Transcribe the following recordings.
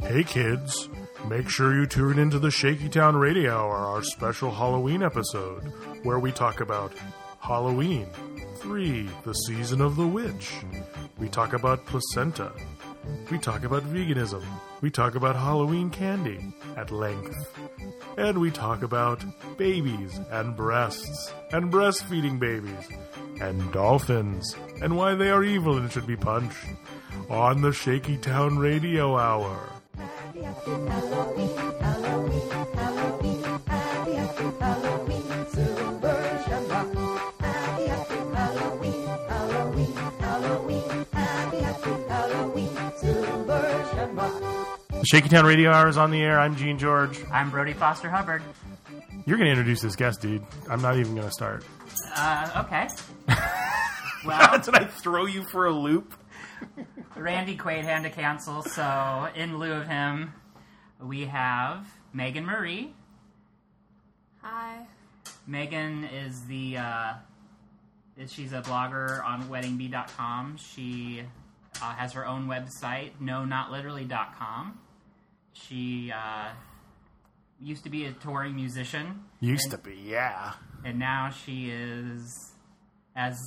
Hey kids, make sure you tune into the Shaky Town Radio Hour, our special Halloween episode, where we talk about Halloween 3, the season of the witch. We talk about placenta. We talk about veganism. We talk about Halloween candy at length. And we talk about babies and breasts and breastfeeding babies and dolphins and why they are evil and should be punched on the Shaky Town Radio Hour. The Shaky Town Radio Hour is on the air. I'm Gene George. I'm Brody Foster Hubbard. You're going to introduce this guest, dude. I'm not even going to start. Uh, okay. well, Did I throw you for a loop? Randy Quaid had to cancel, so in lieu of him, we have Megan Marie. Hi. Megan is the uh, is- she's a blogger on WeddingBee.com. She uh, has her own website, no, not literally.com. She uh, used to be a touring musician, Used to be, yeah. and now she is, as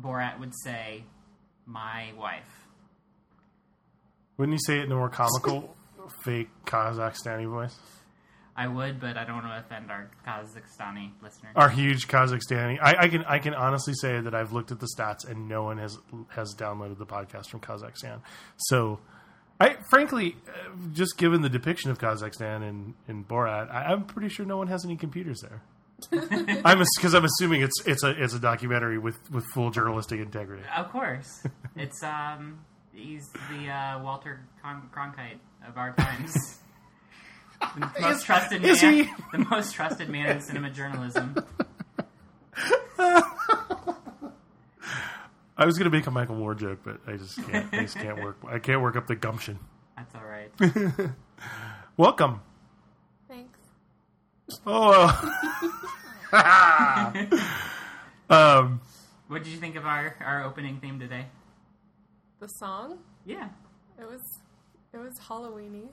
Borat would say, my wife. Wouldn't you say it in a more comical, fake Kazakhstani voice? I would, but I don't want to offend our Kazakhstani listeners. Our huge Kazakhstani. I, I can I can honestly say that I've looked at the stats and no one has has downloaded the podcast from Kazakhstan. So, I frankly, uh, just given the depiction of Kazakhstan in in Borat, I, I'm pretty sure no one has any computers there. I'm because I'm assuming it's it's a it's a documentary with with full journalistic integrity. Of course, it's um, he's the uh, Walter Con- Cronkite of our times. The most trusted is man, he? the most trusted man in cinema journalism. I was gonna make a Michael Moore joke, but I just can't. I just can't work. I can't work up the gumption. That's all right. Welcome. Thanks. Oh. um. What did you think of our, our opening theme today? The song? Yeah, It was it was Halloweeny.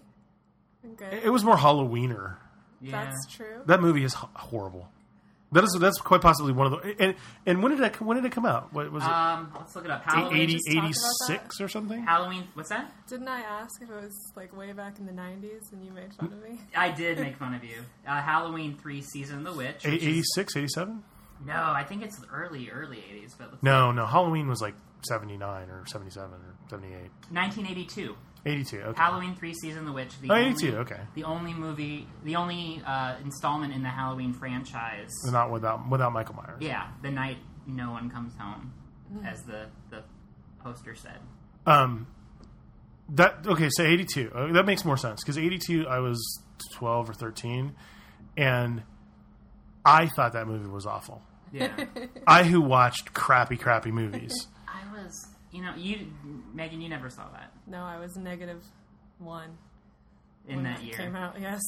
And good. It was more Halloweener. yeah. That's true. That movie is ho- horrible. That is that's quite possibly one of the and and when did that when did it come out? What was it? Um, let's look it up. Halloween. Eighty just talked about eighty six or something? Halloween. What's that? Didn't I ask if it was like way back in the nineties and you made fun of me? I did make fun of you. Uh, Halloween three season of the witch. which is- 86, 87? no, I think it's early early eighties, but let's No, no. Halloween was like 79 or 77 or 78. 1982. 82. Okay. Halloween three season of the witch. The Oh, only- 82, okay. The only movie, the only uh, installment in the Halloween franchise. Not without without Michael Myers. Yeah, the night no one comes home, Mm. as the the poster said. Um, that okay. So eighty two. Uh, that makes more sense because eighty two. I was twelve or thirteen, and I thought that movie was awful. Yeah, I who watched crappy, crappy movies. I was. You know, you Megan, you never saw that No, I was negative one in when that that came year. out, yes.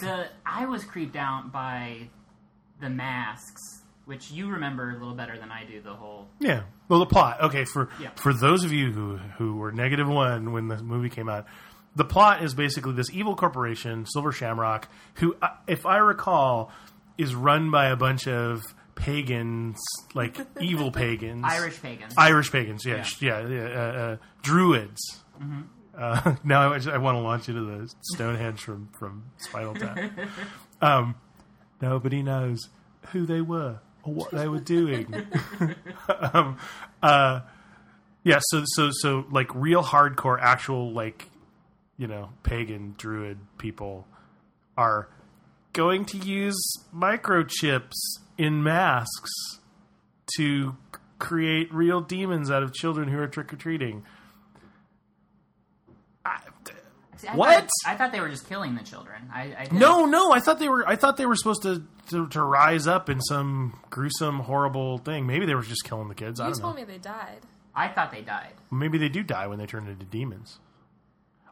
The I was creeped out by the masks, which you remember a little better than I do. The whole Yeah. Well, the plot. Okay, for Yeah. for those of you who who were negative one when the movie came out, the plot is basically this evil corporation, Silver Shamrock, who, uh, if I recall, is run by a bunch of pagans, like evil pagans, Irish pagans. Irish pagans. Yeah, sh- yeah, yeah, uh, uh, druids. Uh, now I, just- I want to launch into the Stonehenge from from Spinal Tap. um, nobody knows who they were or what they were doing. um, uh, yeah, so so so like real hardcore, actual like you know pagan druid people are going to use microchips in masks to c- create real demons out of children who are trick or treating. See, I What? thought- I thought they were just killing the children. I, I didn't- No, no. I thought they were. I thought they were supposed to, to to rise up in some gruesome, horrible thing. Maybe they were just killing the kids. I You don't know. told me they died. I thought they died. Maybe they do die when they turn into demons.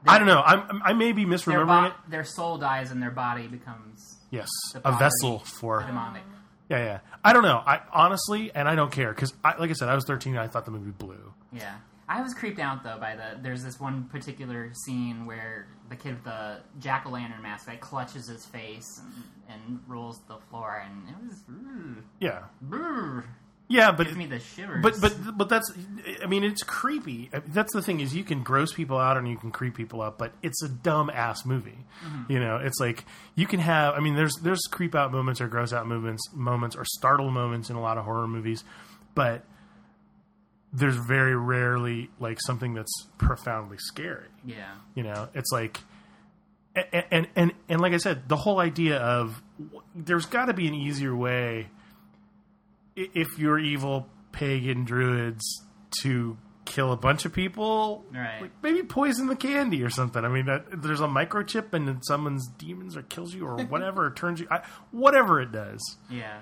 I don't know. I'm, I may be Their, misremembering bo- it. their soul dies and their body becomes Yes, the a property. vessel for. demonic. Yeah, yeah. I don't know. I honestly, and I don't care because, I, like I said, I was 13. and I thought the movie blew. Yeah. I was creeped out though by the. There's this one particular scene where the kid with the jack o' lantern mask like clutches his face and, and rolls the floor, and it was. Ooh, Yeah, brr, yeah, but give me the shivers. but but but that's. I mean, it's creepy. That's the thing is, you can gross people out and you can creep people up, but it's a dumb ass movie. You know, it's like you can have. I mean, there's there's creep out moments or gross out moments moments or startle moments in a lot of horror movies, but there's very rarely like something that's profoundly scary. yeah, you know it's like and and and, and like i said the whole idea of w- there's got to be an easier way i- if you're evil pagan druids to kill a bunch of people Right. like maybe poison the candy or something i mean that, there's a microchip and then someone's demons or kills you or whatever or turns you I, whatever it does yeah.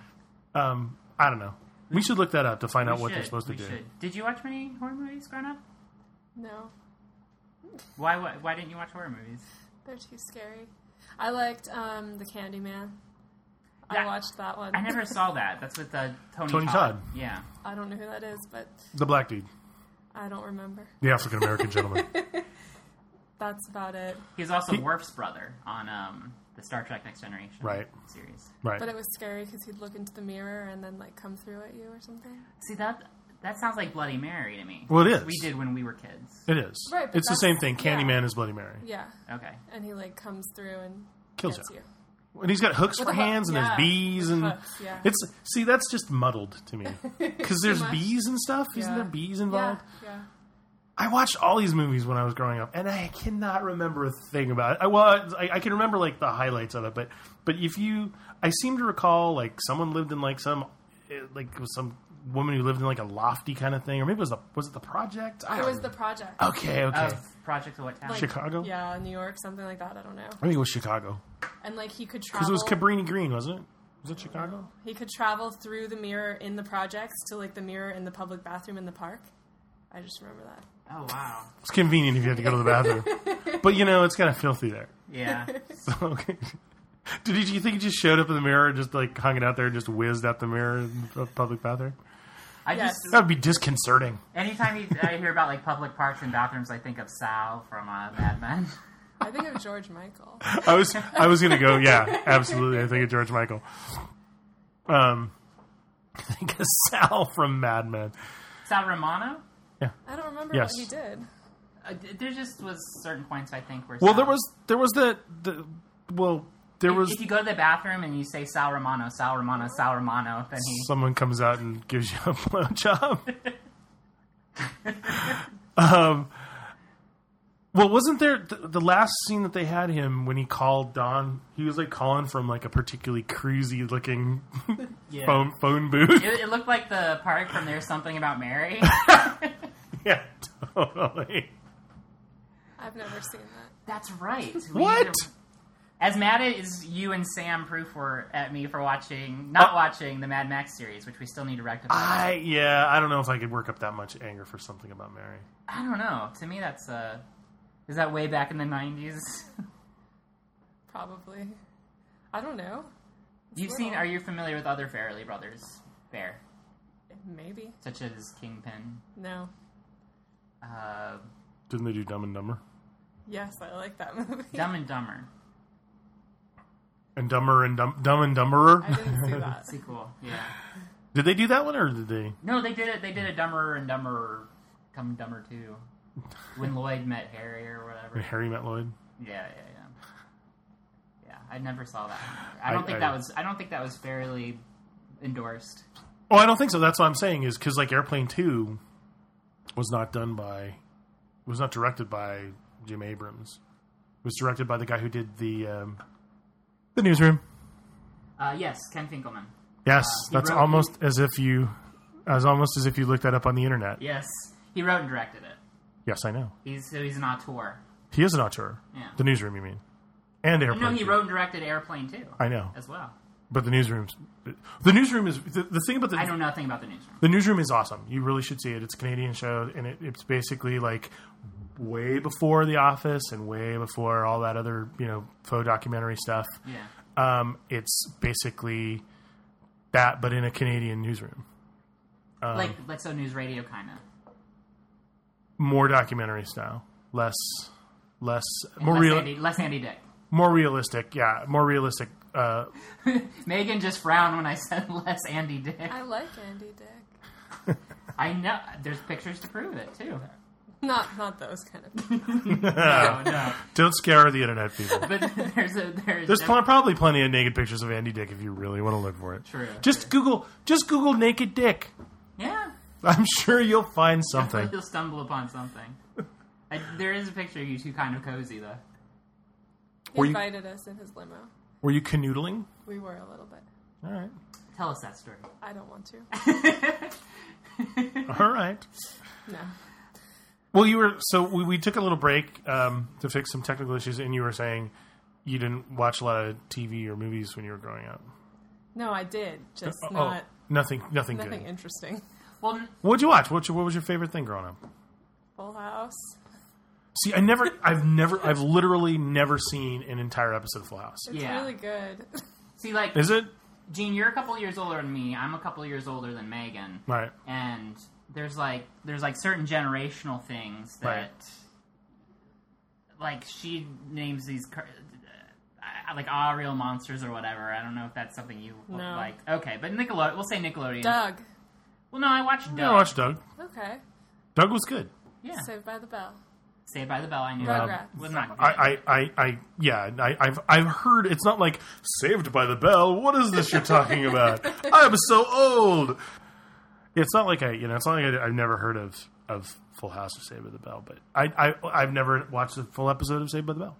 um i don't know we should look that up to find out We what they're should, supposed to we do should. Did you watch many horror movies growing up? No, Why, why why didn't you watch horror movies? they're too scary. I liked um, the Candyman. Yeah. I watched that one. I never saw that. That's with uh, Tony, Tony Todd. Todd. Yeah. I don't know who that is, but the black dude I don't remember. the african american gentleman That's about it. He's also He- Worf's brother on um, the Star Trek Next Generation Right. series. right But it was scary because he'd look into the mirror and then like come through at you or something. See that that sounds like Bloody Mary to me. Well, it is. We did when we were kids. it is Right, but it's the that's- same thing yeah. candyman is bloody mary Yeah, Okay. and he like comes through and kills gets you you. And he's got hooks With for a hook, hands, and yeah. there's bees, With and hooks, yeah. it's see that's just muddled to me because there's much. bees and stuff. Isn't Yeah. there bees involved? Yeah, yeah. I watched all these movies when I was growing up, and I cannot remember a thing about it. I, well, I, I can remember like the highlights of it, but but if you, I seem to recall like someone lived in like some eh, like it was some woman who lived in like a lofty kind of thing, or maybe it was a, was it the project? I It don't was the remember. project. okay, okay. Uh, Project of What Town? Like, Um, Chicago? Yeah, New York, something like that. I don't know. I think it was Chicago And like he could travel. because it was Cabrini Green, wasn't it? Was it Chicago? He could travel through the mirror in the projects to like the mirror in the public bathroom in the park. I just remember that. oh wow. It's convenient if you have to go to the bathroom, but you know it's kind of filthy there. Yeah. Okay. Did you, do you think he just showed up in the mirror, and just like hung it out there, and just whizzed out the mirror in the public bathroom? I Yes. just That would be disconcerting. anytime you, I hear about like public parks and bathrooms, I think of Sal from uh, Mad Men. I think of George Michael. I was I was gonna go. Yeah, absolutely. I think of George Michael. Um, I think of Sal from Mad Men. Sal Romano. I don't remember Yes. what he did. Uh, d- there just was certain points I think where Well, Sal- there was there was the the well there If, was if you go to the bathroom and you say Sal Romano, Sal Romano, Sal Romano, then he someone comes out and gives you a blowjob. um, well, wasn't there th- the last scene that they had him when he called Don? He was like calling from like a particularly cruisy looking yeah. phone phone booth. It, it looked like the park from There's Something About Mary. yeah, totally. I've never seen that. That's right. We What? had a- as mad as you and Sam Proof were at me for watching, not Uh, watching the Mad Max series, which we still need to rectify. I yeah, I don't know if I could work up that much anger for something about Mary. I don't know. To me, that's uh, is that way back in the nineties? Probably. I don't know. You've seen? Are you familiar with other Farrelly Brothers fare, Maybe. such as Kingpin? No. Uh, Didn't they do Dumb and Dumber? Yes, I like that movie. Dumb and Dumber And Dumber and Dumb, Dumb and I Dumberer. didn't see that. sequel. Yeah. Did they do that one or did they? No, they did it. They did a Dumber and Dumber, come Dumber too. When Lloyd met Harry or whatever. Harry Met Lloyd. Yeah, yeah, yeah. Yeah, I never saw that. one. I don't I- think I- that was. I don't think that was fairly endorsed. Oh, I don't think so. That's what I'm saying is because like Airplane Two was not done by, was not directed by Jim Abrams. It was directed by the guy who did the um, the newsroom. Uh, yes, Ken Finkelman. Yes, he that's wrote- almost as if you, as almost as if you looked that up on the internet. Yes, he wrote and directed it. Yes, I know. He's so he's an auteur. He is an auteur. Yeah. The newsroom, you mean? And I airplane. know he too. wrote and directed Airplane too. I know, as well. but the newsroom's the newsroom is the, the thing about the I know nothing about the newsroom. the newsroom is awesome. You really should see it. It's a Canadian show, and it, it's basically like way before The Office and way before all that other you know faux documentary stuff. Yeah. Um, it's basically that, but in a Canadian newsroom. Um, like like so news radio kind of. More documentary style, less, less, more Less, real, Andy, less Andy Dick. more realistic. Yeah, more realistic. Uh, Megan just frowned when I said less Andy Dick. I like Andy Dick. I know. There's pictures to prove it too. Not not those kind of. No, no. don't scare the internet people. But there's a there's, There's def- pl- probably plenty of naked pictures of Andy Dick if you really want to look for it. True, Just Google, just Google naked dick. yeah. I'm sure you'll find something. You'll stumble upon something. I, there is a picture of you two kind of cozy though. He Were you- invited us in his limo. Were you canoodling? We were a little bit. All right. Tell us that story. I don't want to. All right. No. Well, you were so we, we took a little break um, to fix some technical issues, and you were saying you didn't watch a lot of TV or movies when you were growing up. No, I did. Just Oh, not nothing, nothing, nothing good. interesting. Well, n- What'd you watch? What, what was your favorite thing growing up? Full House. See, I never, I've never, I've literally never seen an entire episode of Full House. It's Yeah. really good. see, like Is it? Gene, you're a couple years older than me. I'm a couple years older than Megan. All right. and there's like there's like certain generational things that like she names these cur- uh, like ah real monsters or whatever i don't know if that's something you No. like okay but nickelodeon we'll say nickelodeon Doug. well no i watched Doug. Yeah, I watched Doug. Okay. Doug was good. yeah Saved by the Bell. saved by the bell i knew Um, Rugrats. was not good. I, I, I, I yeah, I, I've, I've heard it's not like Saved by the Bell. What is this you're talking about? I'm so old. It's not like I, you know, it's not like I, I've never heard of of Full House or Saved by the Bell, but I, I, I've never watched a full episode of Saved by the Bell.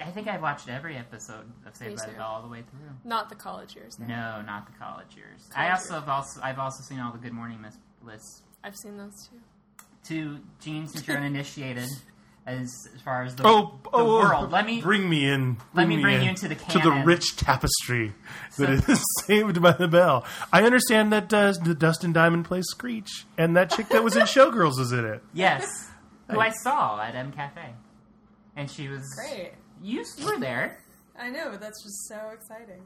I think i've watched every episode of saved Me by the too. bell all the way through Not the college years. Mm-hmm. though. no not the college years i College also years. have also i've also seen all the good morning miss lists I've seen those too. to Gene, since you're uninitiated, as, as far as the, Oh, the oh, oh, world. Let me bring me in. let me bring in you into the to the canon. rich tapestry that is So- Saved by the Bell. I understand that uh, the Dustin Diamond plays Screech, and that chick that was in Showgirls is in it. yes, who I saw at M Cafe, and she was Great. You s- were there. I know, but that's just so exciting.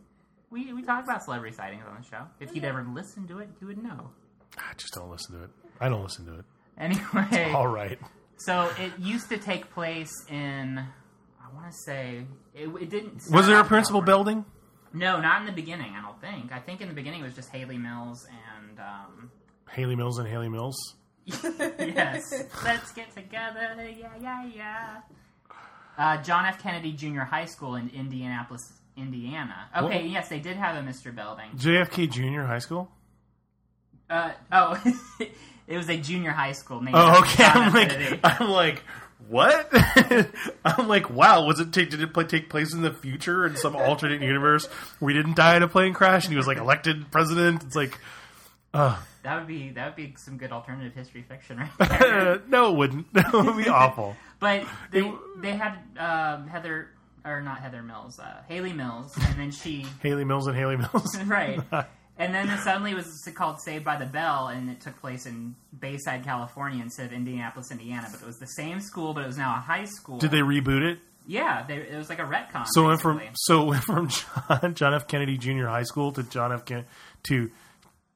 We we talked about celebrity sightings on the show. If Mm-hmm. you'd ever listened to it, you would know. I just don't listen to it. I don't listen to it. Anyway, All right. so it used to take place in. I want to say it, it didn't. Was start there a out principal that way. building? No, not in the beginning. I don't think. I think in the beginning it was just Haley Mills and um, Haley Mills and Haley Mills. yes. Let's get together. Yeah, yeah, yeah. Uh, John F. Kennedy Jr. High School in Indianapolis, Indiana. Okay, What- yes, they did have a Mr. Building. JFK Junior High School. Uh, oh, it was a junior high school named Oh, after okay. John I'm F. like, Kennedy. I'm like, what? I'm like, wow. Was it take, did it play, take place in the future in some alternate universe? We didn't die in a plane crash, and he was like elected president. It's like, that would be that would be some good alternative history fiction, right? There. uh, no, it wouldn't. That would be awful. but they they had um, Heather or not Heather Mills, uh, Haley Mills, and then she Haley Mills and Haley Mills. right. And then it suddenly was called Saved by the Bell, and it took place in Bayside, California, instead of Indianapolis, Indiana. But it was the same school, but it was now a high school. Did they reboot it? Yeah, they, it was like a retcon. So it went from basically. so it went from John, John F. Kennedy Junior High School to John F. Ken, to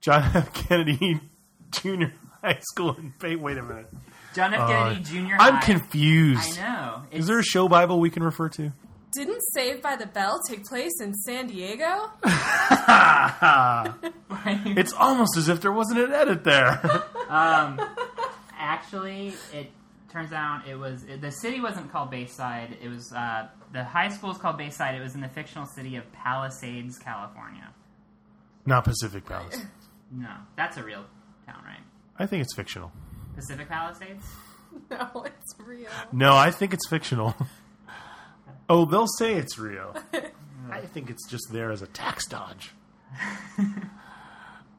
John F. Kennedy Junior High School. And wait, wait a minute. John F. Kennedy Jr. Uh, I'm High. I confused. know. It's, Is there a show Bible we can refer to? Didn't Saved by the Bell take place in San Diego? It's almost as if there wasn't an edit there. Um, actually it turns out it was it, the city wasn't called Bayside. It was uh, the high school is called Bayside. It was in the fictional city of Palisades, California. Not Pacific Palace. No, that's a real town, right? I think it's fictional. Pacific Palisades. No, it's real. No, I think it's fictional. Oh, they'll say it's real. I think it's just there as a tax dodge.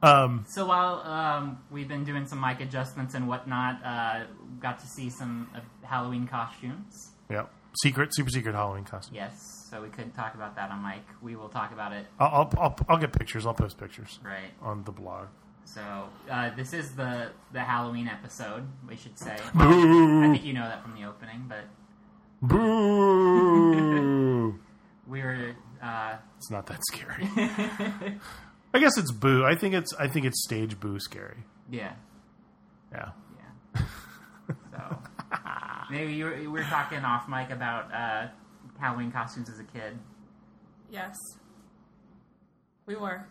So while um, we've been doing some mic adjustments and whatnot, uh, got to see some of Halloween costumes. Yeah. Secret, super secret Halloween costume. Yes, so we could talk about that on mic. We will talk about it, I'll, I'll, I'll, I'll get pictures. I'll post pictures right? on the blog. So uh, this is the the Halloween episode. We should say. I Boo! think you know that from the opening, but Boo! we were. Uh, it's not that scary. I guess it's boo. I think it's I think it's stage boo scary. yeah, Yeah. yeah. so maybe you were, we were talking off mic about uh, Halloween costumes as a kid. Yes. We were.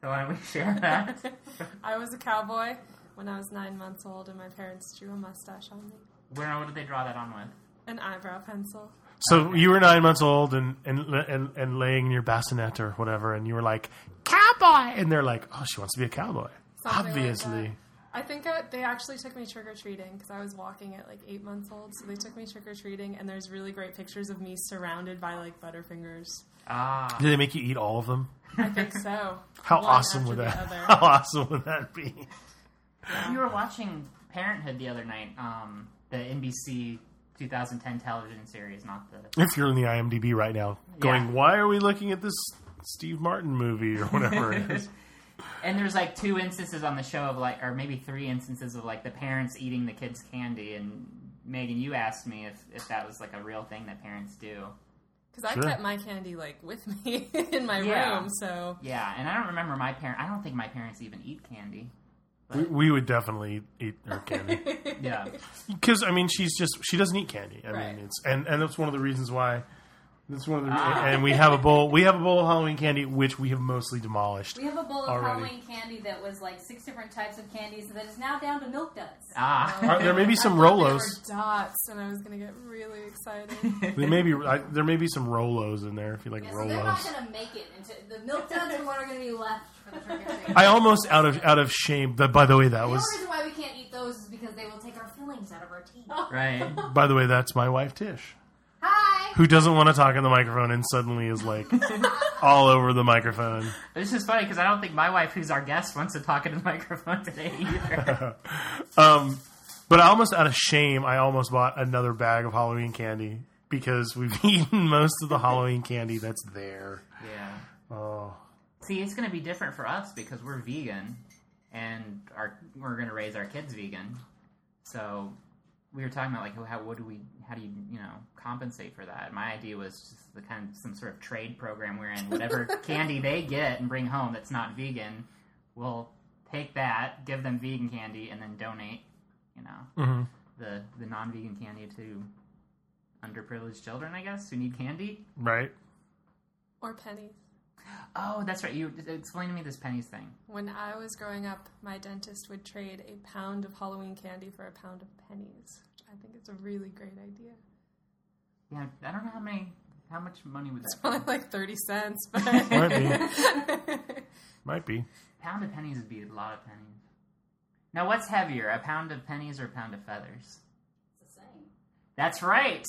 So why don't we share that? I was a cowboy when I was nine months old, and my parents drew a mustache on me. Where what did they draw that on with? An eyebrow pencil. So you were nine months old and and and, and laying in your bassinet or whatever, and you were like cowboy, and they're like, oh, she wants to be a cowboy, Something like obviously. that. I think I, they actually took me trick or treating because I was walking at like eight months old. So they took me trick or treating, and there's really great pictures of me surrounded by like Butterfingers. Ah, Did they make you eat all of them? I think so. How One awesome after would the that? other. How awesome would that be? you were watching Parenthood the other night. Um, the NBC 2010 television series, not the. If you're in the IMDb right now, going, Yeah. why are we looking at this Steve Martin movie or whatever it is? And there's like two instances on the show of like, or maybe three instances of like the parents eating the kids' candy. And Megan, you asked me if, if that was like a real thing that parents do. Because Sure. I kept my candy like with me in my Yeah. room, so Yeah, and I don't remember my parent. I don't think my parents even eat candy. we, we would definitely eat her candy Yeah, because I mean, she's just she doesn't eat candy. I Right. mean, it's and and that's one of the reasons why. That's one of the Ah. and we have a bowl. We have a bowl of Halloween candy, which we have mostly demolished. We have a bowl of Already. Halloween candy that was like six different types of candies that is now down to milk duds. ah, Are- there may be I some thought they Rolos. were dots, and I was gonna get really excited. There may be I, there may be some Rolos in there if you like Yeah, so they're not Rolos. going to make it. Into, the milk duds are what are going to be left for the trick or treat. I almost out of out of shame. That by the way, that The was only reason why we can't eat those is because they will take our fillings out of our teeth. right. by the way that's my wife Tish, Hi! who doesn't want to talk in the microphone and suddenly is like all over the microphone. This is funny because I don't think my wife, who's our guest, wants to talk into the microphone today either. Um, but I almost out of shame, I almost bought another bag of Halloween candy because we've eaten most of the Halloween candy that's there. yeah. Oh, See, it's going to be different for us because we're vegan, and our we're going to raise our kids vegan. So we were talking about like how what do we how do you you know compensate for that? My idea was just the kind of some sort of trade program we're in. Whatever candy they get and bring home that's not vegan, we'll take that, give them vegan candy, and then donate you know Mhm. the the non vegan candy to underprivileged children, I guess, who need candy. right. or pennies. Oh, that's right. You explained to me this pennies thing. When I was growing up, my dentist would trade a pound of Halloween candy for a pound of pennies, which I think is a really great idea. Yeah, I don't know how many, how much money would that Probably be? like 30 cents, but. Might be. Might be. pound of pennies would be a lot of pennies. Now, what's heavier, a pound of pennies or a pound of feathers? It's the same. That's right.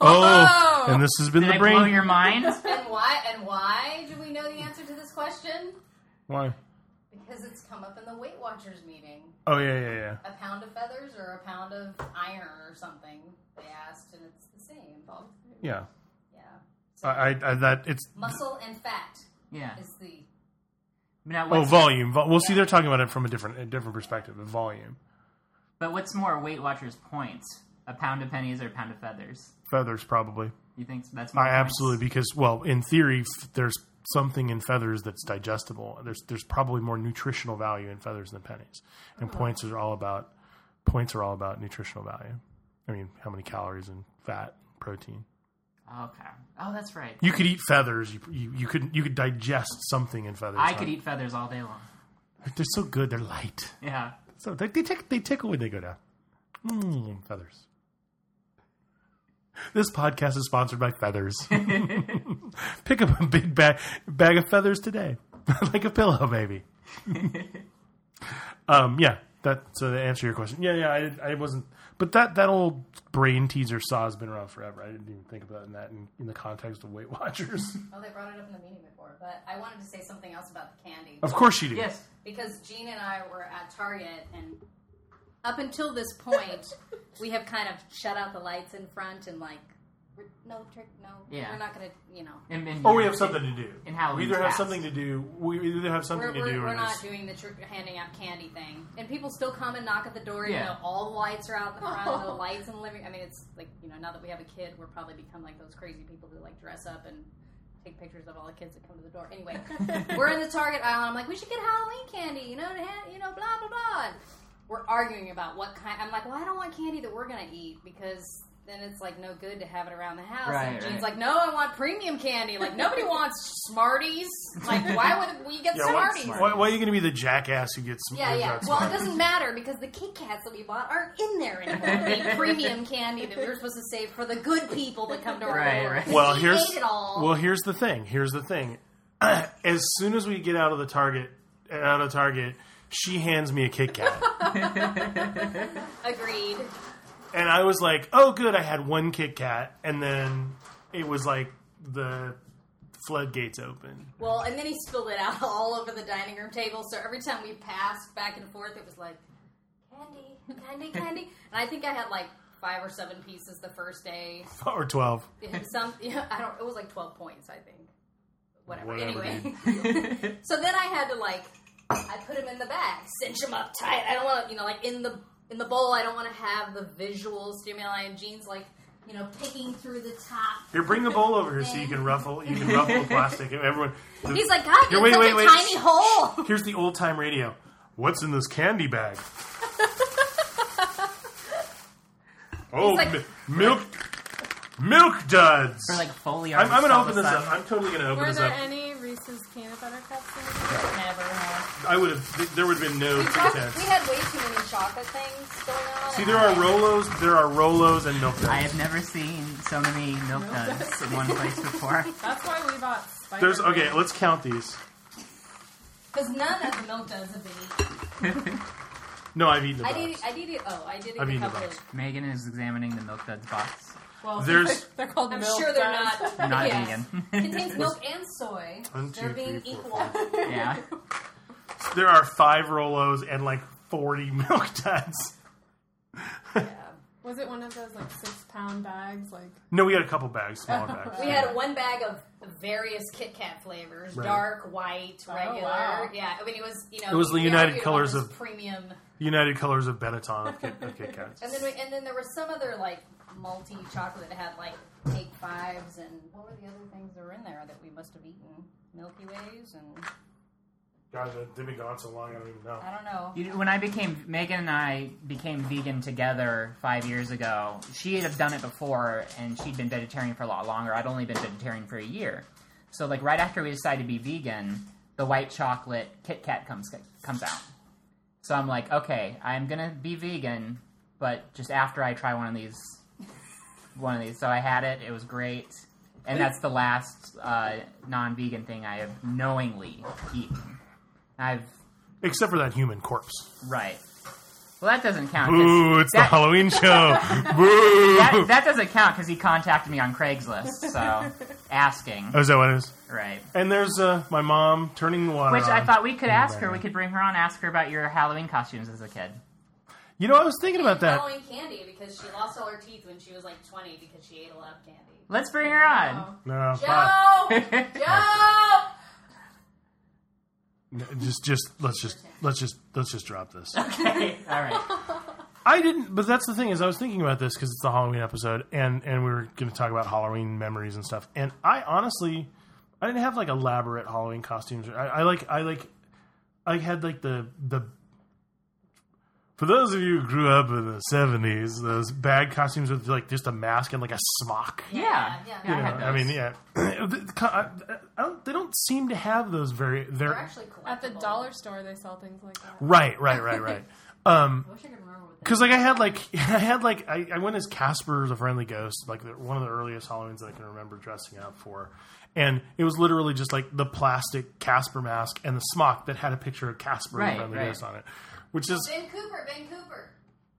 Oh, and this has been Did the I brain. blow your mind? And why? And why do we know the answer to this question? Why? Because it's come up in the Weight Watchers meeting. Oh yeah, yeah, yeah. A pound of feathers or a pound of iron or something. They asked, and it's the same. Bob. Yeah. Yeah. I, I, I that it's Muscle and fat yeah. is the Now, oh what's, volume. Vol- well, see, they're talking about it from a different a different perspective. of Volume, but what's more, Weight Watchers points? A pound of pennies or a pound of feathers? feathers probably. You think that's more I points? absolutely because well, in theory, f- there's something in feathers that's digestible. There's there's probably more nutritional value in feathers than pennies, and Uh-huh. points are all about points are all about nutritional value. I mean, how many calories and fat, protein. Okay. Oh, that's right. You could eat feathers. You you, you could you could digest something in feathers. I huh? could eat feathers all day long. They're so good. They're light. Yeah. So they, they tick, they tickle when they go down. Mm, feathers. This podcast is sponsored by feathers. Pick up a big bag bag of feathers today, like a pillow, maybe. um, yeah, that. So to answer your question, yeah, yeah, I, I wasn't, but that that old brain teaser saw has been around forever. I didn't even think about it in that in, in the context of Weight Watchers. Well, Oh, they brought it up in the meeting before, but I wanted to say something Oh. else about the candy of course you do. Yes. because Gene and I were at Target and up until this point, we have kind of shut out the lights in front and like, we're, no trick, no, Yeah. we're not gonna, you know, And, and, Or Oh, we have something to do. In Halloween we either have past. something to do. We either have something we're, to do. we're, or we're just- not doing the tr- handing out candy thing. And people still come and knock at the door. Yeah. You know, all the lights are out in the front. The lights in the living. I mean, it's like you know, now that we have a kid, we're probably become like those crazy people who like dress up and take pictures of all the kids that come to the door. Anyway, we're in the Target aisle. And I'm like, we should get Halloween candy. You know, to ha- you know, blah blah blah. And we're arguing about what kind. I'm like, well, I don't want candy that we're gonna eat because. Then it's like no good to have it around the house. Right, and Jean's right. like, no, I want premium candy. Like nobody wants Smarties. Like why would we get Yeah, why, Smarties? why, why are you going to be the jackass who gets? Yeah, who got yeah. Well, it Smarties? doesn't matter because the Kit Kats that we bought aren't in there anymore. the premium candy that we were supposed to save for the good people that come to our Right, door. right. well, We here's ate it all. well, here's the thing. Here's the thing. As soon as we get out of the Target, out of Target, she hands me a Kit Kat, Agreed. and I was like, "Oh, good, I had one Kit Kat," and then it was like the floodgates open. Well, and then he spilled it out all over the dining room table. So every time we passed back and forth, it was like candy, candy, candy. and I think I had like five or seven pieces the first day. Or twelve. Some, yeah, I don't. It was like twelve points, I think. Whatever. Whatever, anyway, so then I had to like, I put them in the bag, cinch them up tight. I don't want to, you know, like in the in the bowl. I don't want to have the visual stimuli. And Jean's like, you know, picking through the top. Here, bring the bowl over here so you can ruffle. You can ruffle the plastic. Everyone. He's like, God, Here, you're wait, such wait, a wait. tiny hole. Here's the old time radio. What's in this candy bag? oh, It's like- mi- milk, milk duds. For like Foley I'm, I'm artists gonna all open of a this up. sudden. I'm totally gonna open Were this there up. any Reese's peanut butter cups? In there? Never have. I would have. There would have been no We, talked, we contest. had way too many chocolate things going on. See, there are Rolos. There are Rolos and milk duds. I have never seen so many milk duds in one place before. That's why we bought. Spider There's okay. Let's count these. because none of the milk does have been. No, I've eaten I about. did. I did it. Oh, I did it I've a eaten couple about. of. Megan is examining the milk duds box. Well, There's- they're called. I'm milk sure they're duds. not. Not yes. vegan. Contains milk and soy. One, two, They're being three, four, equal. five. yeah. There are five Rolos and like forty milk duds. Was it one of those like six pound bags? Like No, we had a couple bags, smaller bags. We had one bag of various Kit Kat flavors: Right. dark, white, regular. wow. Yeah, I mean it was you know It was the we United argued Colors about this of- premium, United Colors of Benetton of Kit, of Kit Kats. and then we, and then there was some other like multi chocolate that had like cake fives and what were the other things that were in there that we must have eaten? Milky Ways and God, they've been gone so long, I don't even know. I don't know. You- When I became Megan and I became vegan together five years ago, she had done it before, and she'd been vegetarian for a lot longer. I'd only been vegetarian for a year, so like right after we decided to be vegan, the white chocolate Kit Kat comes comes out. So I'm like, okay, I'm gonna be vegan, but just after I try one of these, one of these. So I had it; it was great, and that's the last uh, non-vegan thing I have knowingly eaten. I've Except for that human corpse. Right. Well, that doesn't count. 'cause Boo, it's the that, Halloween show. Boo. that, that doesn't count because he contacted me on Craigslist, so asking. oh, is that what it is? Right. And there's uh, my mom turning the water Which I on. thought we could ask her. Right. We could bring her on, ask her about your Halloween costumes as a kid. You know, I was thinking about that. Halloween candy because she lost all her teeth when she was like twenty because she ate a lot of candy. Let's bring her on. No, fuck. Joe, Joe. No, just, just let's just let's just let's just drop this. All right. I didn't, but that's the thing is, I was thinking about this because it's the Halloween episode, and and we were going to talk about Halloween memories and stuff. And I honestly, I didn't have like elaborate Halloween costumes. I, I like, I like, I had like the the. For those of you who grew up in the seventies, those bad costumes with like just a mask and like a smock. Yeah. Yeah, yeah. I had You know, I mean, those. yeah, The co- I- I don't- they don't seem to have those very. They're They're actually collectible. at the dollar store, they sell things like that. right, right, right, right. Um, I wish I could remember what they Because like I had like I had like I, I went as Casper the Friendly Ghost, like the, one of the earliest Halloweens that I can remember dressing up for, and it was literally just like the plastic Casper mask and the smock that had a picture of Casper Right, the Friendly right. Ghost on it, which is Ben Cooper, Ben Cooper.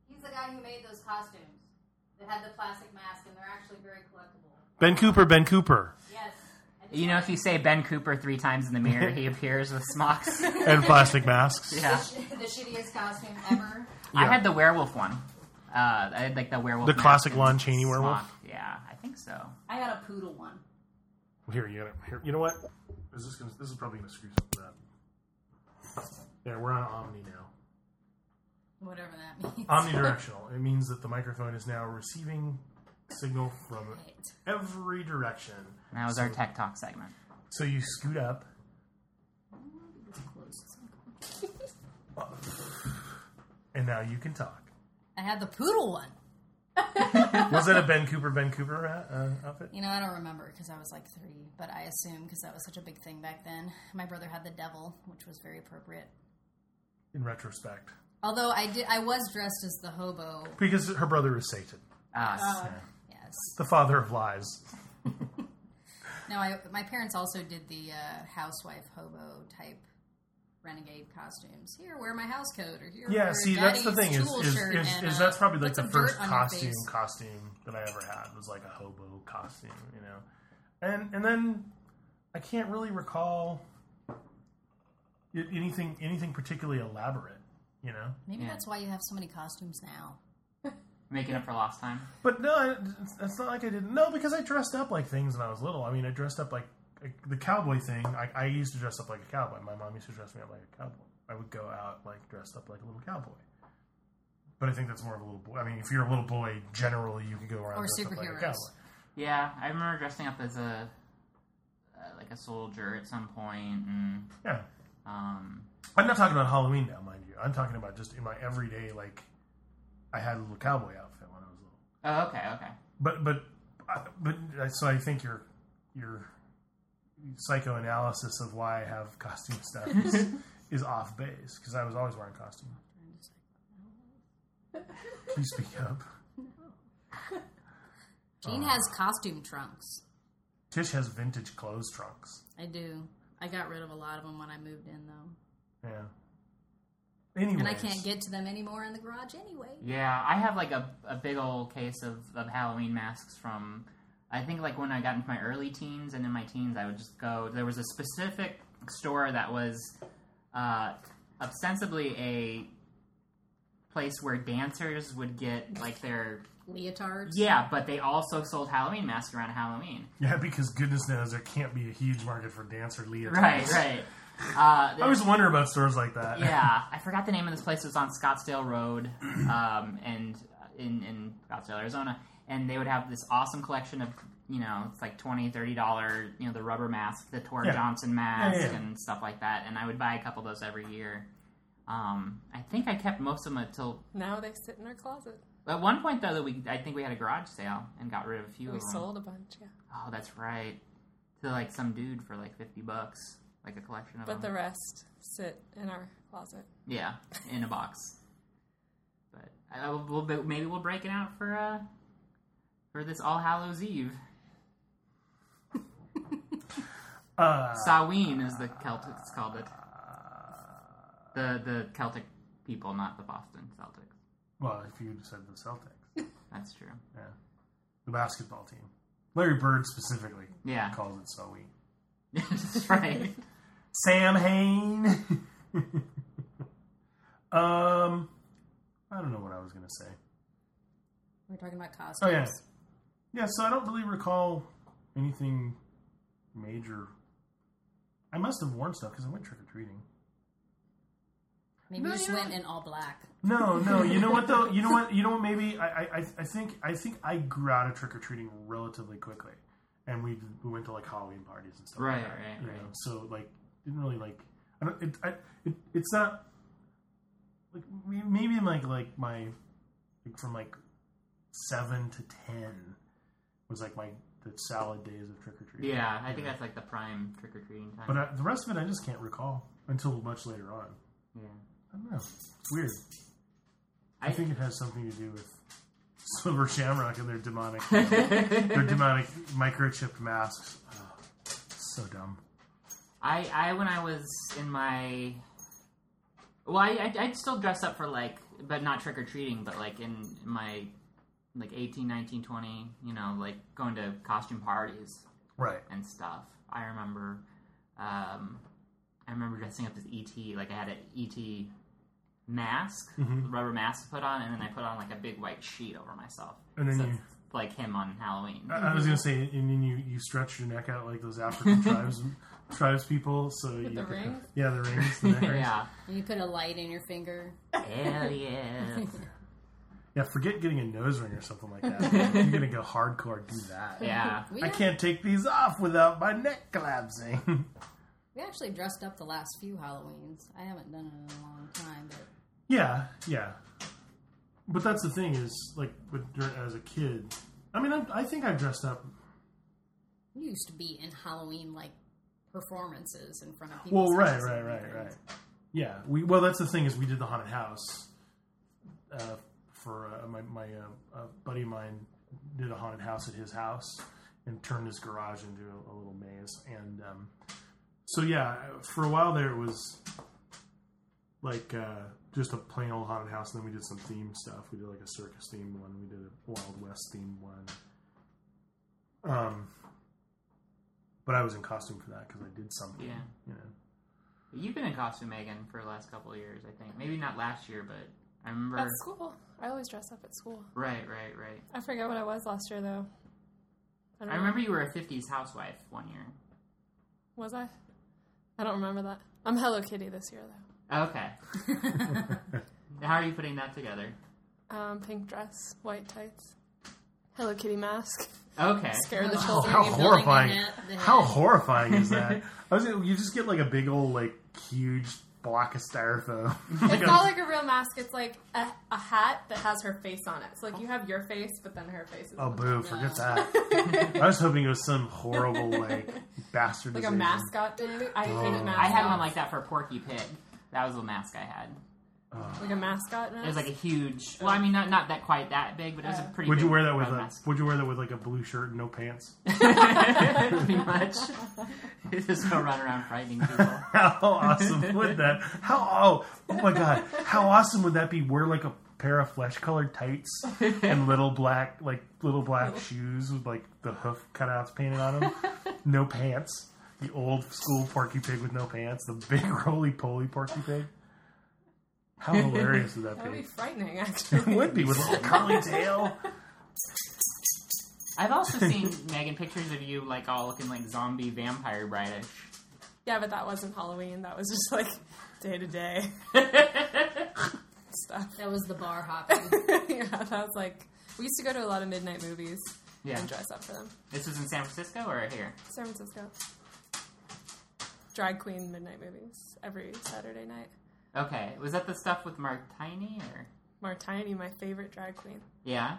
He's the guy who made those costumes that had the plastic mask, and they're actually very collectible. Ben Cooper, Ben Cooper, Yes. I just You know, wanted if you say Ben Cooper three times in the mirror, he appears with smocks. and plastic masks. Yeah. to- the shittiest costume ever. I Yeah. had the werewolf one. Uh, I had like the werewolf. The mask classic and Lon Chaney werewolf? smock. Yeah, I think so. I got a poodle one. Here, you got it. Here, you know what? Is this gonna, this is probably gonna screw some of that. Yeah, we're on Omni now. Whatever that means. Omnidirectional. It means that the microphone is now receiving signal from Right. every direction. And that was our tech talk segment. So you scoot up. And now you can talk. I had the poodle one. Was that a Ben Cooper Ben Cooper uh, uh, outfit? You know, I don't remember because I was like three, but I assume because that was such a big thing back then. My brother had the devil, which was very appropriate. In retrospect, Although I did, I was dressed as the hobo. because her brother is Satan, Us. Yes. the father of lies. No, I, my parents also did the uh, housewife hobo type renegade costumes. Here, wear my house coat, or here, Yeah, wear see, that's daddy's the thing is, tool is, shirt is, and, is uh, that's probably like put the some first dirt on your costume face." costume that I ever had was like a hobo costume, you know. And and then I can't really recall i- anything anything particularly elaborate, you know. Maybe Yeah. that's why you have so many costumes now. Making up for lost time. But no, it's- it's not like I didn't. No, because I dressed up like things when I was little. I mean, I dressed up like like the cowboy thing. I, I used to dress up like a cowboy. My mom used to dress me up like a cowboy. I would go out like dressed up like a little cowboy. But I think that's more of a little boy. I mean, if you're a little boy, generally you can go around Or dressed up like a superheroes. cowboy. Yeah, I remember dressing up as a uh, like a soldier at some point, and Yeah, um, I'm not talking about Halloween now, mind you. I'm talking about just in my everyday like I had a little cowboy outfit when I was little. oh, okay, okay. but but uh, but so I think your your psychoanalysis of why I have costume stuff is, is off base because I was always wearing costume. Please speak up. Jean Oh. has costume trunks. Tish has vintage clothes trunks. I do. I got rid of a lot of them when I moved in, though. Yeah. Anyways, And I can't get to them anymore in the garage anyway. Yeah, I have like a, a big old case of, of Halloween masks from I think like when I got into my early teens and in my teens I would just go there was a specific store that was uh, ostensibly a place where dancers would get like their Leotards. yeah, but they also sold Halloween masks around Halloween. Yeah, because goodness knows there can't be a huge market for dancer leotards. Right, right. Uh, I always wonder about stores like that. yeah, I forgot the name of this place. It was on Scottsdale Road, um, and in in Scottsdale, Arizona. And they would have this awesome collection of you know it's like twenty, thirty dollar you know the rubber mask, the Tor Yeah. Johnson mask, yeah. and stuff like that. And I would buy a couple of those every year. Um, I think I kept most of them until Now they sit in our closet. at one point though that we I think we had a garage sale and got rid of a few We of them. sold a bunch, yeah. Oh, that's right, to like some dude for like fifty bucks, like a collection of But the them. rest sit in our closet. Yeah, in a box. But I, I will- we'll, but maybe we'll break it out for uh for this All Hallows Eve. Uh, Samhain is the Celtic. It's called it. The the Celtic people, not the Boston Celtics. well, if you said the Celtics, That's true. yeah, the basketball team, Larry Bird specifically Yeah, calls it so weak. that's right. Sam Hain. um, I don't know what I was gonna say. We're talking about costumes. Oh yeah, yeah. So I don't really recall anything major. I must have worn stuff because I went trick or treating. Maybe you just went in all black. No, no. You know what though? You know what? You know what? Maybe I, I, I think I think I grew out of trick or treating relatively quickly, and we we went to like Halloween parties and stuff. Right, like that, right, you right. Know? So like, didn't really like. I don't, it, I, it, it's not like may- maybe in like like my like from like seven to ten was like my the salad days of trick or treating. Yeah, I think that's like the prime trick or treating time. But I, the rest of it, I just can't recall until much later on. yeah. I don't know. It's weird. I I- think it has something to do with Silver Shamrock and their demonic, their demonic microchipped masks. Oh, so dumb. I, I when I was in my well, I I I'd still dress up for like, but not trick or treating, but like in my like 18, 19, 20, you know, like going to costume parties Right. and stuff. I E remember, um, I remember dressing up as ET. Like I had an ET E mask, Mm-hmm. the rubber mask to put on, and then I put on like a big white sheet over myself. And then so you- Uh-uh. it's like him on Halloween. I I was gonna say, and then you, you stretch your neck out like those African tribes tribes people. So you the could- rings? yeah, the rings, the neck rings. yeah, And you put a light in your finger. hell yeah. Yeah, forget getting a nose ring or something like that. You're gonna go hardcore, do that. Yeah. We, I can't take these off without my neck collapsing. we actually dressed up the last few Halloweens. I haven't done it in a long time, but yeah, yeah. But that's the thing is, like, with, dur- as a kid, I mean, I, I think I dressed up. we used to be in Halloween like performances in front of people. Well, right, right, right, right. Yeah, we. Well, that's the thing is, we did the haunted house. Uh, for uh, my my uh, uh, buddy of mine did a haunted house at his house and turned his garage into a, a little maze. And um, so yeah, for a while there it was like uh, just a plain old haunted house. And then we did some theme stuff. We did like a circus themed one. We did a Wild West themed one. Um, but I was in costume for that because I did something. Yeah. You know. You've been in costume, Megan, for the last couple of years, I think. Maybe not last year, but I remember. At school. I always dress up at school. Right, right, right. I forget what I was last year, though. I, don't I know. remember you were a 50s housewife one year. Was I? I don't remember that. I'm Hello Kitty this year, though. Okay. How are you putting that together? Um, pink dress, white tights, Hello Kitty mask. Okay. Scare the Oh, children. how You're building horrifying! the net, the how head. horrifying is that? I was you just get like a big old like huge block of styrofoam. Like It's a- not like a real mask. It's like a, a hat that has her face on it. So like you have your face, but then her face is oh on top. boo! Forget that. I was hoping it was some horrible like bastardization. like a mascot thing. I Oh. hated mascots. I had one like that for Porky Pig. That was the mask I had. like a mascot. It was like a huge. Well, I mean, not not that quite that big, but it was a pretty. Would you big wear that with round a? mask. Would you wear that with like a blue shirt and no pants? pretty much? Just go run around frightening people. How awesome would that? How oh, oh my god! How awesome would that be? Wear like a pair of flesh colored tights and little black like little black shoes with like the hoof cutouts painted on them. No pants. The old school Porky Pig with no pants. The big roly poly Porky Pig. How hilarious would that that would be be? frightening, It actually. would be with a little curly tail. I've also seen Megan pictures of you like all looking like zombie vampire brightish. yeah, but that wasn't Halloween. That was just like day to day stuff. That was the bar hopping. yeah, that was like we used to go to a lot of midnight movies Yeah. and dress up for them. This was in San Francisco or here? San Francisco. Drag queen midnight movies every Saturday night. Okay, was that the stuff with Martini or? Martini, my favorite drag queen. Yeah.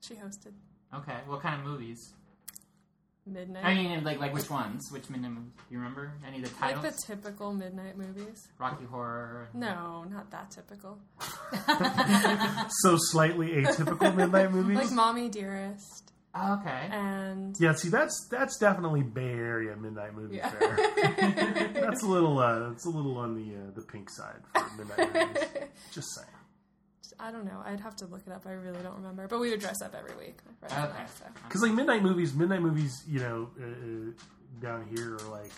She hosted Okay. What kind of movies? midnight. I mean, like like which ones? Which minimum? Do you remember any of the like titles? the typical midnight movies. Rocky Horror. No, not that typical. So slightly atypical midnight movies. Like Mommy Dearest Oh, okay. and Yeah, see, that's that's definitely Bay Area midnight movie Yeah. fare. that's a little uh, that's a little on the uh, the pink side for midnight movies. Just saying. I don't know. I'd have to look it up. I really don't remember. But we would dress up every week. my friends and I, Okay. so. Because like midnight movies, midnight movies, you know, uh, uh, down here are like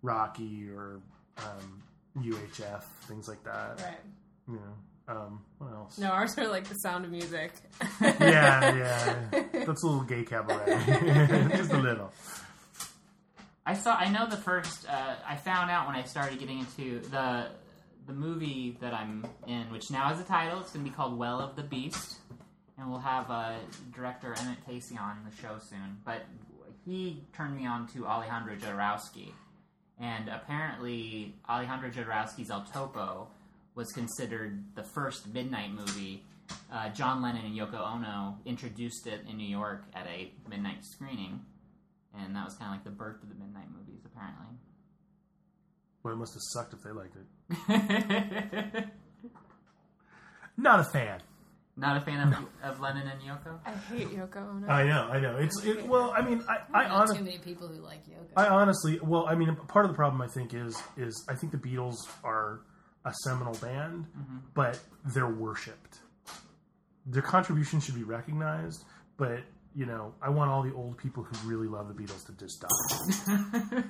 Rocky or um, UHF things like that. Right. You know, um, what else? No, ours are like the sound of music. Yeah, yeah, that's a little gay cabaret, just a little. I saw. I know the first. Uh, I found out when I started getting into the the movie that I'm in, which now has a title. It's going to be called Well of the Beast, and we'll have uh, director Emmett Casey on the show soon. But he turned me on to Alejandro Jodorowsky, and apparently Alejandro Jodorowsky's El Topo was considered the first midnight movie. Uh, John Lennon and Yoko Ono introduced it in New York at a midnight screening and that was kind of like the birth of the midnight movies, Well, it must have sucked if they liked it. apparently. Not a fan. Not a fan of, of Lennon and Yoko. I hate Yoko Ono. I know, I know. It's it, well, I mean, I, I Not honestly. too many people who like yoga. I honestly, well, I mean, part of the problem I think is is I think the Beatles are a seminal band, but they're worshipped. Their contribution should be recognized, but you know, I want all the old people who really love the Beatles to just die.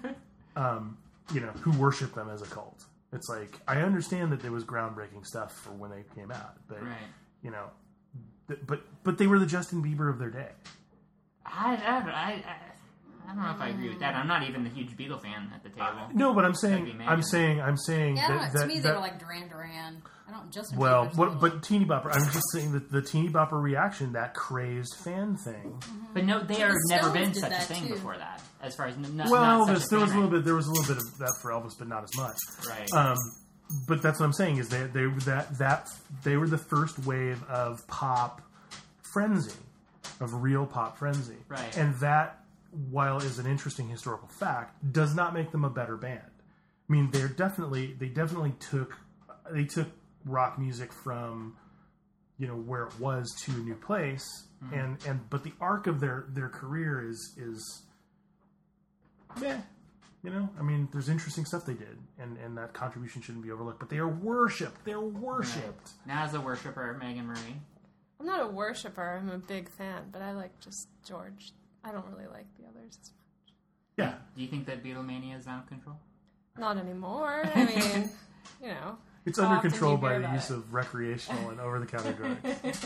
um, you know, who worship them as a cult. It's like I understand that there was groundbreaking stuff for when they came out, but Right. you know, th- but but they were the Justin Bieber of their day. I, I, I, I, I don't know if I agree with that. I'm not even a huge Beagle fan at the table. Uh, No, but I'm saying Maybe, maybe. I'm saying I'm saying Yeah, I don't that, know. that- to me, that- they were like Duran Duran. I don't Justin. well, Bieber's what, cool. but teeny bopper. I'm just saying that the teeny bopper reaction, that crazed fan thing. But no, they are The never Stones been did such a that, thing too. before that. As far as n- not, well, not such there's- there was a thing, little bit there was a little bit of that for Elvis, but not as much. Right. Um, but that's what I'm saying is they they that that they were the first wave of pop frenzy, of real pop frenzy, Right. And that, while is an interesting historical fact, does not make them a better band. I mean, they're definitely they definitely took they took rock music from you know where it was to a new place, Mm-hmm. and and but the arc of their their career is is meh. You know, I mean, there's interesting stuff they did, and and that contribution shouldn't be overlooked. But they are worshipped. They're worshipped. Now, as a worshiper, Megan Marie. I'm not a worshiper. I'm a big fan, but I like just George. I don't really like the others. as much. Yeah, Do you think that Beatlemania is out of control? Not anymore. I mean, you know. it's How under often do control you by hear the that? use of recreational and over-the-counter drugs.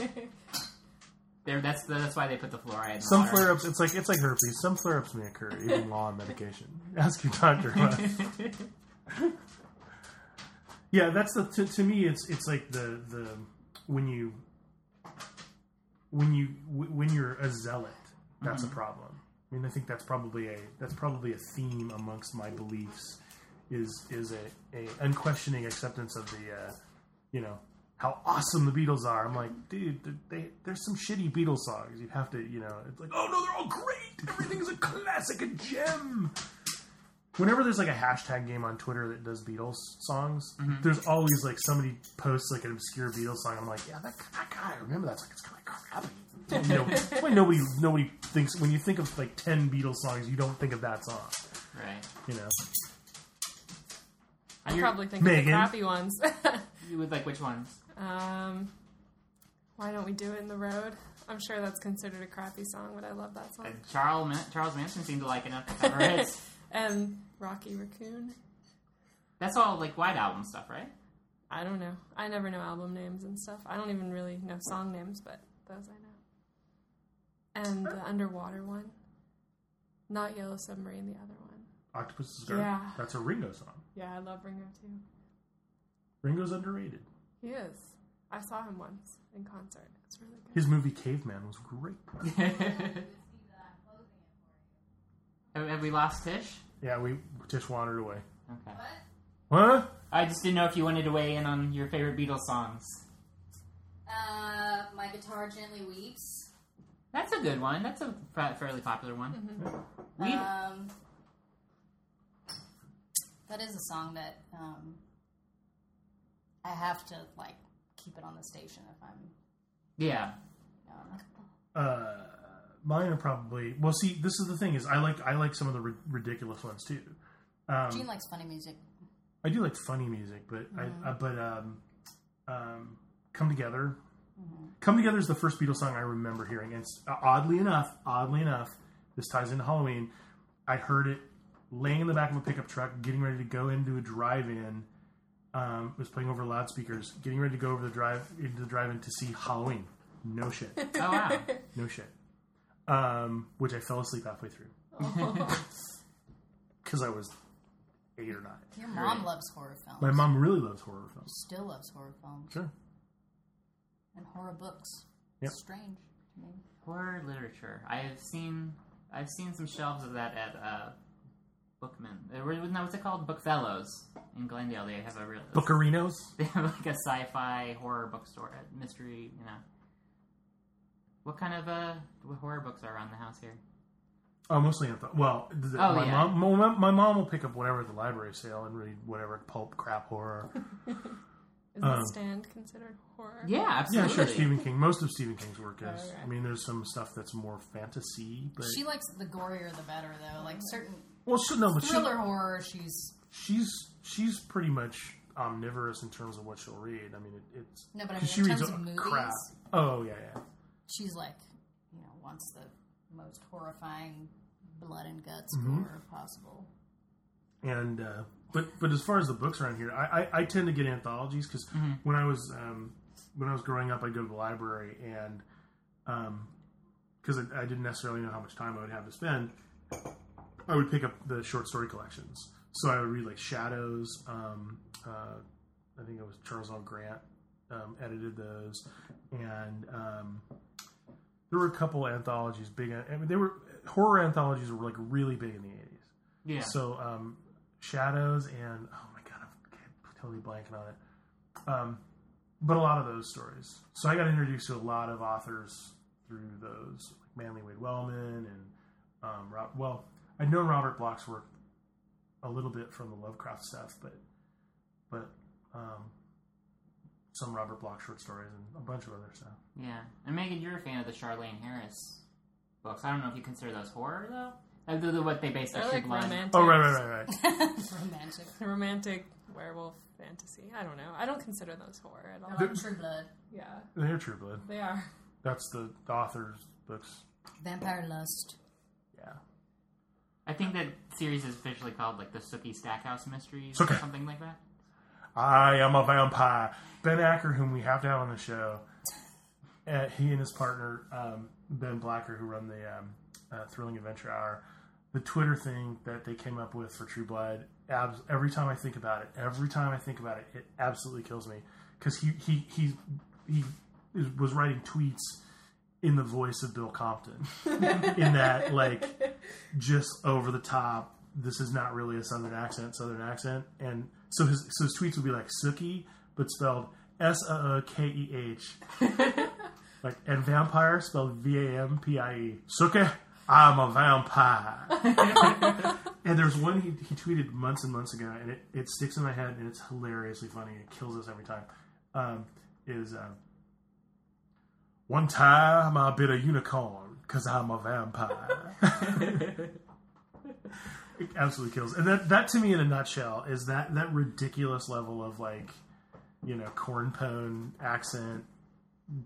There, that's the, that's why they put the fluoride. In Some the water. flare-ups, it's like it's like herpes. Some flare-ups may occur, even while on medication. Ask your doctor. about it. yeah, that's the to, to me. It's it's like the the when you when you when you're a zealot, that's a problem. I mean, I think that's probably a that's probably a theme amongst my beliefs is is a, a unquestioning acceptance of the uh, you know how awesome the Beatles are. I'm like, dude, they- they, there's some shitty Beatles songs. You'd have to, you know, it's like, oh no, they're all great. Everything's a classic, a gem. Whenever there's like a hashtag game on Twitter that does Beatles songs, there's always like somebody posts like an obscure Beatles song. I'm like, yeah, that, that guy, I remember that song. It's kind of crappy. You know, that's why nobody nobody thinks when you think of like ten Beatles songs, you don't think of that song. right? You know, I probably think of Megan. the crappy ones. You would like which ones? um, why don't we do it in the road? I'm sure that's considered a crappy song, but I love that Uh, song. Charles Man- Charles Manson seemed to like it enough to cover hits. And Rocky Raccoon. That's all like White Album stuff, right? I don't know. I never know album names and stuff. I don't even really know song names, but those I know. And the underwater one. Not Yellow Submarine, the other one. Octopus's Garden. Yeah. That's a Ringo song. Yeah, I love Ringo too. Ringo's underrated. He is. I saw him once in concert. It's really good. His movie Caveman was great. Have, have we lost Tish? Yeah, we Tish wandered away. Okay. Huh? I just didn't know if you wanted to weigh in on your favorite Beatles songs. uh, my guitar gently weeps. That's a good one. That's a fa- fairly popular one. We Um, that is a song that um, I have to like keep it on the station if I'm. yeah. I don't know. Uh, mine are probably well. See, this is the thing is I like I like some of the ri- ridiculous ones too. Gene likes funny music. I do like funny music, but I, uh, but um, um, come together. Come Together is the first Beatles song I remember hearing. And it's, uh, oddly enough, oddly enough, this ties into Halloween. I heard it laying in the back of a pickup truck, getting ready to go into a drive-in. Um, it was playing over loudspeakers, getting ready to go over the drive into the drive-in to see Halloween. No shit. Oh wow. No shit. Um, which I fell asleep halfway through because I was eight or nine. Your mom loves horror films. My mom really loves horror films. still loves horror films Sure. and horror books. Yep. It's strange. to me. Horror literature. I have seen. I've seen some shelves of that at uh, Bookman. Uh, where- No, what's it called? Bookfellows in Glendale. They have a real. Bookerinos. They have like a sci-fi horror bookstore, a mystery. You know. What kind of uh, what horror books are around the house here? Oh, mostly anthology. Well, th- th- Oh, my, yeah. mom, my mom, my mom will pick up whatever at the library sale and read whatever pulp crap horror. Is Um, the stand considered horror? Yeah, yeah, absolutely. sure. Stephen King. Most of Stephen King's work is. okay. I mean, there's some stuff that's more fantasy, but She likes the gorier the better, though. Like certain well, she, no, but she, thriller horror, she's she's she's pretty much omnivorous in terms of what she'll read. I mean, it, it's No, but I 'cause mean, in terms a- of movies- crap. Oh yeah, yeah. she's like you know wants Mm-hmm. the most horrifying blood and guts gore possible. And uh, but but as far as the books around here, I, I, I tend to get anthologies because when I was um, when I was growing up, I'd go to the library and because I, I didn't necessarily know how much time I would have to spend, I would pick up the short story collections. So I would read like Shadows. Um, uh, I think it was Charles L. Grant um, edited those, and um, there were a couple anthologies. Big, I mean, they were horror anthologies were like really big in the eighties. Yeah. So um, Shadows and oh my god, I'm totally blanking on it. Um, but a lot of those stories. So I got introduced to a lot of authors through those, like Manly Wade Wellman and um, Rob. Well, I'd known Robert Bloch's work a little bit from the Lovecraft stuff, but but um, some Robert Bloch short stories and a bunch of other stuff. Yeah. And Megan, you're a fan of the Charlene Harris books. I don't know if you consider those horror though. Like the, the, what they base They're Extra like Blood. romantic. Oh right, right, right, right. Romantic. Romantic werewolf fantasy. I don't know. I don't consider those horror at all. I like True Blood. Yeah, They're True Blood. they are. That's the, the author's books. Vampire Lust. Yeah. I think that series is officially called like the Sookie Stackhouse Mysteries or Sookie. something like that. I am a vampire. Ben Acker, whom we have to have on the show, uh, he and his partner um, Ben Blacker, who run the um, uh, Thrilling Adventure Hour, the Twitter thing that they came up with for True Blood. Abs- every time I think about it, every time I think about it, it absolutely kills me because he he he he is, was writing tweets in the voice of Bill Compton, in that like just over the top. This is not really a southern accent, southern accent, and so his so his tweets would be like "sookie," but spelled S O O K E H, like and vampire spelled V A M P I E. Sookie, I'm a vampire. and there's one he, he tweeted months and months ago, and it, it sticks in my head, and it's hilariously funny. It kills us every time. Um, is um, one time I bit a unicorn because I'm a vampire. it absolutely kills. And that, that to me, in a nutshell, is that that ridiculous level of like, you know, cornpone accent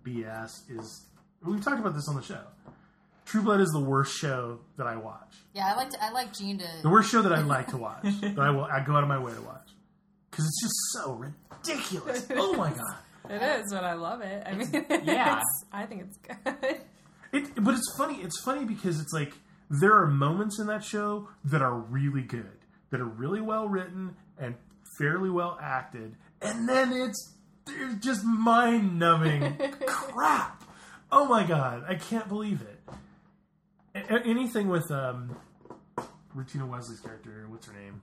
BS is. We've talked about this on the show. True Blood is the worst show that I watch. Yeah, I like to, I like Gene The to. worst show that I like to watch. that I will I go out of my way to watch because it's just so ridiculous. Oh my god. It is, but I love it. I mean, yeah. it's- I think it's good. It, but it's funny. It's funny because it's like there are moments in that show that are really good, that are really well written and fairly well acted, and then it's they're just mind numbing crap. Oh my god, I can't believe it. A- a- anything with um, Regina Wesley's character, what's her name,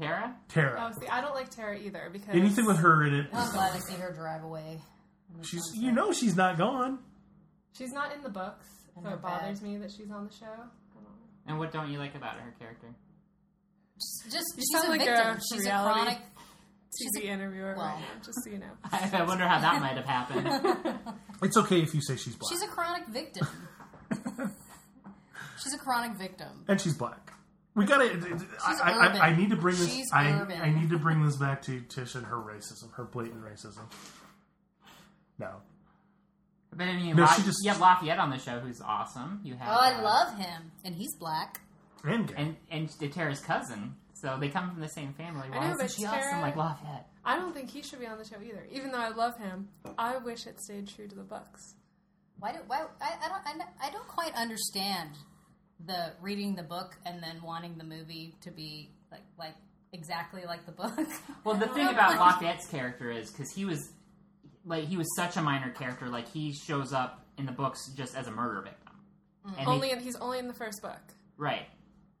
Tara? Oh, Tara. see, I don't like Tara either because Anything with her in it, I'm glad to see her drive away. she's you know she's not gone. she's not in the books, so her it bothers me that she's on the show. I don't know. And what don't you like about her character? Just You she's sound a like victim. a she's a reality- chronic. TV interviewer well. right now, just so you know. I, I wonder how that might have happened. It's okay if you say she's black, She's a chronic victim. she's a chronic victim. and she's black. We gotta. I, I, urban. I, I need to bring this. She's I, urban. I need to bring this back to Tish and her racism, her blatant racism. No, But I mean, you, No, La- she just- you have Lafayette on the show, who's awesome. You have Oh, I uh, love him, and he's black. and gay. and and Tara's cousin, so they come from the same family. know, Why but isn't she awesome Tara- like Lafayette? I don't think he should be on the show either. Even though I love him, I wish it stayed true to the books. Why do why I, I don't I, don't- I don't quite understand the reading the book and then wanting the movie to be like like exactly like the book. Well, the thing about Lafayette's character is because he was like he was such a minor character. Like he shows up in the books just as a murder victim. Mm. And they- Only in, he's only in the first book. right,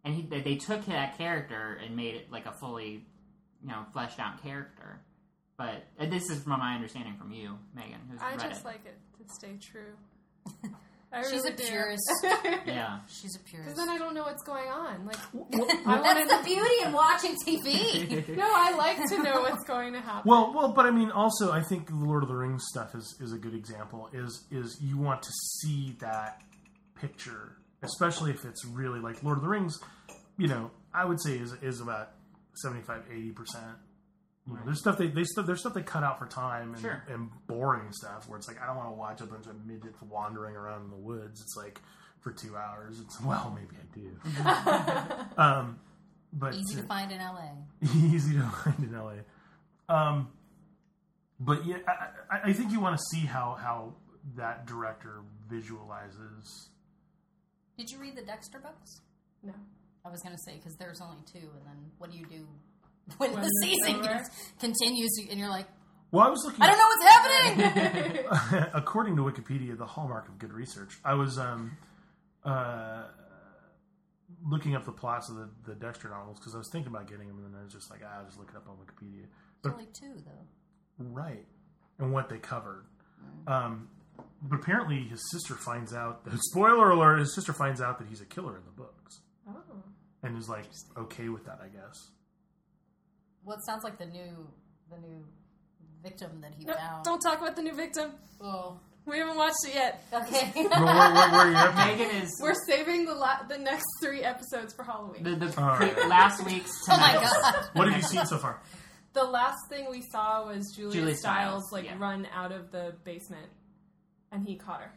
and he, they they took that character and made it like a fully you know fleshed out character. But uh, this is from my understanding from you, Megan, who's I read just it. like it to stay true. I she's really a do. purist. yeah. She's a purist. Because then I don't know what's going on. Like, I wanted, That's the beauty in watching TV. no, I like to know what's going to happen. Well, well, but I mean, also, I think the Lord of the Rings stuff is is a good example. Is is you want to see that picture, especially if it's really like Lord of the Rings. You know, I would say is is about 75 80 percent. You know, there's stuff they they stuff there's stuff they cut out for time and, Sure. and boring stuff where it's like I don't want to watch a bunch of midgets wandering around in the woods. It's like for two hours. It's well, maybe I do. um, but Easy to find in LA. easy to find in LA. Um, but yeah, I, I- I think you want to see how how that director visualizes. Did you read the Dexter books? No. I was going to say because there's only two, and then what do you do when the it's season over. gets- continues? you- And you're like, Well, I was looking. I don't know what's happening. according to Wikipedia, the hallmark of good research. I was um, uh, looking up the plots of the, the Dexter novels because I was thinking about getting them, and then I was just like, ah, I'll just look it up on Wikipedia. There's only two though. Right. And what they covered. Um, but apparently, his sister finds out. That, spoiler alert: his sister finds out that he's a killer in the books, Oh. and is like okay with that, I guess. Well, it sounds like the new the new victim that he No, found. don't talk about the new victim. Oh, We haven't watched it yet. okay. Oh Well, what, what, what are you up to? Megan is We're saving the la- the next three episodes for Halloween. the, the All right. last week's oh my tonight. god. What have you seen so far? The last thing we saw was Julia, Julia Stiles, Stiles, like yeah. run out of the basement, and he caught her.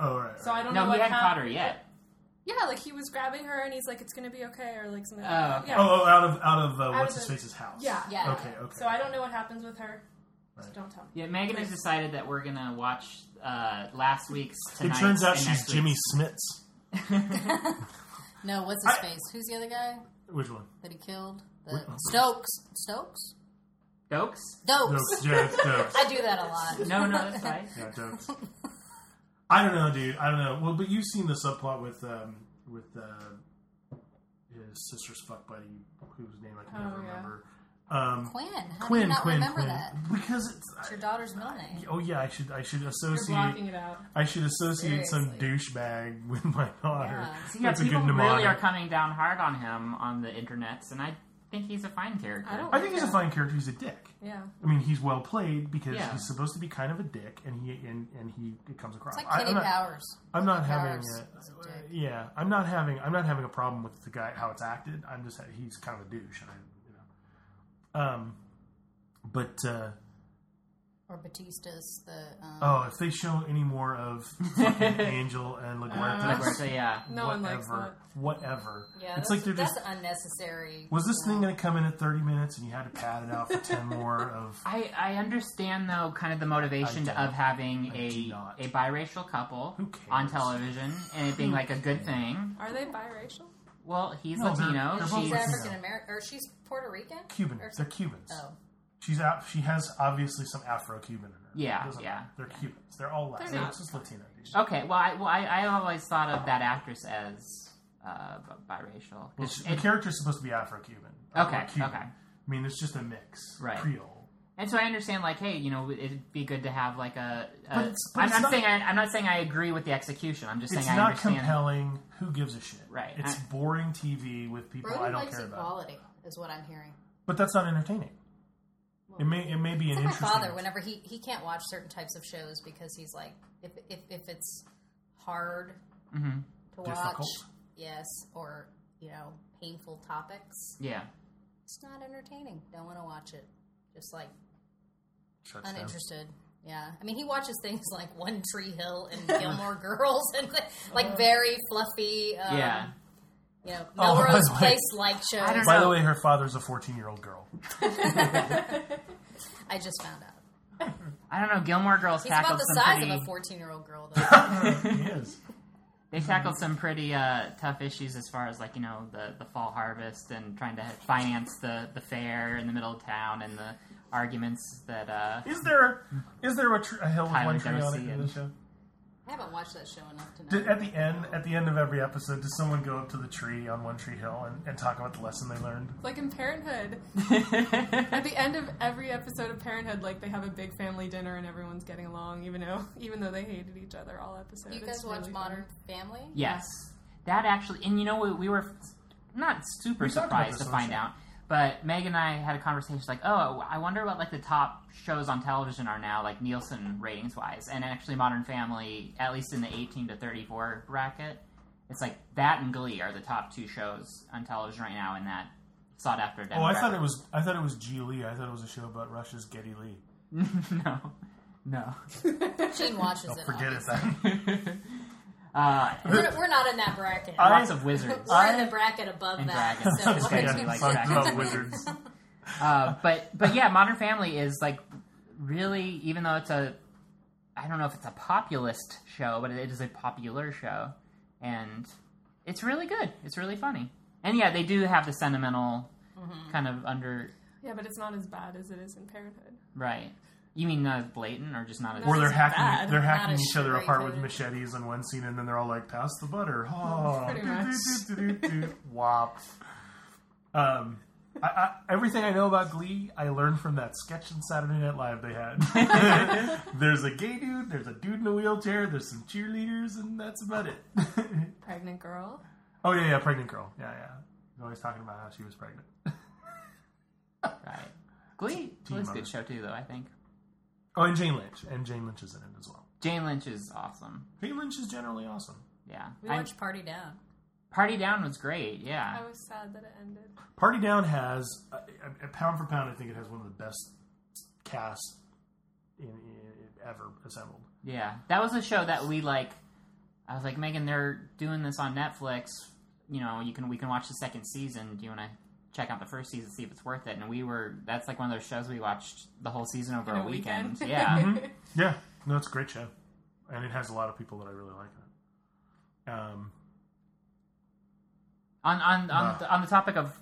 Oh, all right. So I don't know No, what he hadn't caught happened. her yet. Yeah, like he was grabbing her, and he's like, "It's gonna be okay," or like something. Oh, like that. okay. Yeah. Oh, oh, out of out of uh, of what's the- his face's house. yeah, Yeah. Okay. Okay. So I don't know what happens with her. So Right. don't tell me. Yeah, Megan has decided that we're gonna watch uh, last week's. It tonight's, turns out and she's next Jimmy week's. Smits. No, what's his I- face? Who's the other guy Which one? that he killed? The Whitman. Stokes. Stokes. Dokes? Oh. Dokes. Dokes. Yeah, it's Dokes. I do that a lot. No, no, that's fine. Yeah, Dokes. I don't know, dude. I don't know. Well, but you've seen the subplot with um with uh, his sister's fuck buddy, whose name I can never Oh, yeah. remember. Um, Quinn. How do Quinn. you not Quinn. remember Quinn. that? Because it's. It's your daughter's middle name. oh yeah, I should I should You're associate blocking it out. I should associate some Seriously. douchebag with my daughter. Yeah. See, yeah, That's a people good really mnemonic. are coming down hard on him on the internets, and I think he's a fine character. I don't- I think he's a fine character. He's a dick. Yeah. I mean, he's well played because Yeah. he's supposed to be kind of a dick, and he and, and he it comes across. It's like I- Kitty I'm not, Powers. I'm not Kitty having a, Powers uh, is a dick. yeah, I'm not having I'm not having a problem with the guy how it's acted. I'm just he's kind of a douche, and I, you know. Um, but uh, Or Batista's the. Um, oh, if they show any more of fucking Angel and LaGuardia, Like, so, yeah. No one likes that. whatever, whatever. it's Yeah, that's, like they're that's just. unnecessary. Was this thing going to come in at 30 minutes, and you had to pad it out for 10 more of? I, I understand though kind of the motivation I don't. of having I do a not. a biracial couple Who cares? on television and it being like a good thing. Are they biracial? Well, he's No, they're- Latino. they're both She's she's Latino. African American, or she's Puerto Rican. Cuban. Or some- They're Cubans. Oh, She's out. She has obviously some Afro-Cuban in her. Yeah, Doesn't yeah. matter. They're Cubans. They're all Latin. They're not. it's just Latina. dude. okay. Well, I, well I, I always thought of that actress as uh, b- biracial. Well, It's- she- the it- character's supposed to be Afro-Cuban. or Mm-hmm. Okay, Cuban. okay. I mean, it's just a mix. Right. Creole. and so I understand, like, hey, you know, it'd be good to have like a. a But it's- but I'm it's not, not- saying I, I'm not saying I agree with the execution. I'm just It's saying I not understand. compelling. Who gives a shit? Right. It's I- boring TV with people Brody I don't likes care about. equality, is what I'm hearing. But that's not entertaining. It may it may be It's an like my interesting. father. Whenever he he can't watch certain types of shows because he's like, if if, if it's hard Mhm. to watch, Mm-hmm. Difficult. yes, or you know, painful topics, Yeah. it's not entertaining. Don't want to watch it. Just like Shuts down. uninterested. Yeah, I mean, he watches things like One Tree Hill and Gilmore Girls, and like very fluffy. Um, Yeah. you know, Oh, by Melrose the way- Place like shows. I I, don't By know. the way, her father's a 14-year-old girl. just found out. I don't know. Gilmore Girls He's tackled about the some size pretty. of a fourteen-year-old girl. Though. he is. They tackled some pretty uh, tough issues as far as like you know the, the fall harvest and trying to finance the, the fair in the middle of town and the arguments that uh, Is there is there a, tr- a hill with Tyler one tree on Darcy it in and- the show? I haven't watched that show enough to know. Did, at the end, at the end of every episode, does someone go up to the tree on One Tree Hill and, and talk about the lesson they learned? It's like in Parenthood. uh, At the end of every episode of Parenthood, like they have a big family dinner and everyone's getting along, even though even though they hated each other all episode. you It's guys watch really Modern Family? yes that actually and you know we, we were not super We talked about surprised to this, find actually. out but Meg and I had a conversation like oh I wonder what like the top shows on television are now like Nielsen ratings wise and actually Modern Family at least in the eighteen to thirty four bracket it's like that and Glee are the top two shows on television right now in that sought after. Oh, I thought it was I thought it was G Lee. I thought it was a show about Russia's Getty Lee. no, no. Shane watches Oh, it. forget it obviously. then. Uh, We're, we're not in that bracket. and lots of wizards. we're in the bracket above And that. dragons. So Okay. we're- we like fuck that. about wizards. Uh, but but yeah, Modern Family is like really, even though it's a, I don't know if it's a populist show, but it is a popular show, and it's really good. It's really funny, and yeah, they do have the sentimental Mm-hmm. kind of under Yeah, but it's not as bad as it is in Parenthood. right. You mean not as blatant or just not as Or they're hacking bad. they're Not hacking as each other great, apart but with it- machetes in one scene, and then they're all like, "Pass the butter." Oh, Pretty much. Wop. Um, I, I, everything I know about Glee, I learned from that sketch in Saturday Night Live they had. there's a gay dude, there's a dude in a wheelchair, there's some cheerleaders, and that's about it. Pregnant girl. oh yeah, yeah, pregnant girl. Yeah, yeah. He's always talking about how she was pregnant. right? Glee, Glee's a mother. good show too, though I think. Oh, and Jane Lynch, and Jane Lynch is in it as well. Jane Lynch is awesome. Jane Lynch is generally awesome. Yeah, We I, watched Party Down. Party Down was great. Yeah, I was sad that it ended. Party Down has uh, uh, pound for pound. I think it has one of the best casts in, in, ever assembled. Yeah, that was a show that we like. I was like, Megan, they're doing this on Netflix. You know, you can we can watch the second season. Do you want to check out the first season, see if it's worth it? And we were that's like one of those shows we watched the whole season over In a a weekend. weekend. Yeah, Yeah, no, it's a great show, and it has a lot of people that I really like. in it. Um, on on on, Wow. the, on the topic of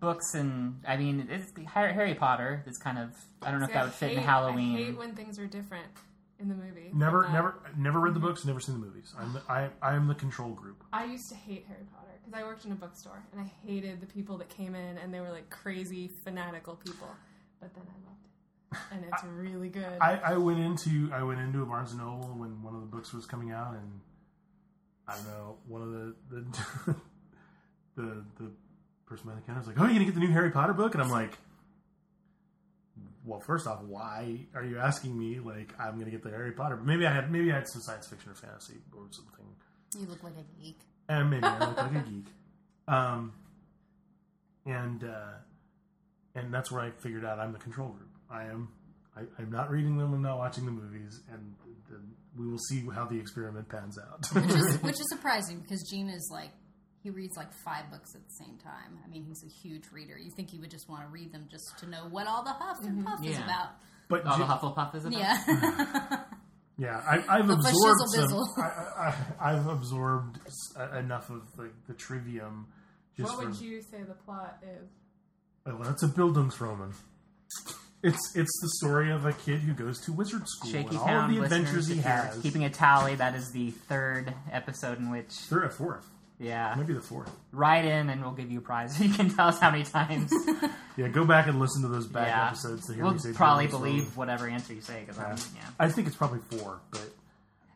books and I mean, it's Harry, Harry Potter. It's kind of I don't know if See, that I would fit in hate- Halloween. I hate when things are different in the movie. never, Like, uh, never, never read the books, never seen the movies. I'm the, I, I am the control group. I used to hate Harry Potter because I worked in a bookstore and I hated the people that came in and they were like crazy fanatical people. But then I loved it, and it's really good. I, I went into I went into a Barnes and Noble when one of the books was coming out, and I don't know one of the the the, the person behind the counter was like, "Oh, you gonna get the new Harry Potter book?" And I'm like, "Well, first off, why are you asking me? Like, I'm gonna get the Harry Potter. Maybe I had maybe I had some science fiction or fantasy or something." You look like a geek. And maybe I look like a geek. Um, and uh, and that's where I figured out I'm the control group. I am. I, I'm not reading them. I'm not watching the movies, and the, we will see how the experiment pans out. Which is, which is surprising because Gene is like, he reads like five books at the same time. I mean, he's a huge reader. You think he would just want to read them just to know what all the huff and puff is Yeah. about. but All the Ju- Hufflepuff is about. Yeah. yeah, I, I've The absorbed shizzle some. bizzle. I, I, I, I've absorbed s- uh, enough of like the trivium. Just what would from, you say the plot is? Oh, well, that's a Bildungsroman. It's it's the story of a kid who goes to wizard school Shaky and all Town of the adventures listeners, he if you're has. keeping a tally. That is the third episode in which, Third or fourth, yeah, maybe the fourth. write in and we'll give you a prize. You can tell us how many times Yeah, go back and listen to those back Yeah. episodes to hear We'll me say. probably Bildungsroman. believe whatever answer you say because Yeah. I'm yeah. I think it's probably four, but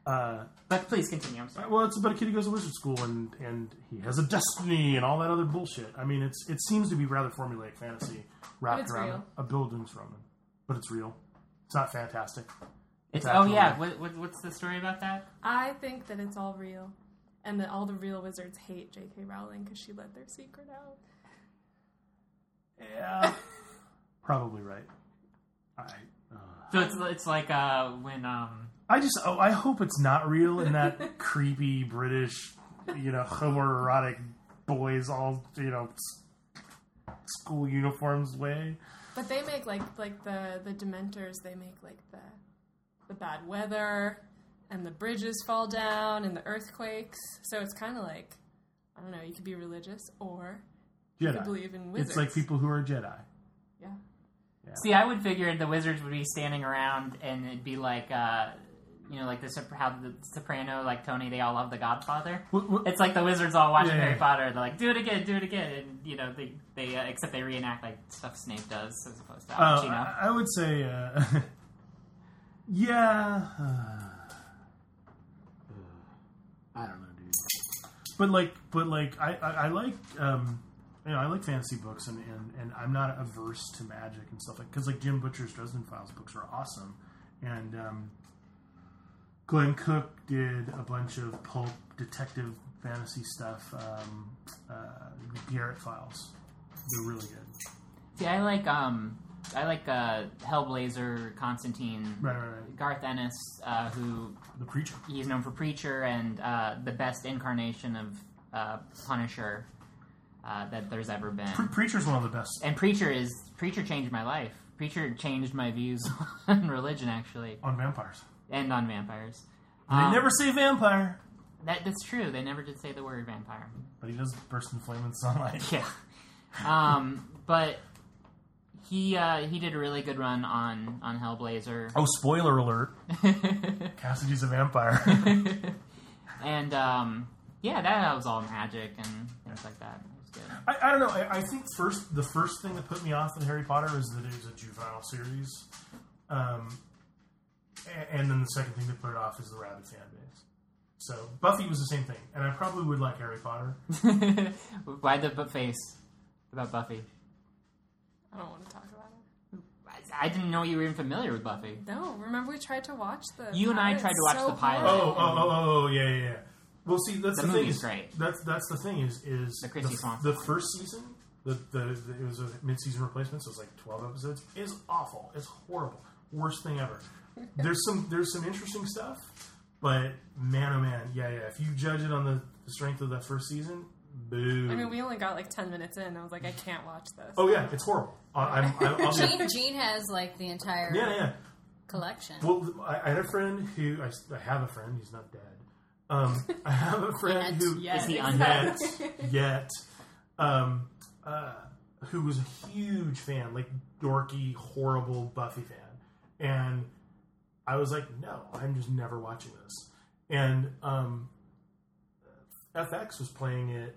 uh, But please continue. I'm sorry. well, it's about a kid who goes to wizard school and and he has a destiny and all that other bullshit. I mean, it's it seems to be rather formulaic fantasy wrapped it's around real. a Bildungsroman, but it's real. It's not fantastic. It's, oh actually- yeah. What, what, what's the story about that? I think that it's all real, and that all the real wizards hate J.K. Rowling because she let their secret out. Yeah, probably right. I uh, So it's it's like uh, when um I just oh I hope it's not real and that creepy British, you know, homoerotic boys all you know s- school uniforms way. But they make like like the the Dementors. They make like the the bad weather and the bridges fall down and the earthquakes. So it's kind of like I don't know. You could be religious or you could Jedi. believe in wizards. It's like people who are Jedi. yeah. see I would figure the wizards would be standing around and it'd be like uh you know like the Sop- how the Soprano like Tony they all love the Godfather. What- what- It's like the wizards all watching Yeah. Harry Potter. They're like, do it again, do it again, and you know they they uh, except they reenact like stuff Snape does as opposed to Al Uh, Pacino. I, I would say, uh, yeah. uh, I don't know, dude. But like, but like, I, I, I like, um, you know, I like fantasy books, and, and, and I'm not averse to magic and stuff like because like Jim Butcher's Dresden Files books are awesome, and um, Glenn Cook did a bunch of pulp detective fantasy stuff. Um, uh, Garrett Files, they're really good. See, I like um I like uh, Hellblazer, Constantine, Right, right, right. Garth Ennis, uh, who The preacher. he's known for Preacher and uh, the best incarnation of uh, Punisher uh, that there's ever been. Pre- Preacher's one of the best. and Preacher is Preacher changed my life. Preacher changed my views on religion, actually, on vampires. and on vampires. They Um, never say vampire, That, that's true. They never did say the word vampire. but he does burst in flame in sunlight. Yeah. Um, but he uh, he did a really good run on on Hellblazer. Oh, spoiler alert! Oh. Cassidy's a vampire. and um, yeah, that was all magic and things like that. It was good. I, I don't know. I, I think first the first thing that put me off in Harry Potter is that it was a juvenile series, um, a- and then the second thing that put it off is the rabid fan base. So Buffy was the same thing, and I probably would like Harry Potter. Why the bu- face about Buffy? I don't want to talk about it. I, I didn't know you were even familiar with Buffy. No, remember we tried to watch the. You and I pilot? tried to It's watch so the pilot. hard. Oh, oh, oh, oh, oh, yeah, yeah. yeah. Well, see, that's The the, thing. movie's Is, great. That's that's the thing is is The Christy the, Swanson the one. first season. The, the, the it was a mid season replacement, so it's like twelve episodes. Is awful. It's horrible. Worst thing ever. There's some there's some interesting stuff, but man oh man, yeah yeah. If you judge it on the, the strength of that first season, boo. I mean, we only got like ten minutes in. I was like, I can't watch this. oh yeah, it's horrible. I, I'm, I'm, I'm yeah Gene, Gene has like the entire yeah. collection. Well, I, I had a friend who I, s- I have a friend. He's not dead. Um, I have a friend Yet. who Is he undead? yet, yet, um, uh, who was a huge fan, like dorky, horrible Buffy fan, and I was like, no, I'm just never watching this. And um, FX was playing it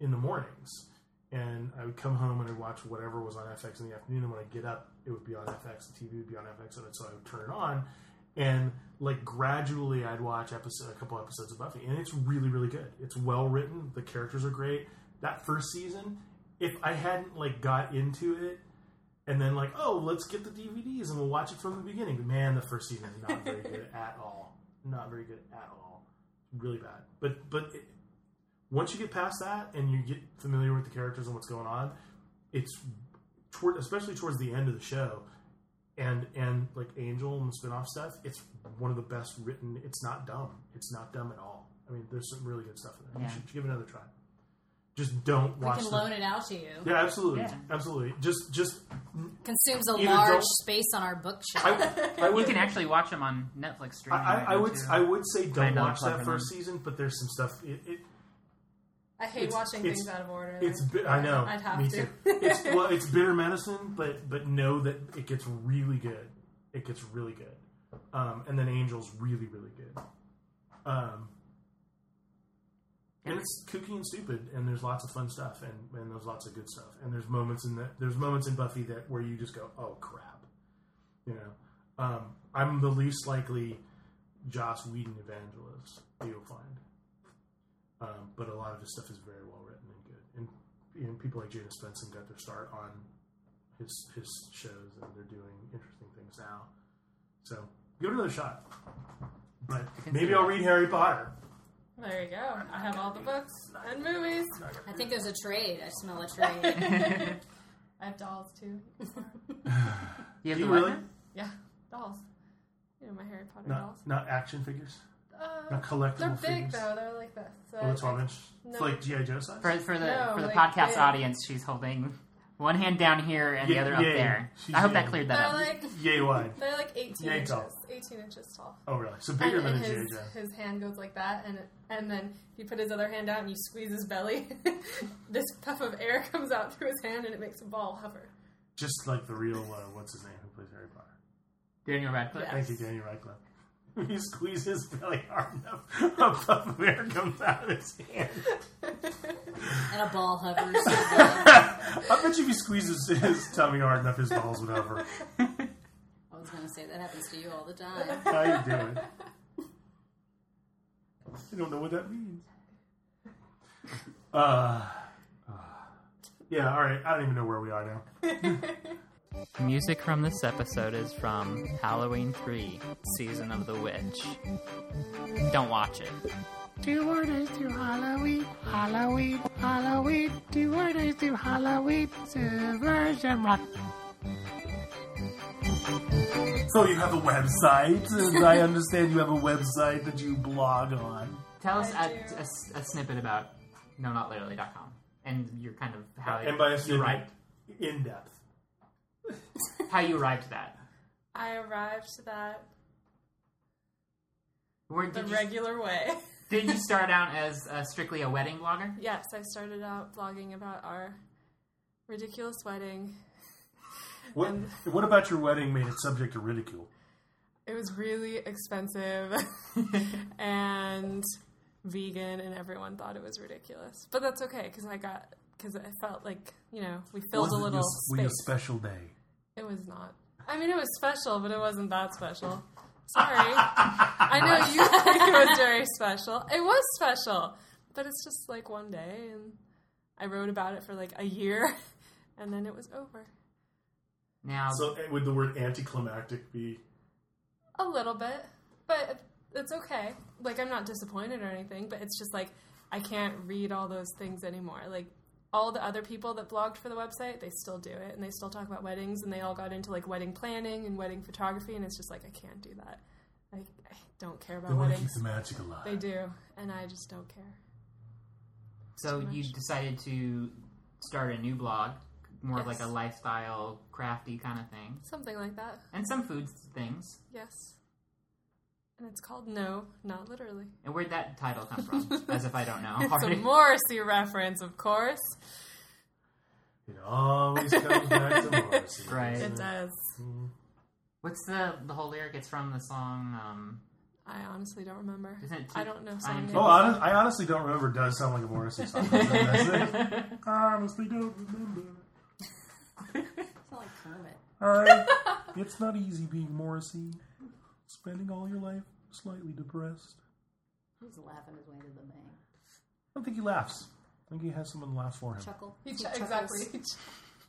in the mornings, and I would come home and I'd watch whatever was on FX in the afternoon. And when I would get up, it would be on FX. The TV would be on FX, and so I would turn it on, and like gradually I'd watch episode a couple episodes of Buffy, and it's really really good. It's well written. The characters are great. That first season, if I hadn't like got into it. And then like, oh, let's get the DVDs and we'll watch it from the beginning. Man, the first season is not very good at all. Not very good at all. Really bad. But but it, once you get past that and you get familiar with the characters and what's going on, it's toward especially towards the end of the show and and like Angel and the spin-off stuff, it's one of the best written. It's not dumb. It's not dumb at all. I mean, there's some really good stuff in there. Yeah. You should give it another try. Just don't we watch can the- loan it out to you. Yeah, absolutely. Yeah. Absolutely. Just just Consumes a Either large don't- space on our bookshelf. I, I You would can actually watch him on Netflix I, streaming. I, I go would to. I would say don't Kinda watch plug that them first in. season, but there's some stuff. It, it I hate It's- watching it's- things out of order. it's bi- I know. I'd have me to. too. it's, well, it's bitter medicine, but but know that it gets really good. It gets really good, um, and then Angel's really really good. Um, and it's kooky and stupid, and there's lots of fun stuff, and, and there's lots of good stuff, and there's moments in that there's moments in Buffy that where you just go, oh crap, you know. Um, I'm the least likely Joss Whedon evangelist that you'll find, um, but a lot of his stuff is very well written and good, and you know, people like Jada Spenson got their start on his his shows, and they're doing interesting things now. So give it another shot. But maybe I'll read Harry Potter. There you go. I have all the books and movies. I think there's a trade. I smell a trade. I have dolls too. You have Do the you what really? now? Yeah, dolls. You know my Harry Potter dolls. Not not action figures. Uh, Not collectible they're big figures. though. They're like this. So Oh, that's I- all inch. It's No. like GI Joe size. for for the No, for the like podcast this. audience, she's holding one hand down here and Yeah, the other up yeah, there. she's I hope that yeah. cleared that They're up. like Yay wide. they're like 18 Yeah, inches. tall. 18 inches tall. Oh really? So bigger and than a and GI his, Joe. his hand goes like that, and and then you put his other hand out and you squeeze his belly. this puff of air comes out through his hand, and it makes a ball hover. Just like the real uh, what's his name who plays Harry Potter. Daniel Radcliffe. Yeah. Thank you, Daniel Radcliffe. If you squeeze his belly hard enough, a puff of air comes out of his hand. and a ball hovers. I bet you if he squeezes his tummy hard enough, his balls would hover. I was going to say that happens to you all the time. How you doing? I don't know what that means. Uh, ah. yeah, all right. I don't even know where we are now. Music from this episode is from Halloween 3, Season of the Witch. Don't watch it. Two orders to Halloween, Halloween, Halloween. Two orders to Halloween, subversion rock. So you have a website, and I understand you have a website that you blog on. Tell us I a, do. a- a snippet about no not literally.com and your kind of how And by a you arrived, in depth. how you arrived at that. I arrived to that Where, the did, you, regular way. did you start out as uh, strictly a wedding blogger? Yes, I started out blogging about our ridiculous wedding. What, what about your wedding made it subject to ridicule? It was really expensive and vegan, and everyone thought it was ridiculous. But that's okay because I got because I felt like you know we filled Was a it little just- were you a space. special day? It was not. I mean, it was special, but it wasn't that special. Sorry. I know you think it was very special. It was special, but it's just like one day, and I wrote about it for like a year, and then it was over. Now, So eh, would the word anticlimactic be? A little bit, but it's okay. Like, I'm not disappointed or anything, but it's just like I can't read all those things anymore. Like, all the other people that blogged for the website, they still do it and they still talk about weddings and they all got into like wedding planning and wedding photography, and it's just like I can't do that. I, I don't care They about want to keep weddings. the magic alive. They do, and I just don't care. so too you much. decided to start a new blog, more of like Yes. a lifestyle, crafty kind of thing, Something like that, and some food things. yes. And it's called No, Not Literally. And where'd that title come from? As if I don't know. It's a already. Morrissey reference, of course. It always comes back to Morrissey. Right. It does. What's the the whole lyric? It's from the song. Um, I honestly don't remember. Isn't it I too- don't know. I am Song too- Oh, names. hon- I honestly don't remember. It does sound like a Morrissey song. I honestly don't remember. It's not like Kermit. I, it's not easy being Morrissey. Spending all your life slightly depressed. He's laughing his way to the bank. I don't think he laughs. I think he has someone laugh for him. Chuckle. He ch- chuckles. exactly.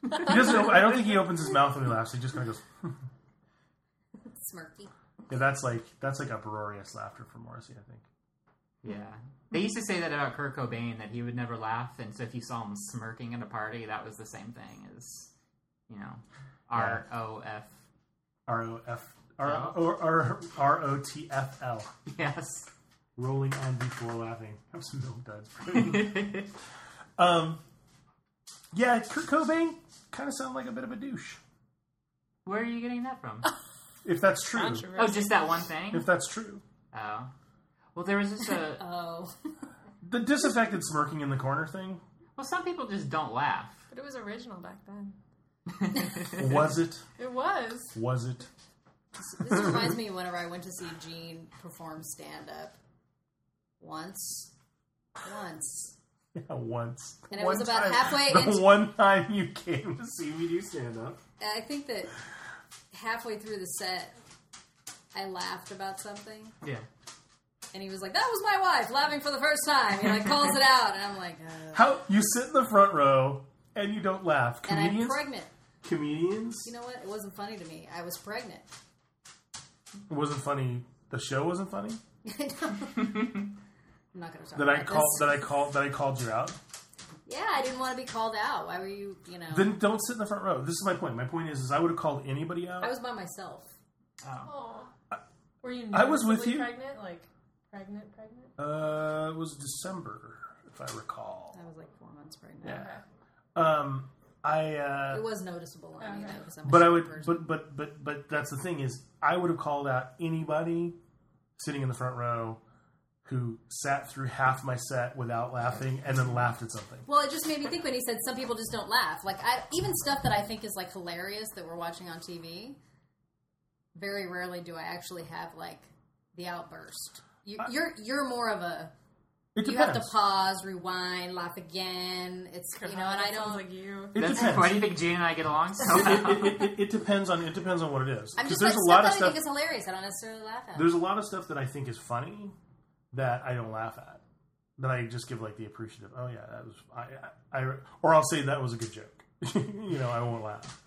He doesn't. I don't think he opens his mouth when he laughs. He just kind of goes. "Hmm." Smirky. Yeah, that's like that's like uproarious laughter from Morrissey. I think. yeah. They used to say that about Kurt Cobain that he would never laugh, and so if you saw him smirking at a party, that was the same thing as, you know, R O F. R O F R O R R O T F L. Yes. Rolling on before laughing. Have some milk duds. um, yeah, Kurt Cobain kind of sounded like a bit of a douche. Where are you getting that from? If that's true. Oh, Controversy. just that one thing. If that's true. Oh. Well, there was just a. Oh. The disaffected smirking in the corner thing Well, some people just don't laugh. But it was original back then. was it? It was. Was it? This reminds me of whenever I went to see Gene perform stand up once. Once. Yeah, once. And it was about time. halfway The into- one time you came to see me do stand up. And I think that halfway through the set, I laughed about something. Yeah. And he was like, that was my wife laughing for the first time. He like calls it out. And I'm like, uh, How you sit in the front row and you don't laugh? and I'm Comedians, pregnant. comedians. You know what? It wasn't funny to me. I was pregnant. it wasn't funny. The show wasn't funny. I'm not going to talk That about I called. this. That I called. That I called you out. Yeah, I didn't want to be called out. Why were you, you know? Then don't sit in the front row. This is my point. My point is, is I would have called anybody out. I was by myself. Oh. Were you? I was with noticeably you. Pregnant, like pregnant, pregnant. uh, it was December, if I recall. I was like four months pregnant. Yeah. Um, I. Uh, It was noticeable on me, though, because I'm a but I short would. person. But but but but that's the thing is, I would have called out anybody sitting in the front row who sat through half my set without laughing and then laughed at something. Well, it just made me think when he said some people just don't laugh. Like I, even stuff that I think is like hilarious that we're watching on TV. Very rarely do I actually have like the outburst. You, you're you're more of a It you have depends. to pause, rewind, laugh again. It's you know, and I Sounds don't. like you. It That's, depends. why do you think Gene and I get along so well? it, it, it, it depends on it depends on what it is. I'm Because just there's like a lot of stuff that I stuff. think is hilarious. I don't necessarily laugh at. There's a lot of stuff that I think is funny that I don't laugh at. That I just give like the appreciative. Oh yeah, that was I. I, I or I'll say that was a good joke. you know, I won't laugh.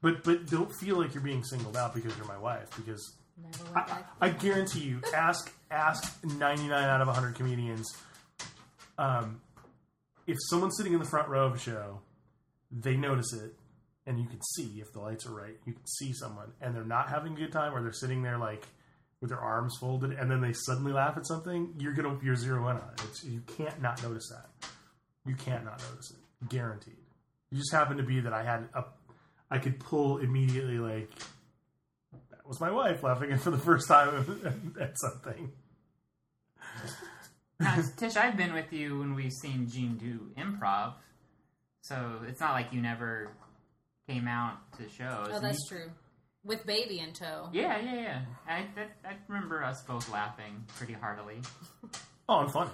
But but don't feel like you're being singled out because you're my wife. Because Never went I, back. I guarantee you, ask ask 99 out of 100 comedians. Um, if someone's sitting in the front row of a show, they notice it and you can see if the lights are right. You can see someone, and they're not having a good time, or they're sitting there like with their arms folded, and then they suddenly laugh at something. You're gonna you're zero in on it. It's, you can't not notice that. You can't not notice it. Guaranteed. It just happened to be that I had a, I could pull immediately like. That was my wife laughing at for the first time at something. Now, Uh, Tish, I've been with you when we've seen Gene do improv, so it's not like you never came out to shows. Oh, And that's true. With baby in tow. you- Yeah, yeah, yeah. I, that, I remember us both laughing pretty heartily. Oh, I'm funny.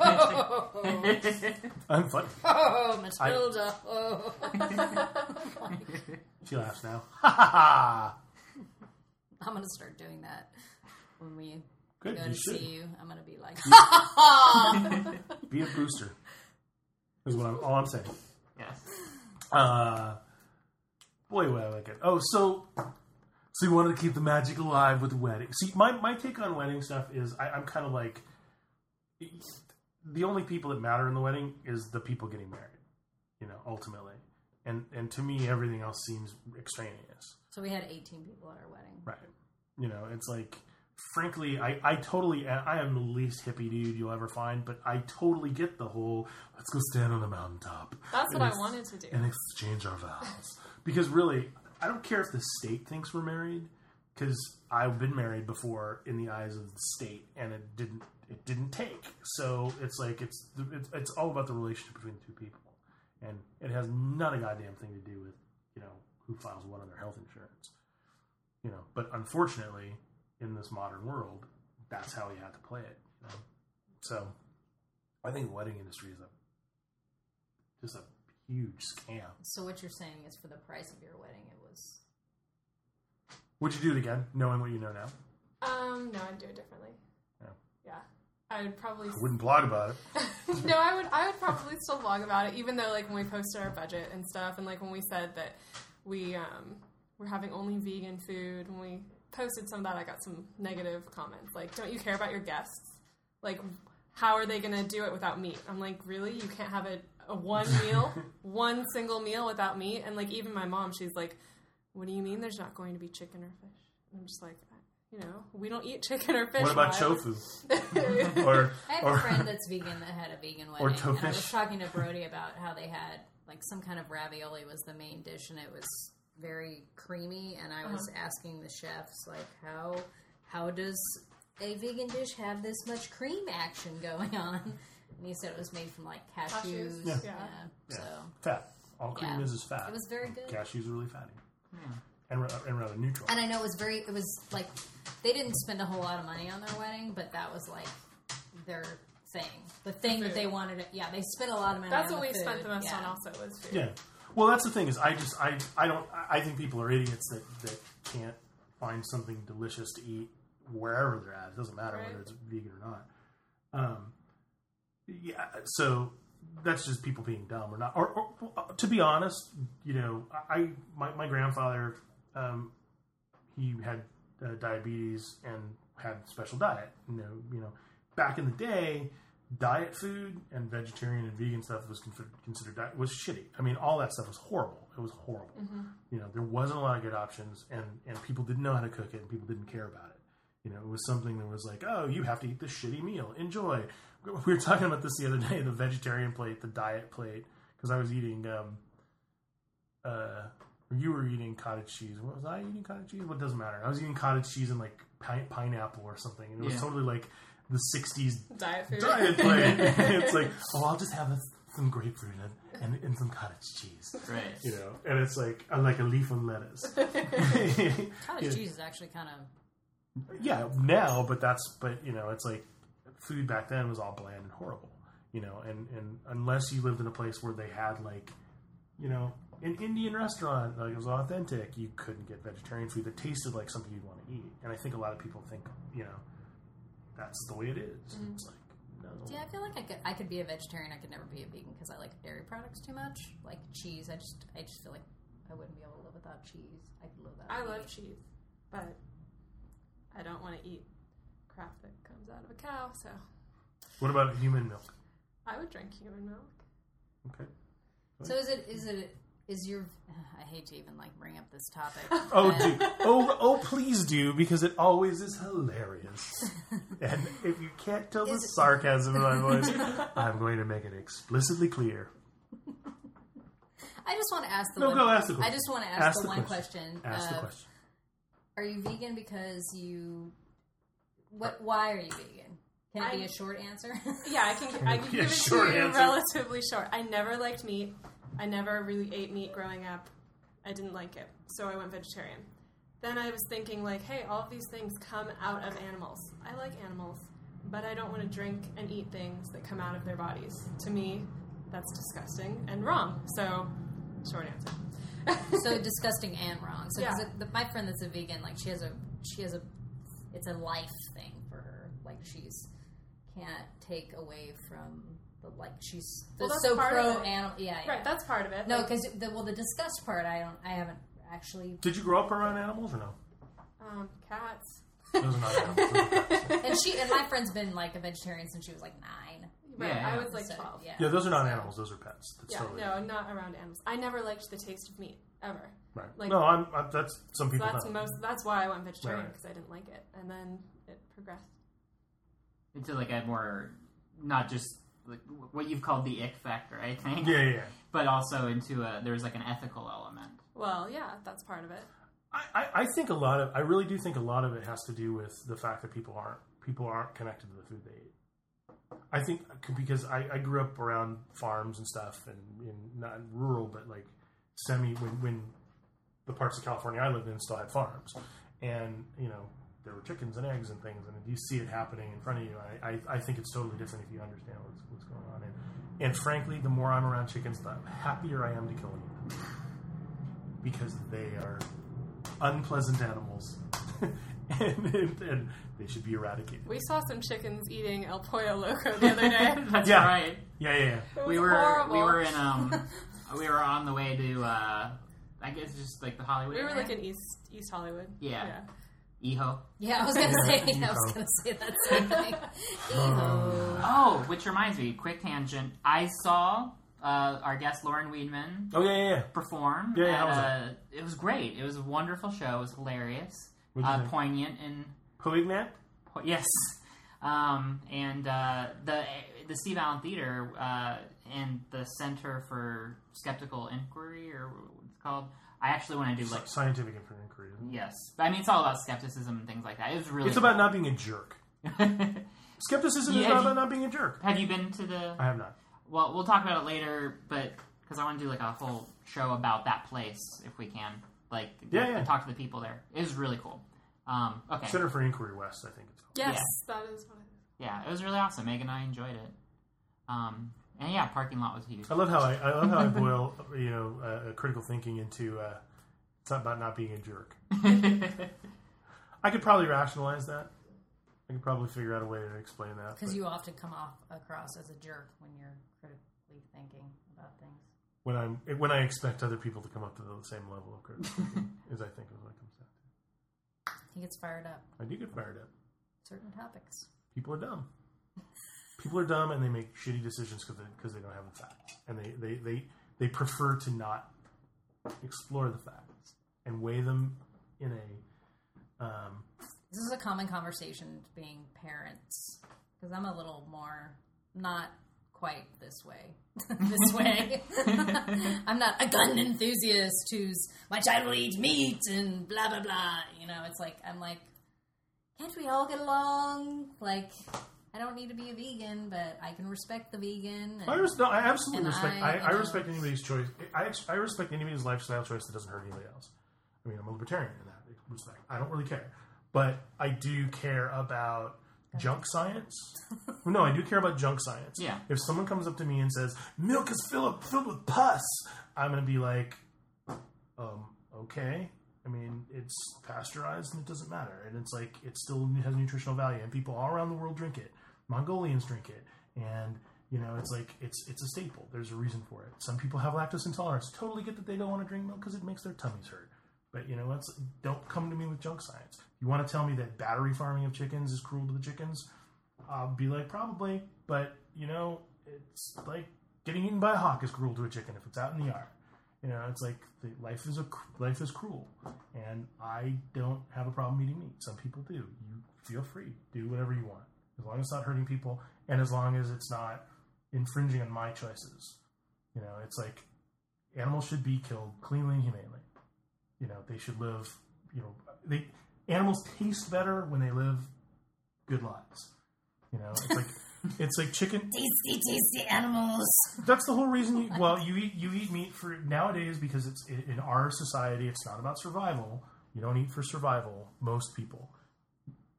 Oh, I'm funny. oh, Matilda. Oh. She laughs now. Ha ha ha. I'm gonna start doing that when we Good. go You to should see you. I'm gonna be like, be a booster. Is what I'm all I'm saying. yes. Uh, boy, would I like it. Oh, so so you wanted to keep the magic alive with wedding. See, my my take on wedding stuff is I, I'm kind of like the only people that matter in the wedding is the people getting married. You know, ultimately, and and to me, everything else seems extraneous. so we had 18 people at our wedding. Right. You know, it's like, frankly, I, I totally, I am the least hippie dude you'll ever find, but I totally get the whole, let's go stand on a mountaintop. That's what and I ex- wanted to do. And exchange our vows. because really, I don't care if the state thinks we're married, because I've been married before in the eyes of the state, and it didn't, it didn't take. So it's like, it's, it's, it's all about the relationship between the two people. And it has not a goddamn thing to do with, you know, who files what on their health insurance you know but unfortunately in this modern world that's how you have to play it you know? so i think the wedding industry is a just a huge scam So what you're saying is, for the price of your wedding, it was would you do it again knowing what you know now Um, no, I'd do it differently. Yeah. Yeah. I would probably i wouldn't blog about it no, I would I would probably still blog about it, even though like when we posted our budget and stuff, and like when we said that we um, were having only vegan food, when we posted some of that, I got some negative comments like, "Don't you care about your guests? Like, how are they gonna do it without meat?" I'm like, "Really? You can't have a, a one meal, one single meal without meat?" And like even my mom, she's like, "What do you mean? There's not going to be chicken or fish?" And I'm just like. You know, we don't eat chicken or fish. what about why- tofu or I have or a friend that's vegan that had a vegan wedding. or and I was tofish. talking to Brody about how they had like some kind of ravioli was the main dish, and it was very creamy. And I Uh-huh. was asking the chefs like, how how does a vegan dish have this much cream action going on? And he said it was made from like cashews. Cashews, Yeah. yeah. Yeah. So fat all cream Yeah. is is fat it was very good. Hmm. cashews are really fatty and, ra- and rather neutral And I know it was very. It was like they didn't spend a whole lot of money on their wedding, but that was like their thing. The thing that they wanted. To, yeah, they spent a lot of money. That's on what we the spent food, the most yeah. on. Also, was food. Yeah. Well, that's the thing is, I just I I don't I think people are idiots that that can't find something delicious to eat wherever they're at. It doesn't matter Right. whether it's vegan or not. Um, yeah. So that's just people being dumb or not. Or, or uh, to be honest, you know, I I- my my grandfather um, he had uh, diabetes and had a special diet. You know, you know, back in the day, diet food and vegetarian and vegan stuff was considered, considered diet was shitty. I mean, all that stuff was horrible. It was horrible. You know, there wasn't a lot of good options, and and people didn't know how to cook it, and people didn't care about it. You know, it was something that was like, oh, you have to eat this shitty meal. Enjoy. We were talking about this the other day, the vegetarian plate, the diet plate, because I was eating. Um, uh, you were eating cottage cheese. What was I eating cottage cheese? What doesn't matter. I was eating cottage cheese and like pi- pineapple or something, and it was Yeah. totally like the '60s Diet food. diet plate. it's like, oh, I'll just have a, some grapefruit and, and and some cottage cheese, Right. you know. And it's like, I like a leaf of lettuce. Cottage Yeah. cheese is actually kind of yeah, now, but that's but you know, it's like food back then was all bland and horrible, you know, and and unless you lived in a place where they had like, you know, an Indian restaurant like it was authentic, you couldn't get vegetarian food that tasted like something you'd want to eat. And I think a lot of people think, you know, that's the way it is. It's like no. yeah. I feel like I could I could be a vegetarian. I could never be a vegan because I like dairy products too much, like cheese. I just I just feel like I wouldn't be able to live without cheese. I could live without. I meat. love cheese, but I don't want to eat crap that comes out of a cow, so What about human milk? I would drink human milk. Okay. So is it is it is your? I I hate to even like bring up this topic. Uh, Oh, but- do. oh, oh, please do because it always is hilarious. and if you can't tell the sarcasm in my voice, I'm going to make it explicitly clear. I just want to ask the No, one. go ask the question. I just want to ask, Ask the, the one question. question. Ask uh, the of, question. Are you vegan because you? What? Why are you vegan? Can it be I- a short answer? Yeah, I can. I can Yeah, give it short to you answer. relatively short. I never liked meat. I never really ate meat growing up. I didn't like it, so I went vegetarian. Then I was thinking, like, hey, all of these things come out of animals. I like animals, but I don't want to drink and eat things that come out of their bodies. To me, that's disgusting and wrong. So, short answer. so disgusting and wrong. So 'cause Yeah. it- the, my friend that's a vegan, like she has a she has a it's a life thing for her. Like she's can't take away from the like she's Well, that's so part of pro it. animal. Yeah, yeah. right, that's part of it. no, Like, because the, well, the disgust part, I don't, I haven't actually. Did you grow up around animals or no? um, cats. Those are not animals. those are cats. And she and my friend's been like a vegetarian since she was like nine. Right, Yeah, I yeah. was like So, twelve. Yeah. Yeah, those are not animals. Those are pets. That's Yeah, totally no, not around animals. I never liked the taste of meat ever. right. like- no, I'm, i that's some So people. that's don't. most. That's why I went vegetarian Right. because I didn't like it, and then it progressed. Into like a more, not just like what you've called the ick factor, I think. yeah, yeah. yeah. But also into a there's like an ethical element. Well, yeah, that's part of it. I, I- I think a lot of I really do think a lot of it has to do with the fact that people aren't people aren't connected to the food they eat. I think because I, I grew up around farms and stuff and in not rural but like semi when when the parts of California I lived in still had farms and you know there were chickens and eggs and things and you see it happening in front of you I, I, I think it's totally different if you understand what's, what's going on and, and frankly the more I'm around chickens the happier I am to kill them because they are unpleasant animals, and, and, and they should be eradicated. We saw some chickens eating El Pollo Loco the other day. That's Yeah. right. Yeah, yeah, yeah. It was we were horrible. we were in um we were on the way to uh I guess just like the Hollywood. We were area. like in East East Hollywood. Yeah. Eho. Yeah, I was gonna say. I Evo. was gonna say that same thing. Evo. Oh, which reminds me, quick tangent. I saw uh, our guest Lauren Weedman Oh, yeah, yeah, yeah. perform. Yeah, yeah, at, how was uh, it was great. It was a wonderful show. It was hilarious, What'd you uh, think? poignant, and Poignant? po- yes. Um, and uh, the the Steve Allen Theater uh, and the Center for Skeptical Inquiry, or what it's called. I actually want to do like Like scientific inquiry. Isn't it? yes, but I mean it's all about skepticism and things like that. It was really It's about not being a jerk. Skepticism is Yeah, not you- about not being a jerk. Have you been to the? I have not. Well, we'll talk about it later, but because I want to do like a whole show about that place if we can, like Yeah, yeah. and talk to the people there. It was really cool. Um, okay, Center for Inquiry West, I think it's called. Yes, that is what. It yeah, it was really awesome. Megan and I enjoyed it. Um, and yeah, parking lot was huge. I love how I, I love how I boil you know uh, critical thinking into uh, it's not about not being a jerk. I could probably rationalize that. I could probably figure out a way to explain that. Because but you often come off across as a jerk when you're critically thinking about things. when I'm when I expect other people to come up to the same level of critical thinking, is I think is what it comes down to. He gets fired up. I do get fired up. Certain topics. People are dumb. People are dumb, and they make shitty decisions because because they, don't have the facts, and they, they they they prefer to not explore the facts and weigh them in a. Um, This is a common conversation being parents. Because I'm a little more not quite this way. this way. I'm not a gun enthusiast who's my child will eat meat and blah blah blah. You know, it's like I'm like, can't we all get along? Like, I don't need to be a vegan, but I can respect the vegan. And I res- no, I absolutely And respect. I, I, I, you know- respect anybody's choice. I, ex- I respect anybody's lifestyle choice that doesn't hurt anybody else. I mean, I'm a libertarian in that respect. I don't really care, but I do care about junk science. no, I do care about junk science. Yeah. If someone comes up to me and says milk is filled filled with pus, I'm gonna be like, um, okay. I mean, it's pasteurized and it doesn't matter. And it's like, it still has nutritional value. And people all around the world drink it. Mongolians drink it. And, you know, it's like, it's it's a staple. There's a reason for it. Some people have lactose intolerance. Totally get that they don't want to drink milk because it makes their tummies hurt. But, you know, let's, don't come to me with junk science. You want to tell me that battery farming of chickens is cruel to the chickens? I'll be like, probably. But, you know, it's like getting eaten by a hawk is cruel to a chicken if it's out in the yard You know, it's like the, life is a cr- life is cruel, and I don't have a problem eating meat. Some people do. You feel free, do whatever you want, as long as it's not hurting people, and as long as it's not infringing on my choices. You know, it's like animals should be killed cleanly and humanely. You know, they should live. You know, they animals taste better when they live good lives. You know, it's like it's like chicken. Tasty, tasty animals. That's the whole reason. You, well, you eat you eat meat for nowadays because it's in in our society. It's not about survival. You don't eat for survival. Most people,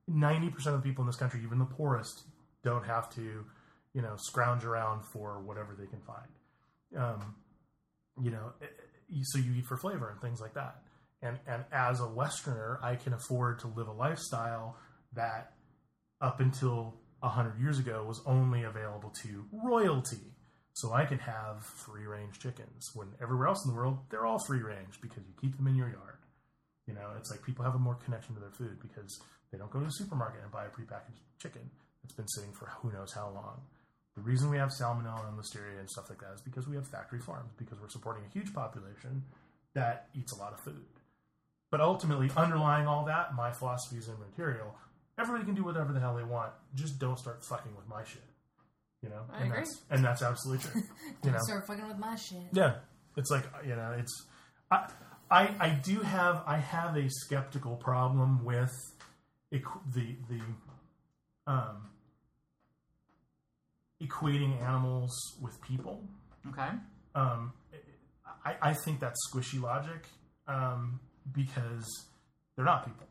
ninety percent of the people in this country, even the poorest, don't have to, you know, scrounge around for whatever they can find. Um, you know, eh, eh, so you eat for flavor and things like that. And and as a Westerner, I can afford to live a lifestyle that up until 100 years ago was only available to royalty. So I can have free range chickens when everywhere else in the world they're all free range because you keep them in your yard. You know, it's like people have a more connection to their food because they don't go to the supermarket and buy a prepackaged chicken that's been sitting for who knows how long. The reason we have salmonella and listeria and stuff like that is because we have factory farms because we're supporting a huge population that eats a lot of food. But ultimately, underlying all that, my philosophy is immaterial. Everybody can do whatever the hell they want. Just don't start fucking with my shit. You know, I and agree. that's and that's absolutely true. You know, Start fucking with my shit. yeah, it's like you know, it's I I, I do have I have a skeptical problem with equ- the the um equating animals with people. Okay. Um, I, I think that's squishy logic um, because they're not people.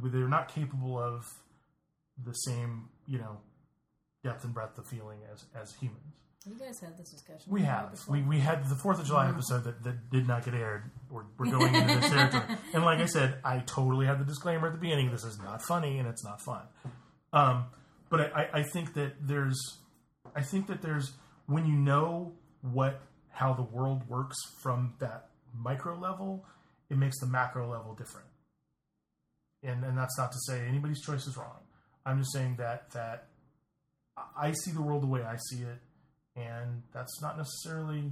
they're not capable of the same you know depth and breadth of feeling as as humans. You guys had this discussion. We have. We, we had the 4th of July episode that, that did not get aired. We're, we're going into this territory. And like I said, I totally had the disclaimer at the beginning this is not funny and it's not fun. Um, but I, I, I think that there's, I think that there's, when you know what, how the world works from that micro level, it makes the macro level different. And, and that's not to say anybody's choice is wrong. I'm just saying that, that I- I see the world the way I see it and that's not necessarily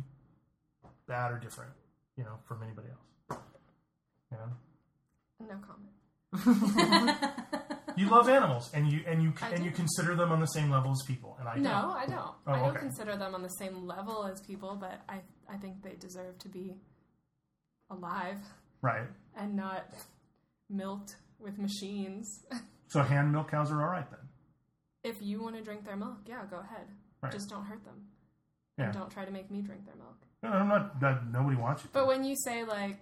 bad or different, you know, from anybody else. You know, No comment. you love animals, and you and you I and do. you consider them on the same level as people, and I No, I don't. Oh, I don't okay. consider them on the same level as people, but I I think they deserve to be alive don't. Right. and not milked with machines. So hand milk cows are all right then. if you want to drink their milk, yeah, go ahead. Right. Just don't hurt them. Yeah. And don't try to make me drink their milk. No, I'm not. That, nobody wants you. to. But when you say like,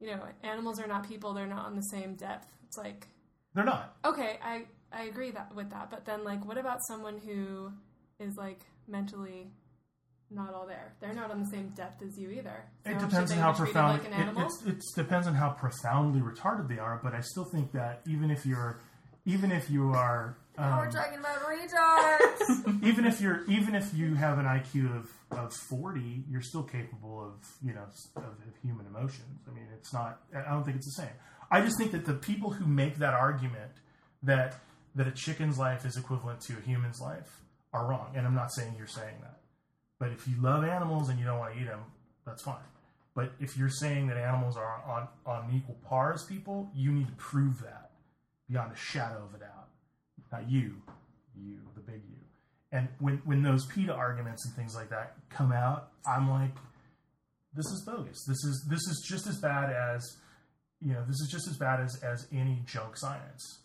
you know, animals are not people, they're not on the same depth. It's like, They're not. okay, I I agree that with that, but then like what about someone who is like mentally not all there? They're not on the same depth as you either. So It should depends they on how be treated profound. like an it- animal? it's, it's depends on how profoundly retarded they are. But I still think that even if you're, even if you are, um, We're talking about retards. even if you're even if you have an IQ of, of 40, you're still capable of you know s- of, of human emotions. I mean, it's not. I don't think it's the same. I just think that the people who make that argument that that a chicken's life is equivalent to a human's life are wrong. And I'm not saying you're saying that, but if you love animals and you don't want to eat them, that's fine. But if you're saying that animals are on on an equal par as people, you need to prove that beyond a shadow of a doubt. Not you, you, the big you. And when when those PETA arguments and things like that come out, I'm like, this is bogus. This is this is just as bad as you know, this is just as bad as as any junk science.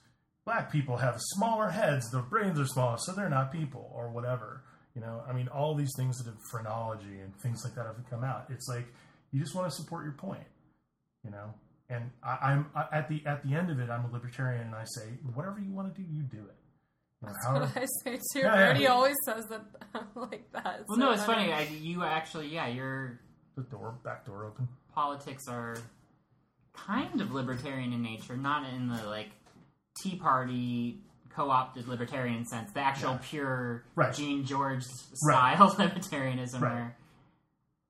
Black people have smaller heads, their brains are smaller, so they're not people or whatever. You know, I mean, all these things that have phrenology and things like that have come out. It's like you just want to support your point, you know. And I, I'm I, at the at the end of it, I'm a libertarian, and I say whatever you want to do, you do it. You know, That's however- what I say too. Yeah, yeah. Brody always says that I'm like that. Well, so no, it's I don't funny. know. I, you actually, yeah, your the door back door open. politics are kind of libertarian in nature, not in the like Tea Party co-opted libertarian sense, the actual pure Right. Gene George s- Right. style libertarianism. Right. Where,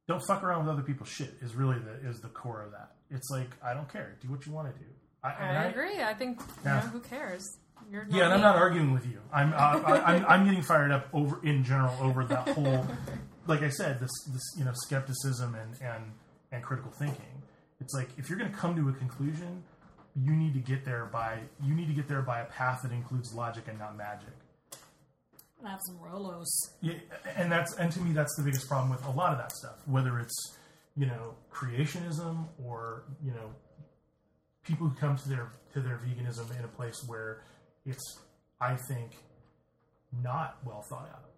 Don't fuck around with other people's shit is really the is the core of that. It's like I don't care. Do what you want to do. I, and I agree. I think you Yeah. know, who cares? You're not Yeah, and I'm me. not arguing with you. I'm uh, I, I'm I'm getting fired up over in general over that whole like I said, this this you know skepticism and and and critical thinking. It's like if you're going to come to a conclusion, you need to get there by you need to get there by a path that includes logic and not magic. I have some Rolos. Yeah, and that's and to me that's the biggest problem with a lot of that stuff. Whether it's you know creationism or you know people who come to their to their veganism in a place where it's I think not well thought out.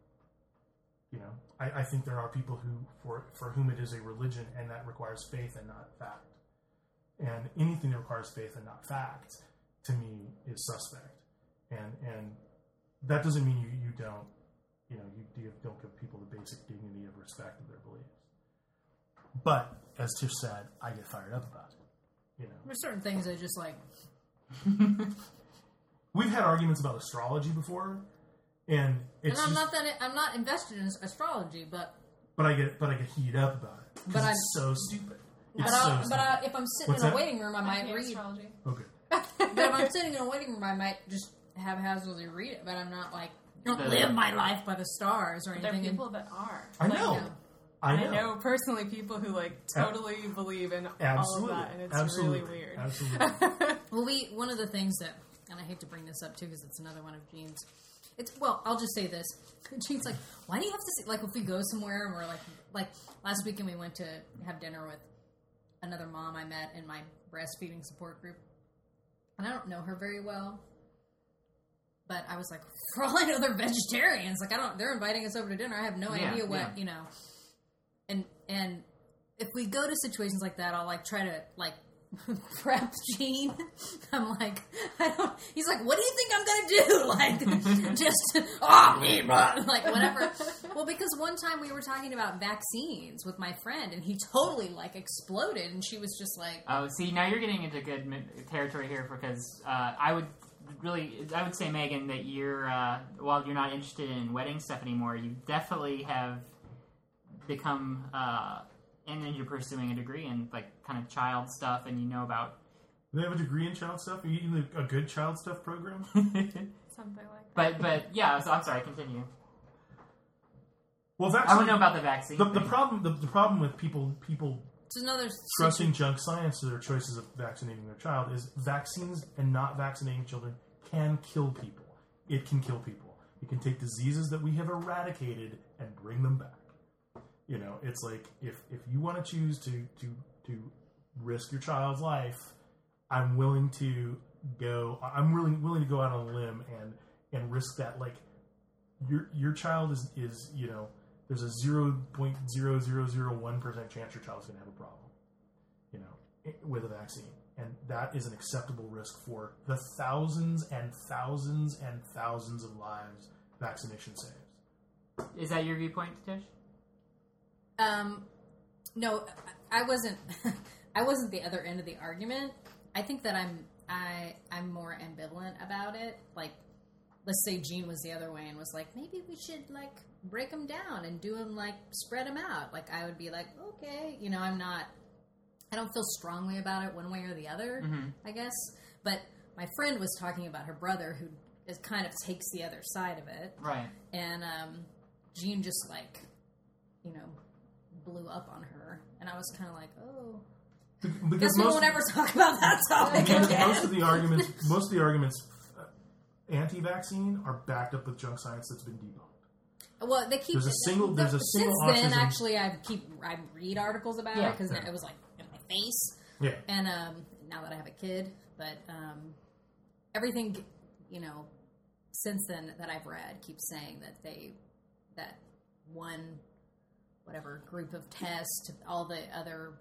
You know, I, I think there are people who for for whom it is a religion and that requires faith and not fact. And anything that requires faith and not fact, to me, is suspect. And and that doesn't mean you, you don't you know you, you don't give people the basic dignity of respect of their beliefs. But as Tish said, I get fired up about it. You know, There's certain things I just like. we've had arguments about astrology before, and And it's I'm just, not that I'm not invested in astrology, but but I get but I get heated up about it But because I'm- it's so stupid. It's but, so I, stupid. but I, if I'm sitting What's in a that? waiting room, I I might hate read. astrology. okay, But if I'm sitting in a waiting room, I might just have haphazardly read it. But I'm not like I don't But- live my life by the stars or There are anything. people that are. I Like, know, no. I I know, know personally people who like totally believe in absolutely, all of that, and it's absolutely, really weird. absolutely. Well, we one of the things that, and I hate to bring this up too because it's another one of Gene's. It's well, I'll just say this. Gene's like, why do you have to say like if we go somewhere and we're like like last weekend we went to have dinner with another mom I met in my breastfeeding support group, and I don't know her very well. But I was like, for all I know, they're vegetarians. Like I don't, they're inviting us over to dinner. I have no Yeah, idea what yeah. you know. And and if we go to situations like that, I'll like try to like prep Gene. I'm like, I don't. He's like, what do you think I'm gonna do? Like, just ah, me, blah," like whatever. well, because one time we were talking about vaccines with my friend, and he totally like exploded, and she was just like, Oh, see, now you're getting into good mi- territory here because uh, I would really, I would say, Megan, that you're, uh, while you're not interested in wedding stuff anymore, you definitely have become, uh, and then you're pursuing a degree in like kind of child stuff, and you know about. Do they have a degree in child stuff? Are you in a good child stuff program? Something like that. but but yeah, so I'm sorry. Continue. Well, that's I would know about the vaccine. the, the thing. problem. The, the problem with people people it's another trusting junk science to their choices of vaccinating their child is vaccines and not vaccinating children can kill people. It can kill people. It can take diseases that we have eradicated and bring them back. You know, it's like if if you want to choose to to to risk your child's life, I'm willing to go. I'm willing willing to go out on a limb and and risk that. Like your your child is is you know there's a zero point zero zero zero one percent chance your child's going to have a problem you know, i- with a vaccine. And that is an acceptable risk for the thousands and thousands and thousands of lives vaccination saves. is that your viewpoint, Tish? Um, no, I I wasn't. I wasn't the other end of the argument. I think that I'm. I I'm more ambivalent about it. Like, let's say Gene was the other way and was like, maybe we should like break them down and do them like spread them out. Like, I would be like, okay, you know, I'm not. I don't feel strongly about it one way or the other. I guess, but my friend was talking about her brother who is kind of takes the other side of it Right. and um, Jean just like, you know, blew up on her, and I was kind of like, oh, guess Because we most, won't ever talk about that topic because most again. of the arguments, most of the arguments uh, anti-vaccine are backed up with junk science that's been debunked. Well, they keep There's a single- there's a single Since then, autism- actually, I keep I read articles about Yeah. it because Yeah. it was like in my face, Yeah. and um, now that I have a kid, but um, everything, you know, since then that I've read keeps saying that they that one whatever group of tests, all the other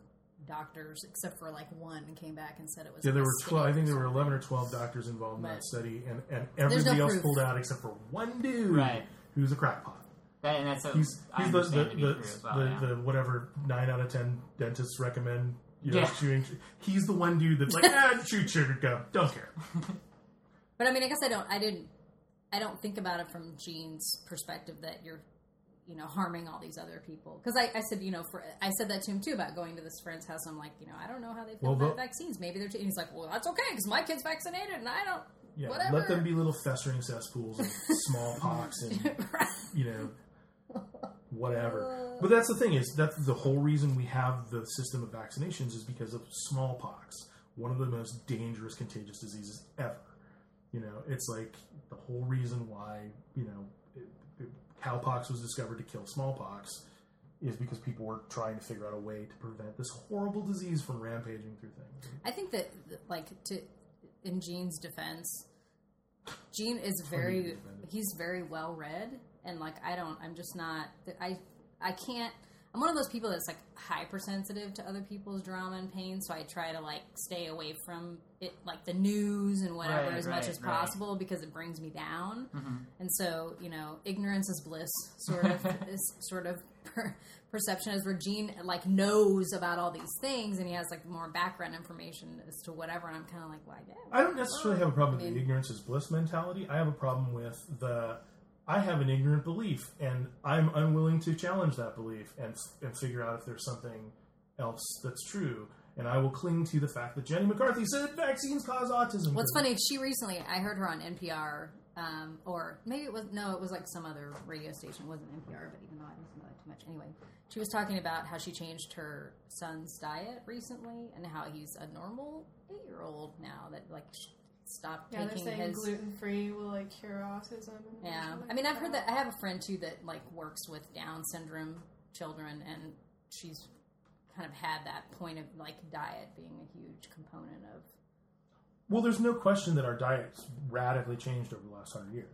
doctors except for like one came back and said it was Yeah, a there were mistake. twelve. I think there were eleven or twelve doctors involved in But- that study, and, and no everybody else proof. pulled out except for one dude Right. who's a crackpot. That, and that's what He's, I he's the, understand the, the, to be true as well. the, yeah. the whatever nine out of ten dentists recommend. You know, Yeah. chewing. He's the one dude that's like, ah, shoot sugar gum, don't care. But I mean, I guess I don't. I didn't. I don't think about it from Gene's perspective that you're, you know, harming all these other people. Because I, I said, you know, for I said that to him too about going to this friend's house. I'm like, you know, I don't know how they feel Well, about but- vaccines. Maybe they're. T-. And he's like, well, that's okay because my kid's vaccinated and I don't. Yeah, Whatever. let them be little festering cesspools and smallpox and you know whatever. But that's the thing is that's the whole reason we have the system of vaccinations is because of smallpox, one of the most dangerous contagious diseases ever. You know, it's like the whole reason why you know it, it, cowpox was discovered to kill smallpox is because people were trying to figure out a way to prevent this horrible disease from rampaging through things. I think that, like, to in Gene's defense, Gene is very he's very well read, and like I don't, I'm just not. I I can't. I'm one of those people that's like hypersensitive to other people's drama and pain, so I try to like stay away from it, like the news and whatever, Right, as much right, as right. possible because it brings me down. And so, you know, ignorance is bliss, sort of is sort of per- perception is where Gene like knows about all these things and he has like more background information as to whatever. And I'm kind of like, why? Well, I don't necessarily have a problem with I the mean- ignorance is bliss mentality. I have a problem with the I have an ignorant belief and I'm unwilling to challenge that belief and and figure out if there's something else that's true. And I will cling to the fact that Jenny McCarthy said vaccines cause autism. What's funny? She recently, I heard her on NPR, um, or maybe it was no, it was like some other radio station. It wasn't NPR, but even though I don't listen to that too much, anyway, she was talking about how she changed her son's diet recently and how he's a normal eight-year-old now that like sh- stopped Yeah, they're taking saying his. gluten free will like cure autism. And Yeah, something I mean, I've like heard that. I have a friend too that like works with Down syndrome children, and she's kind of had that point of like diet being a huge component of Well, there's no question that our diet's radically changed over the last hundred years.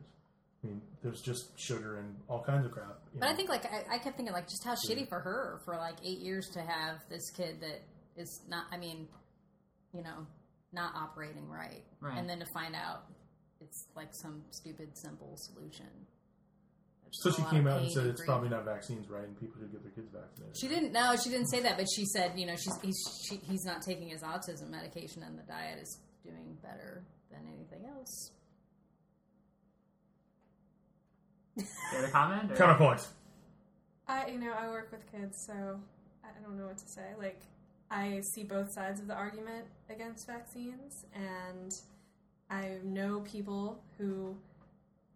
I mean, there's just sugar and all kinds of crap. you But I know. think like I, I kept thinking like just how shitty for her for like eight years to have this kid that is not I mean, you know, not operating right. Right. And then to find out it's like some stupid simple solution. There's so she just a lot came of out and pain said it's grief. probably not vaccines, right? And people should get their kids vaccinated. She didn't. No, she didn't say that. But she said, you know, she's he's, she, he's not taking his autism medication, and the diet is doing better than anything else. The other comment? Or? Counterpoint. I you know I work with kids, so I I don't know what to say. Like I see both sides of the argument against vaccines, and I know people who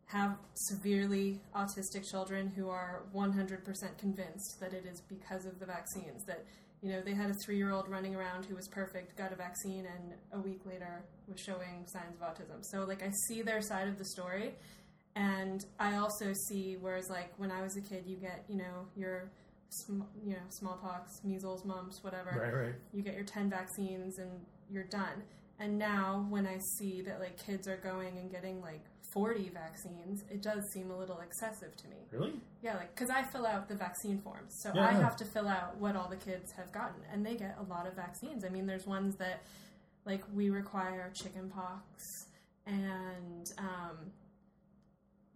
have severely autistic children who are 100% convinced that it is because of the vaccines that you know they had a 3-year-old running around who was perfect got a vaccine and a week later was showing signs of autism so like i see their side of the story and I also see whereas like when I was a kid, you get you know your sm- you know smallpox, measles, mumps, whatever. Right, right. You get your ten vaccines and you're done. And now when I see that like kids are going and getting like forty vaccines, it does seem a little excessive to me. Really? Yeah, like because I fill out the vaccine forms, so Yeah, I yeah. have to fill out what all the kids have gotten, and they get a lot of vaccines. I mean, there's ones that like we require chickenpox and um,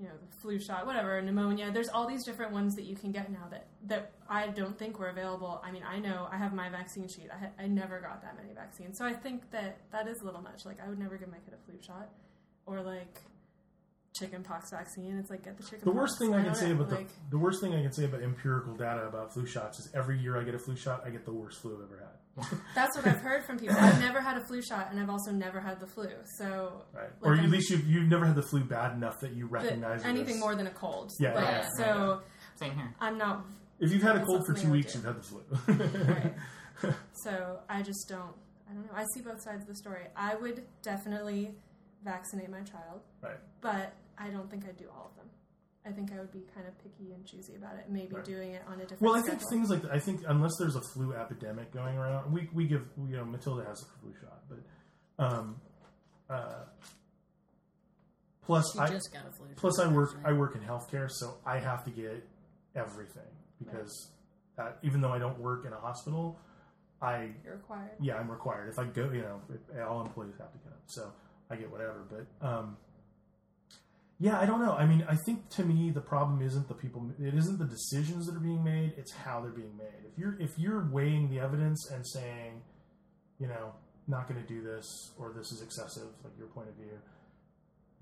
you know the flu shot, whatever, pneumonia. There's all these different ones that you can get now that that I don't think were available. I mean, I know I have my vaccine sheet. I ha- I never got that many vaccines, so I think that that is a little much. Like I would never give my kid a flu shot or like chickenpox vaccine. It's like get the chicken. The worst thing I can say about like, the, the worst thing I can say about empirical data about flu shots is every year I get a flu shot, I get the worst flu I've ever had. That's what I've heard from people. I've never had a flu shot, and I've also never had the flu. So, Right? Like, or at I'm- least you've, you've never had the flu bad enough that you but recognize it anything as- more than a cold. Yeah, Like, yeah, yeah. so Same here. I'm not. If you've had a That's cold for something two I weeks, do. you've had the flu. Right. so I just don't. I don't know. I see both sides of the story. I would definitely vaccinate my child, Right. but I don't think I'd do all of them. I think I would be kind of picky and choosy about it. Maybe Right. doing it on a different. Well, I think schedule. things like I think unless there's a flu epidemic going around, we we give you know Matilda has a flu shot, but um, uh, plus She I just got a flu. Plus, shot, I work actually. I work in healthcare, so I have to get everything because uh, even though I don't work in a hospital, I you're required. yeah I'm required. If I go, you know, if, all employees have to get it, so I get whatever. But um, yeah, I don't know. I mean, I think to me the problem isn't the people, it isn't the decisions that are being made; it's how they're being made. If you're if you're weighing the evidence and saying, you know, not going to do this or this is excessive, like your point of view.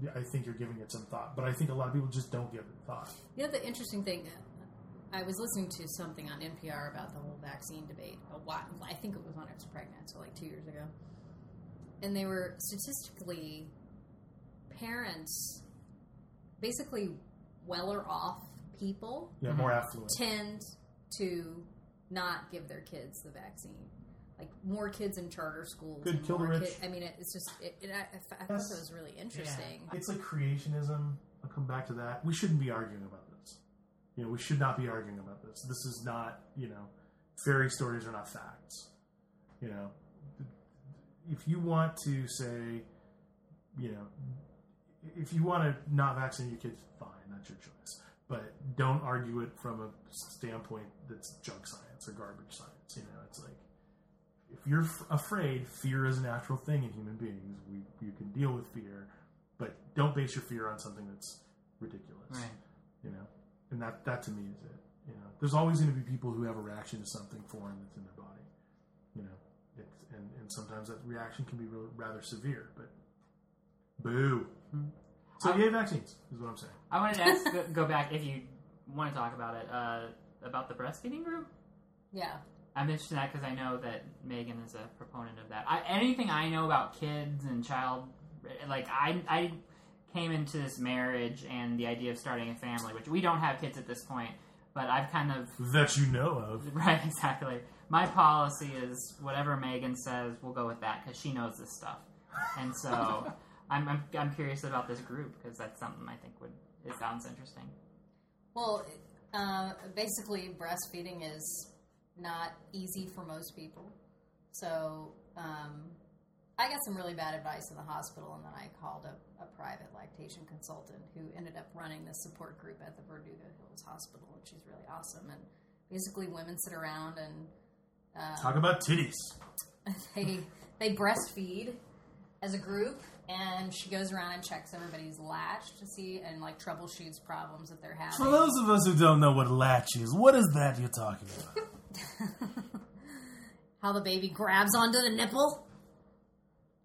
yeah, I think you're giving it some thought, but I think a lot of people just don't give it thought. You know, the interesting thing, uh, I was listening to something on NPR about the whole vaccine debate a while. I think it was when I was pregnant, so like two years ago. And they were statistically, parents, basically, weller off people Yeah, more affluent. tend to not give their kids the vaccine. Like more kids in charter schools. Good, and kill the more rich. kid- I mean, it, it's just. It, it, I, I thought it That's- was really interesting. It's like creationism. I'll come back to that. We shouldn't be arguing about this. You know, we should not be arguing about this. This is not, you know, fairy stories are not facts. You know, if you want to say, you know, if you want to not vaccinate your kids, fine, that's your choice. But don't argue it from a standpoint that's junk science or garbage science. You know, it's like if you're f- afraid, fear is a natural thing in human beings. We you can deal with fear, but don't base your fear on something that's ridiculous. Right. You know, and that that to me is it. You know, there's always going to be people who have a reaction to something foreign that's in their body. You know, it's, and and sometimes that reaction can be real, rather severe. But boo. Hmm. So yay vaccines is what I'm saying. I wanted to ask, go- go back if you want to talk about it, uh, about the breastfeeding group. Yeah. I mentioned that because I know that Megan is a proponent of that. I, anything I know about kids and child, like I, I came into this marriage and the idea of starting a family, which we don't have kids at this point, but I've kind of That you know of. right exactly. My policy is whatever Megan says, we'll go with that because she knows this stuff, and so I'm, I'm I'm curious about this group because that's something I think would it sounds interesting. Well, uh, basically, breastfeeding is not easy for most people. So um, I got some really bad advice in the hospital, and then I called a, a private lactation consultant who ended up running the support group at the Verdugo Hills Hospital, and she's really awesome. And basically, women sit around and Talk about titties. they they breastfeed as a group and she goes around and checks everybody's latch to see and like troubleshoots problems that they're having For those of us who don't know what latch is, what is that you're talking about? how the baby grabs onto the nipple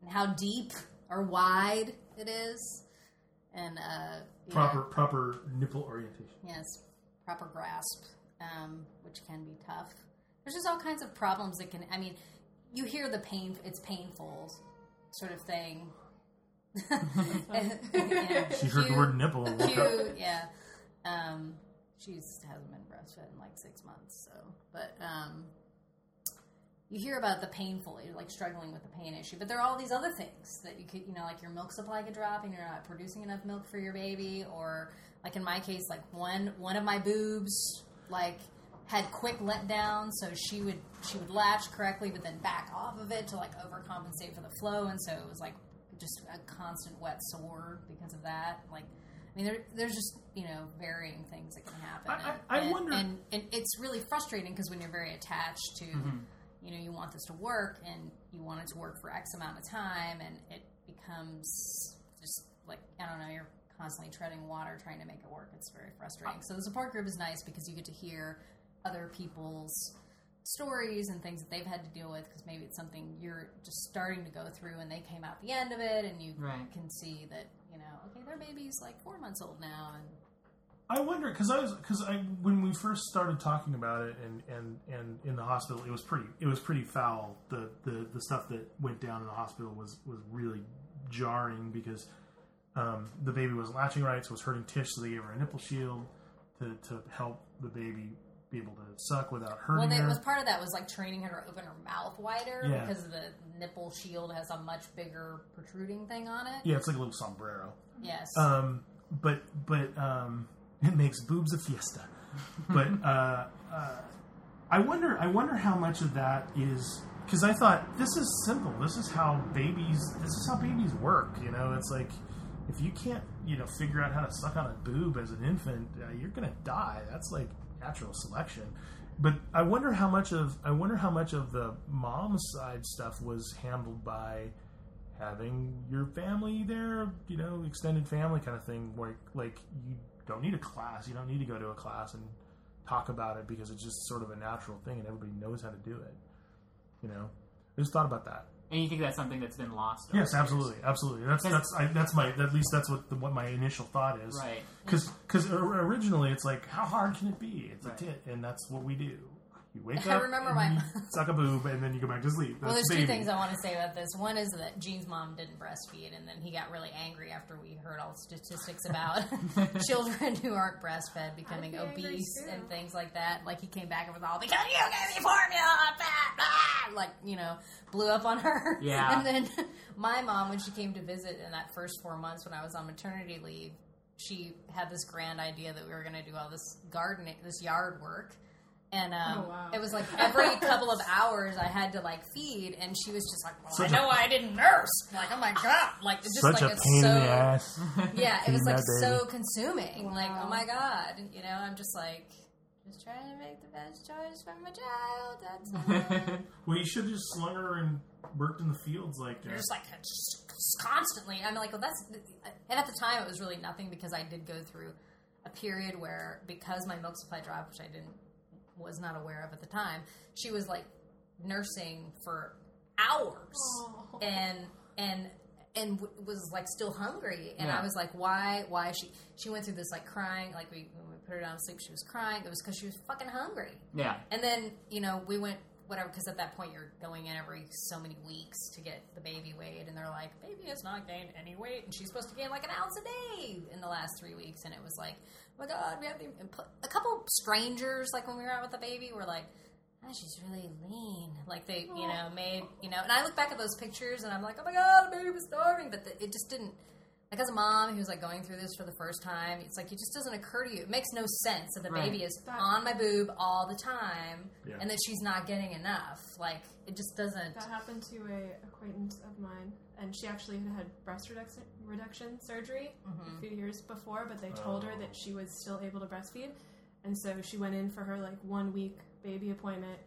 and how deep or wide it is and uh yeah, proper proper nipple orientation. yes proper grasp um, which can be tough there's just all kinds of problems that can i mean you hear the pain it's painful sort of thing Yeah. She heard the You- word nipple. and woke up. Two, yeah. Um, she's hasn't been breastfed in like six months, so but um, you hear about the painful, you're like struggling with the pain issue, but there are all these other things that you could, you know, like your milk supply could drop and you're not producing enough milk for your baby, or like in my case, like one one of my boobs like had quick letdown, so she would she would latch correctly, but then back off of it to like overcompensate for the flow, and so it was like just a constant wet sore because of that, like. I mean, there, there's just you know varying things that can happen. I- I- I and, wonder- and, and it's really frustrating because when you're very attached to you know you want this to work and you want it to work for x amount of time and it becomes just like i don't know you're constantly treading water trying to make it work it's very frustrating so the support group is nice because you get to hear other people's stories and things that they've had to deal with because maybe it's something you're just starting to go through and they came out the end of it and you Right. can see that you know okay their baby's like four months old now and I wonder because I was because I when we first started talking about it and and and in the hospital it was pretty it was pretty foul the the the stuff that went down in the hospital was was really jarring because um, the baby was latching right so it was hurting Tish so they gave her a nipple shield to to help the baby be able to suck without Well, hurting they, her. was part of that was like training her to open her mouth wider Yeah. because the nipple shield has a much bigger protruding thing on it. yeah, it's like a little sombrero. Yes. Um, but but um, it makes boobs a fiesta. But uh, uh, I wonder I wonder how much of that is because I thought this is simple. This is how babies this is how babies work. You know, it's like if you can't you know figure out how to suck on a boob as an infant, uh, you're gonna die. That's like natural selection. But I wonder how much of I wonder how much of the mom side stuff was handled by having your family there, you know, extended family kind of thing. Where like you don't need a class, you don't need to go to a class and talk about it because it's just sort of a natural thing and everybody knows how to do it. You know, I just thought about that. And you think that's something that's been lost? over Yes, the years? absolutely, absolutely. That's Yes. that's I, that's my at least that's what the, what my initial thought is. Right. Because originally it's like how hard can it be? It's Right. a tit, and that's what we do. You wake I up, remember and my- you suck a boob, and then you go back to sleep. Well, That's there's two baby. things I want to say about this. One is that Gene's mom didn't breastfeed, and then he got really angry after we heard all the statistics about children who aren't breastfed becoming I'd be angry, obese too. and things like that. Like he came back and was all because you gave me formula, blah, blah," like you know, blew up on her. Yeah. And then my mom, when she came to visit in that first four months when I was on maternity leave, she had this grand idea that we were going to do all this gardening, this yard work. And um, Oh, wow. it was like every couple of hours I had to like feed, and she was just like, "Well, Such I know a- I didn't nurse." Like, oh my god! Like, it's just Such like a it's pain so in the ass. yeah, it was Feeding like that so baby. consuming. Like, Wow. oh my god, you know, I'm just like just trying to make the best choice for my child. That's all. Well, you should have just slung her and worked in the fields like You're uh, just like just constantly. I'm like, well, that's. And at the time, it was really nothing because I did go through a period where because my milk supply dropped, which I didn't was not aware of at the time, she was like nursing for hours Oh. and and and w- was like still hungry and Yeah. i was like why why she she went through this like crying like we when we put her down to sleep she was crying it was because she was fucking hungry Yeah. and then, you know, we went whatever because at that point you're going in every so many weeks to get the baby weighed, and they're like, "Baby has not gained any weight, and she's supposed to gain like an ounce a day in the last three weeks." And it was like, "Oh my god, we have the, and pu- a couple strangers like when we were out with the baby were like." Ah, she's really lean. Like they, you know, made you know. And I look back at those pictures, and I'm like, oh my god, the baby was starving. But the, it just didn't like as a mom who's like going through this for the first time, it's like it just doesn't occur to you. It makes no sense that the Right. baby is on my boob all the time Yeah. and that she's not getting enough. Like it just doesn't. That happened to a acquaintance of mine, and she actually had had breast reduction, reduction surgery Mm-hmm. a few years before, but they told her Oh. that she was still able to breastfeed, and so she went in for her like one week baby appointment,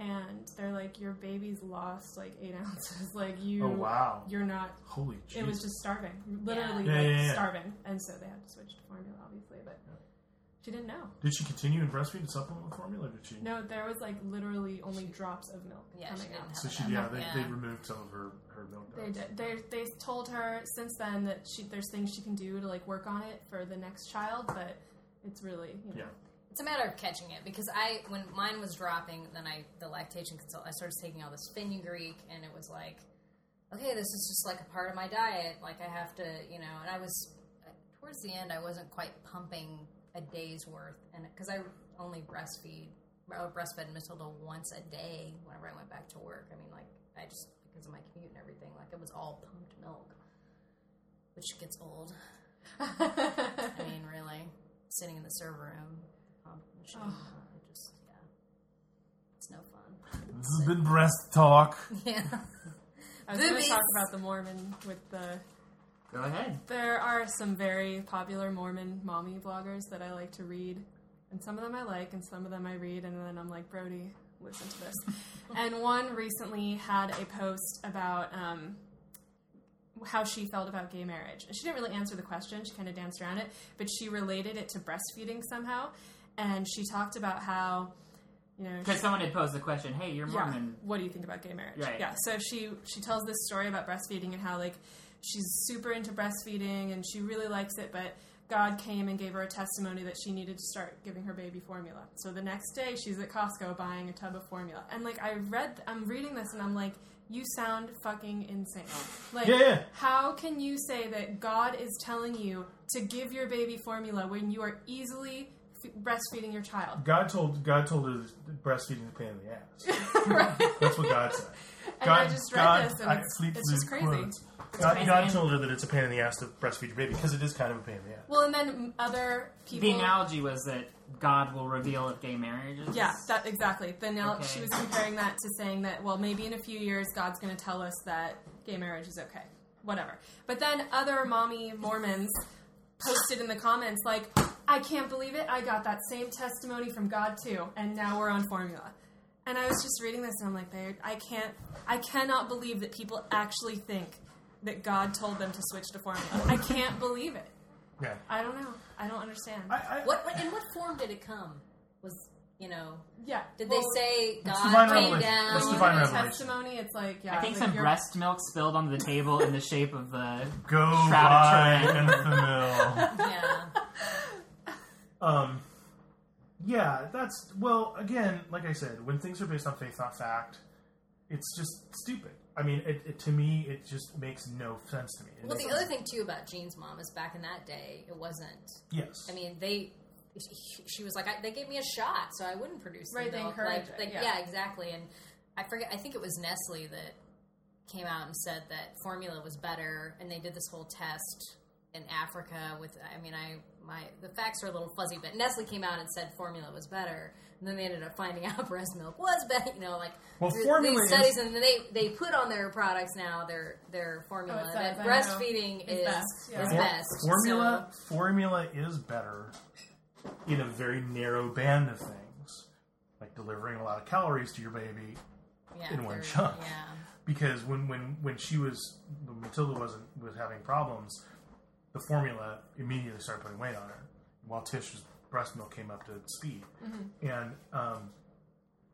and they're like, "Your baby's lost like eight ounces. Like you, Oh wow! you're not." Holy shit! It was just starving, literally Yeah. Yeah, like yeah, yeah. starving, and so they had to switch to formula, obviously, but she didn't know. Did she continue and breastfeed and supplement with formula? Or did she? No, there was like literally only drops of milk Yeah, she coming didn't out. have So she, enough. yeah, they, Yeah. they removed some of her her milk. They ducts. did. They they told her since then that she there's things she can do to like work on it for the next child, but it's really you know Yeah. It's a matter of catching it because I, when mine was dropping, then I the lactation consult. I started taking all this fenugreek, and it was like, okay, this is just like a part of my diet. Like I have to, you know. And I was towards the end, I wasn't quite pumping a day's worth, and because I only breastfeed, I breastfed Matilda once a day whenever I went back to work. I mean, like I just because of my commute and everything, like it was all pumped milk, which gets old. I mean, really, sitting in the server room, um, machine, uh, it just yeah, it's no fun. This has been breast talk. Yeah, I was going to Boobies. talk about the Mormon with the Go ahead. there are some very popular Mormon mommy bloggers that I like to read, and some of them I like, and some of them I read, and then I'm like Brody, listen to this. and one recently had a post about. Um, how she felt about gay marriage. And she didn't really answer the question, she kind of danced around it, but she related it to breastfeeding somehow. And she talked about how, you know, Because someone had posed the question, "Hey, you're Mormon." what do you think about gay marriage? Right. Yeah. So she she tells this story about breastfeeding and how like she's super into breastfeeding and she really likes it, but God came and gave her a testimony that she needed to start giving her baby formula. So the next day she's at Costco buying a tub of formula. And like I read I'm reading this and I'm like you sound fucking insane. Like Yeah. how can you say that God is telling you to give your baby formula when you are easily f- breastfeeding your child? God told God told her that breastfeeding is a pain in the ass. That's what God said. And God, I just read God- this and I it's, sleep it's just through crazy. quotes. God, God crazy. told her that it's a pain in the ass to breastfeed your baby because it is kind of a pain in the ass. Well, and then other people. The analogy was that God will reveal if gay marriage is. yeah, that exactly. Then now Okay. she was comparing that to saying that well, maybe in a few years God's going to tell us that gay marriage is okay, whatever. But then other mommy Mormons posted in the comments like, "I can't believe it! I got that same testimony from God too, and now we're on formula." And I was just reading this, and I'm like, "They- I can't, I cannot believe that people actually think that God told them to switch to formula. I can't believe it. Yeah. I don't know. I don't understand. I, I, what, what in what form did it come? Was you know? yeah. Did well- they say divine God came revelation. down? That's Well, divine in the revelation. testimony, it's like yeah, I think like some you're- breast milk spilled onto the table in the shape of the. Go Shroud of buy Turin. Enfamil. yeah, Um, Yeah, that's well. Again, like I said, when things are based on faith, not fact, it's just stupid. I mean, it, it, to me, it just makes no sense to me. It Well, the doesn't- other thing too about Jean's mom is back in that day, it wasn't. yes, I mean, they. She, she was like, I, they gave me a shot, so I wouldn't produce. the Right, they milk." encourage like, it, like, yeah. exactly. And I forget. I think it was Nestle that came out and said that formula was better, and they did this whole test in Africa with. I mean, I my the facts are a little fuzzy, but Nestle came out and said formula was better, and then they ended up finding out breast milk was better. You know, like Well, through formula these is- studies, and they they put on their products now their their formula it that says, Oh, I know. breastfeeding It's is best, yeah. is For- best. So- formula formula is better in a very narrow band of things, like delivering a lot of calories to your baby yeah, in one they're- shot. Yeah. because when when when she was when Matilda wasn't was having problems, the formula immediately started putting weight on her. While Tish's breast milk came up to speed, Mm-hmm. and um,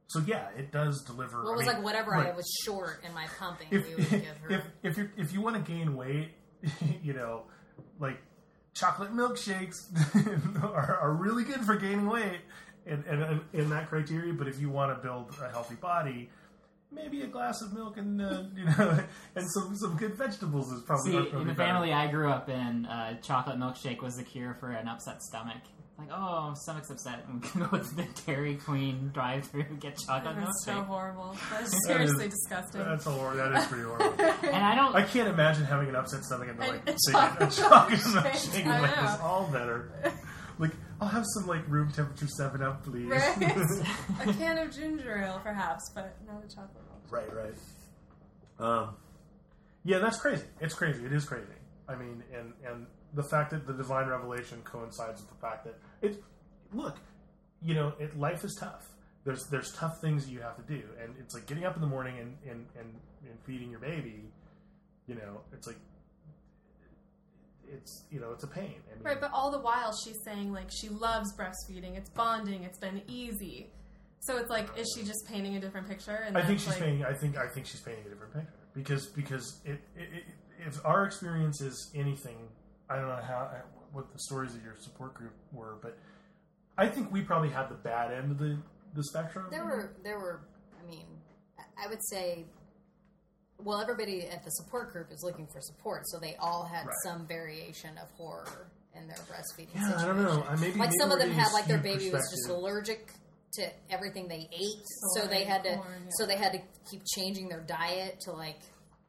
so yeah, it does deliver. Well, I it was mean, like whatever I right. was short in my pumping, If we would if give her. if, if, you if you want to gain weight, you know, like chocolate milkshakes are, are really good for gaining weight, and and and in that criteria. But if you want to build a healthy body. Maybe a glass of milk and uh, you know, and some, some good vegetables is probably See, are probably in the better. family I grew up in, uh, chocolate milkshake was the cure for an upset stomach. Like, oh, stomach's upset. I'm gonna go to the Dairy Queen drive-through and get chocolate That's so milkshake. horrible. That's That is- seriously disgusting. That's horrible. That is pretty horrible. and I don't. I can't imagine having an upset stomach and like And taking a chocolate chocolate milkshake. milkshake I and like know. it's all better. Like I'll have some like room temperature Seven Up, please. Right? a can of ginger ale, perhaps, but not a chocolate milk. Right, right. Um, yeah, that's crazy. It's crazy. It is crazy. I mean, and and the fact that the divine revelation coincides with the fact that it. Look, you know, it, life is tough. There's there's tough things that you have to do, and it's like getting up in the morning and and and, and feeding your baby. You know, it's like. It's you know it's a pain. I mean, Right, but all the while she's saying like she loves breastfeeding. It's bonding. It's been easy. So it's like, is she just painting a different picture? And I think that's, she's like, painting. I think I think she's painting a different picture because because it, it, it if our experience is anything, I don't know how what the stories of your support group were, but I think we probably had the bad end of the the spectrum. there were, there were. I mean, I- I would say, well, everybody at the support group is looking for support, so they all had Right. some variation of horror in their breastfeeding. Yeah, I don't situation. know. I maybe Like maybe some we're of them getting had, like their skewed baby was just perspective. allergic to everything they ate, so Soy, they had to, corn, yeah. so they had to keep changing their diet to like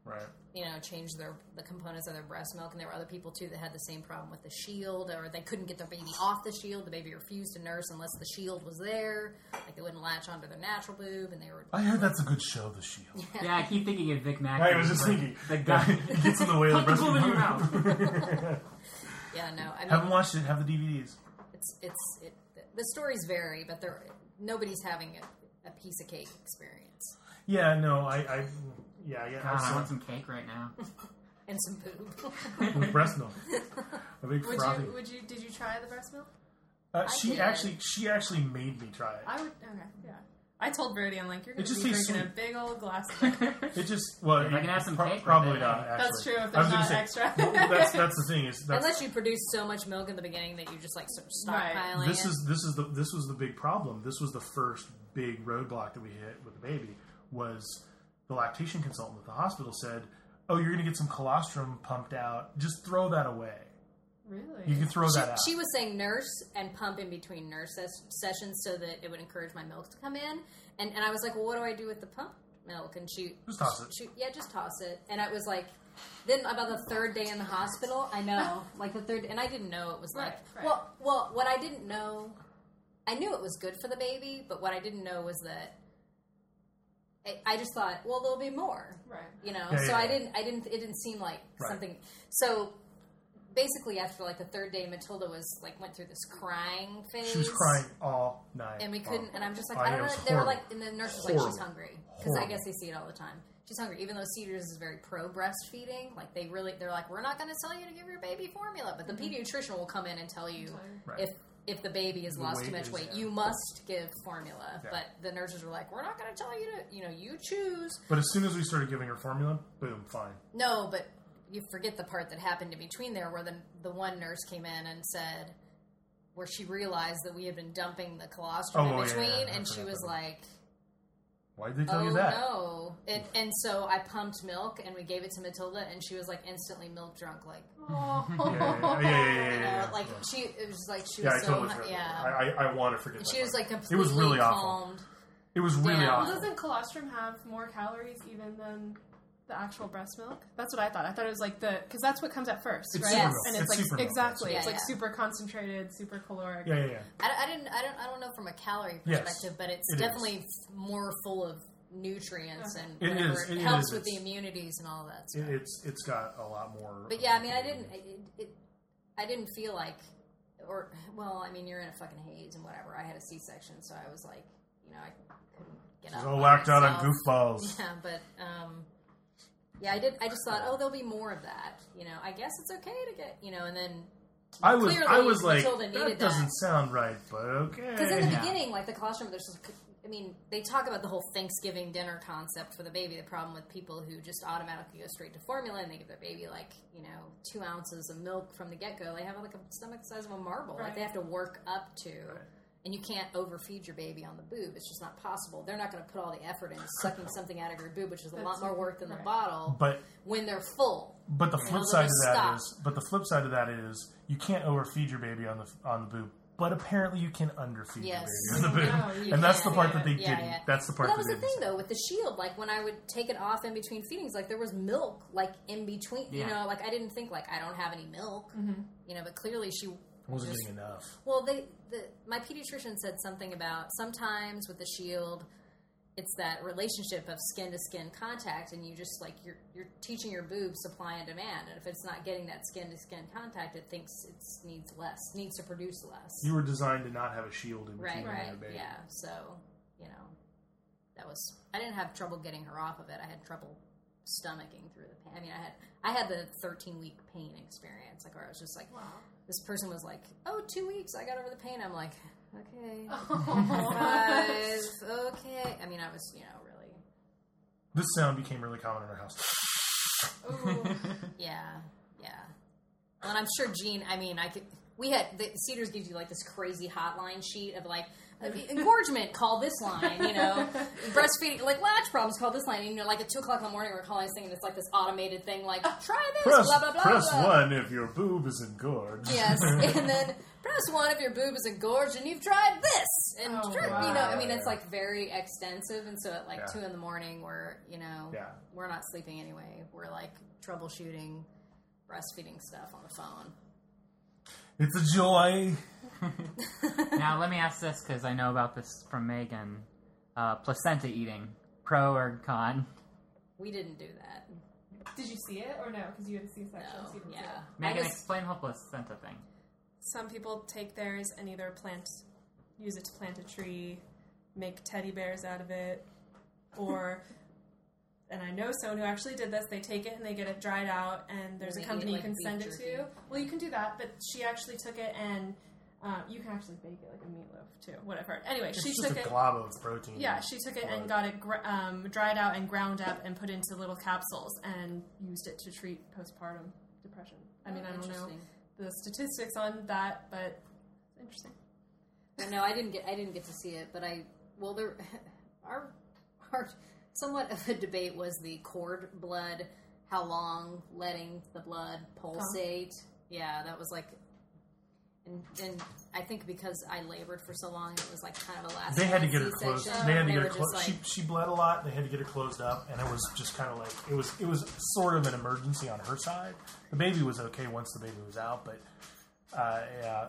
right. you know, change their the components of their breast milk, and there were other people too that had the same problem with the shield, or they couldn't get their baby off the shield. The baby refused to nurse unless the shield was there. Like they wouldn't latch onto their natural boob, and they were. I heard that's a good show, The Shield. yeah, I keep thinking of Vic Mac. I was just thinking the guy. It gets in the way of the Put the breast. glue in your mouth. Yeah, no, I Haven't mean, watched it. Have the DVDs. it's it's it, the stories vary, but there nobody's having a, a piece of cake experience Yeah, no, I, I yeah, yeah. God, I I want some cake right now. and some boob. saw with breast milk. A big Would frothy. you? Would you? Did you try the breast milk? Uh, she did. actually, she actually made me try it. I would. Okay, yeah. I told Brody, I'm like, you're gonna It just be drinking tastes a big old glass. Of milk. It just well, If I it- can have some cake with probably it, not. Actually. That's true, if I was there's gonna not extra. well, that's that's the thing is that's, Unless you produce so much milk in the beginning that you just like sort of Right. stockpiling this it. is this is the this was the big problem. This was the first big roadblock that we hit with the baby was the lactation consultant at the hospital said, "Oh, you're going to get some colostrum pumped out. Just throw that away. You really? can throw that out." She was saying nurse and pump in between nurse ses- sessions so that it would encourage my milk to come in. And and I was like, well, what do I do with the pump milk? And she Just toss it. She, yeah, just toss it. And I was like, then about the third day in the hospital, I know, like the third, and I didn't know it was like, Right, right. well, well, what I didn't know, I knew it was good for the baby, but what I didn't know was that. I- I just thought, well, there'll be more Right. you know Yeah, so yeah, i yeah. didn't i didn't it didn't seem like Right. something so basically after like the third day matilda was like went through this crying phase She was crying all night, and we long. couldn't and i'm just like Oh, i yeah, don't it know was they were horrible. like and the nurse was like she's Horrible. hungry because i Horrible. guess they see it all the time she's hungry even though cedars is very pro breastfeeding like they really they're like we're not going to tell you to give your baby formula but the pediatrician will come in and tell you Right. if if the baby has The lost weight too much is- weight yeah. you must give formula Yeah. but the nurses were like we're not going to tell you to you know you choose But as soon as we started giving her formula, boom, fine. no, but you forget the part that happened in between there where the, the one nurse came in and said, where she realized that we had been dumping the colostrum Oh, in yeah, between, yeah, yeah. and I she forgot was that. like, Why did they tell "Oh you that? no!" And, and so I pumped milk, and we gave it to Matilda, and she was like instantly milk drunk, like Oh. Yeah, Oh, yeah, yeah, yeah, yeah, yeah, you know, yeah. like she it was like she Yeah, was I so totally hu- forgot. yeah. I, I, I want to forget. And that she was part. like completely it was really awful. calmed. It was really down. awful. Doesn't colostrum have more calories even than the actual breast milk? That's what I thought. I thought it was like the because that's what comes at first, It's right? super milk. And It's it's, like super milk, exactly, that's it's right. like Yeah, yeah. super concentrated, super caloric. Yeah, yeah, yeah. I, I didn't. I don't. I don't know from a calorie Yes, perspective, but it's it is. definitely f- more full of nutrients and It whatever. is, It, it helps is, with the it's- immunities and all that. Stuff. It, it's it's got a lot more. but yeah, I mean, I didn't. I- It, it, I didn't feel like, or well, I mean, you're in a fucking haze and whatever. I had a C-section, so I was like, you know, I couldn't get She's up. all by whacked out on myself. goofballs. Yeah, but um, yeah, I did. I just thought, oh, there'll be more of that. You know, I guess it's okay to get. You know, and then I was I Clearly, was like Matilda that needed doesn't that. sound right, but okay. Because in the Yeah. Mm. beginning, like the colostrum, there's. Just, I mean, they talk about the whole Thanksgiving dinner concept for the baby. The problem with people who just automatically go straight to formula and they give their baby like you know two ounces of milk from the get go, they have like a stomach the size of a marble. Like they Right. have to work up to. And you can't overfeed your baby on the boob. It's just not possible. They're not going to put all the effort into sucking something out of your boob, which is a lot more work than the right. bottle. But when they're full, but the Yeah. flip Well, side then of just that is stop. but the flip side of that is you can't overfeed your baby on the on the boob. But apparently you can underfeed Yes. your baby on the boob. No, you and that's can't. the part that they Yeah, didn't. yeah. That's the part Well, that was they the didn't. thing though with the shield. Like when I would take it off in between feedings, like there was milk like in between. You Yeah. know, like I didn't think like I don't have any milk. You know, but clearly she. Wasn't just- getting enough. Well, they the my pediatrician said something about sometimes with the shield, it's that relationship of skin to skin contact, and you just like you're you're teaching your boob supply and demand, and if it's not getting that skin to skin contact, it thinks it needs less, needs to produce less. You were designed to not have a shield in between Right, you and right, your baby. yeah. So, you know, that was. I didn't have trouble getting her off of it. I had trouble stomaching through the pain. I mean, I had I had the 13 week pain experience, like where I was just like, this person was like, oh, two weeks, I got over the pain. I'm like, okay, five, okay. I mean, I was, you know, really, This sound became really common in our house. Oh. yeah, yeah. And I'm sure Gene. I mean, I could. We had the Cedars gives you like this crazy hotline sheet of like engorgement. Call this line. You know, breastfeeding like latch problems. Call this line. And you know, like at two o'clock in the morning, we're calling this thing, and it's like this automated thing. Like try this. Uh, Press, blah blah blah. press blah. one if your boob is engorged. Yes, and then press one if your boob is engorged and you've tried this, and Oh, try, you know, I wow. mean, it's like very extensive, and so at like Yeah. two in the morning, we're you know, Yeah. we're not sleeping anyway. We're like troubleshooting breastfeeding stuff on the phone. It's a joy. now let me ask this because I know about this from Megan. Uh, placenta eating, pro or con? We didn't do that. Did you see it or no? Because you had a C-section. so No, you didn't see yeah. it. I Megan, just, explain whole placenta thing. Some people take theirs and either plant, use it to plant a tree, make teddy bears out of it, or. And I know someone who actually did this. They take it and they get it dried out, and there's They a eat company it you can like send beef it jerky. to. Well, you can do that, but she actually took it and uh, you can actually bake it like a meatloaf too. What I've heard. Anyway, It's she just took a it. glob of protein. Yeah, she took it and Right. got it gr- um, dried out and ground up and put into little capsules and used it to treat postpartum depression. I Oh, mean, I don't know Interesting. the statistics on that, but it's interesting. Well, Uh, no, I didn't get. I didn't get to see it, but I well, there our our somewhat of a debate was the cord blood. How long letting the blood pulsate? Yeah, that was like, and, and I think because I labored for so long, it was like kind of a last. They had to minute get her closed. C-section. They had to They get her were just closed. she, she bled a lot. They had to get her closed up, and it was just kind of like it was. It was sort of an emergency on her side. The baby was okay once the baby was out, but uh, yeah,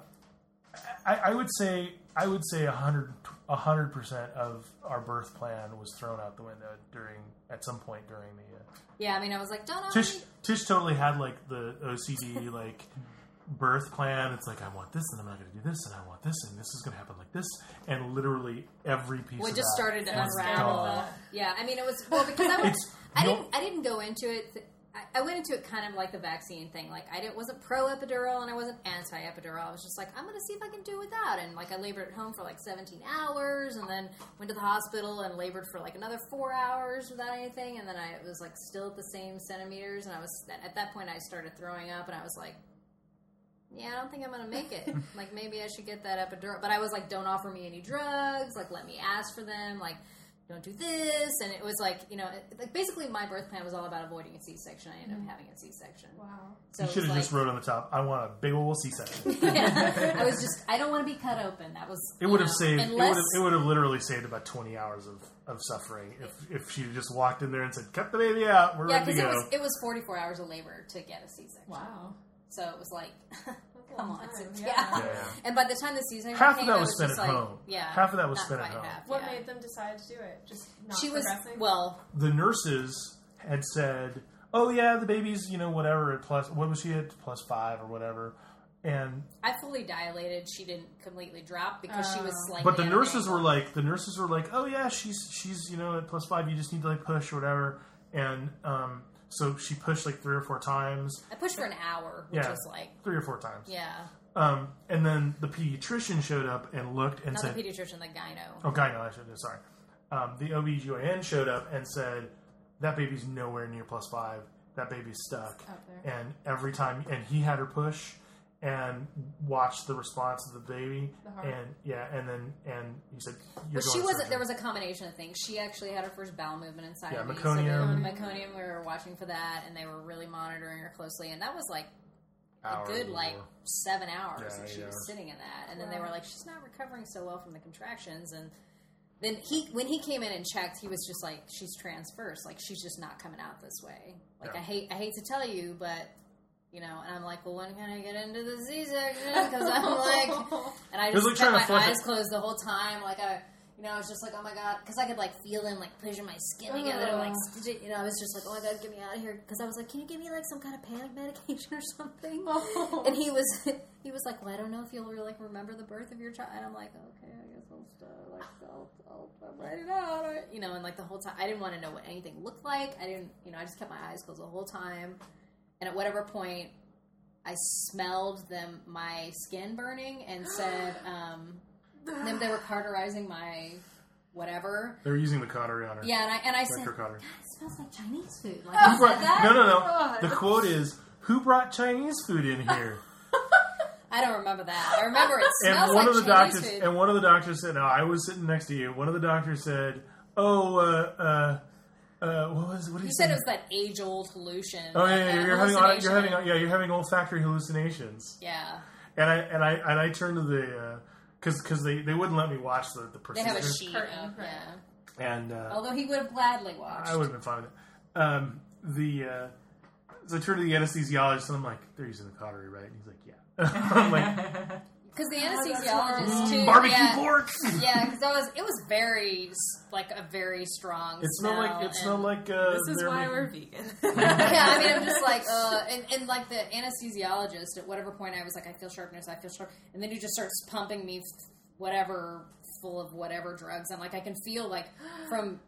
I, I would say I would say a hundred a hundred percent of our birth plan was thrown out the window during at some point during the. Uh, yeah, I mean, I was like, don't. Tish Tish totally had like the OCD like birth plan. It's like I want this, and I'm not going to do this, and I want this, and this is going to happen like this, and literally every piece. We of just that started to was unravel. gone. the- Yeah, I mean, it was well because I was. It's- I you didn't. I didn't go into it. th- I, I went into it kind of like the vaccine thing. Like I didn't wasn't pro epidural and I wasn't anti epidural. I was just like I'm going to see if I can do without. And like I labored at home for like 17 hours and then went to the hospital and labored for like another four hours without anything. And then I was like still at the same centimeters. And I was at that point I started throwing up and I was like, yeah, I don't think I'm gonna make it. like maybe I should get that epidural. But I was like, don't offer me any drugs. Like let me ask for them. Like don't do this. And it was like you know, it, like basically my birth plan was all about avoiding a C-section. I ended up having a C-section. Mm-hmm. Wow. So You it should was have like, just wrote on the top, I want a big ol' C section. yeah, I was just I don't want to be cut open. That was It you would have know, saved. It would Unless have, it would have literally saved about twenty hours of, of suffering if if she had just walked in there and said, "Cut the baby out, we're yeah, ready because to it go." was it was 44 hours of labor to get a C-section. Wow. So it was like, come long on, time, it's- yeah. yeah. Yeah. And by the time the season Half of came, that I was spent just at like, home. Yeah, Half of that was not spent at quite home. half, What yeah. made them decide to do it? Just not she was progressing? well. the nurses had said, "Oh yeah, the baby's you know whatever at plus what was she at plus five or whatever," and I fully dilated. She didn't completely drop because she was Oh. slightly. but the at an nurses were angle. like the nurses were like, "Oh yeah, she's she's you know at plus five, you just need to like push or whatever," and um, so she pushed like three or four times, I pushed for an hour, which Yeah. was like, three or four times, yeah. um, and then the pediatrician showed up and looked and Not said, the pediatrician, the gyno. Oh, gyno, I should have, sorry. Um, the OBGYN showed up and said, that baby's nowhere near plus five. That baby's stuck. Oh, out there. And every time, and he had her push and watched the response of the baby. The heart. and yeah, and then, and he said, You're But she going to wasn't. surgery." There was a combination of things. She actually had her first bowel movement inside. Yeah, me, meconium. So they- meconium. We were watching for that, and they were really monitoring her closely. And that was like Hour a good or like more. seven hours Yeah, that she eight hours. was sitting in that and then they Wow. were like she's not recovering so well from the contractions and then he when he came in and checked he was just like she's transverse like she's just not coming out this way like Yeah. i hate i hate to tell you but you know and i'm like well when can i get into the c-section because i'm like and i It was just like kept trying to my flush eyes it. closed the whole time like i you know, I was just like, oh my god, because I could like feel him like pushing my skin together, to, like stitch it. You know, I was just like, oh my god, get me out of here. Because I was like, can you give me like some kind of panic medication or something? And he was, he was like, well, I don't know if you'll really, like remember the birth of your child. And I'm like, okay, I guess I'll still like I'll, I'll, I'll write it out. I- You know, and like the whole time, I didn't want to know what anything looked like. I didn't, you know, I just kept my eyes closed the whole time. And at whatever point, I smelled them my skin burning and said, um, then they were carterizing my whatever. They were using the cautery on her. Oh, Yeah, and I and I said, Electro cautery. "God, it smells like Chinese food. Like I said that. No, no, no. The quote is, Who brought Chinese food in here? I don't remember that. I remember it and smells one like of the Chinese doctors food. and one of the doctors said, "No, I was sitting next to you." One of the doctors said, "Oh, uh, uh, uh what was what did you he said say? it was that age old hallucin. Oh yeah, like yeah, that you're having au- you're hallucination. having yeah you're having olfactory hallucinations. yeah. And I and I and I turned to the because because they they wouldn't let me watch the the They have a procedure sheet. curtain, up, right. yeah. and uh, Although he would have gladly watched. I would have been fine with it. Um, the uh, so I turned to the anesthesiologist and I'm like, "They're using the cautery, right?" And he's like, "Yeah." I'm like, Because the Oh, that's anesthesiologist horrible. too. "Barbecue yeah. pork." Yeah, because that was it was very s- like a very strong. It smelled smell like it and- smelled like uh, This is they're why making- we're vegan. yeah, I mean, I'm just like, uh, and, and like the anesthesiologist, at whatever point I was like, I feel sharpness, I feel sharp, and then he just starts pumping me, f- whatever, full of whatever drugs. I'm like, I can feel like from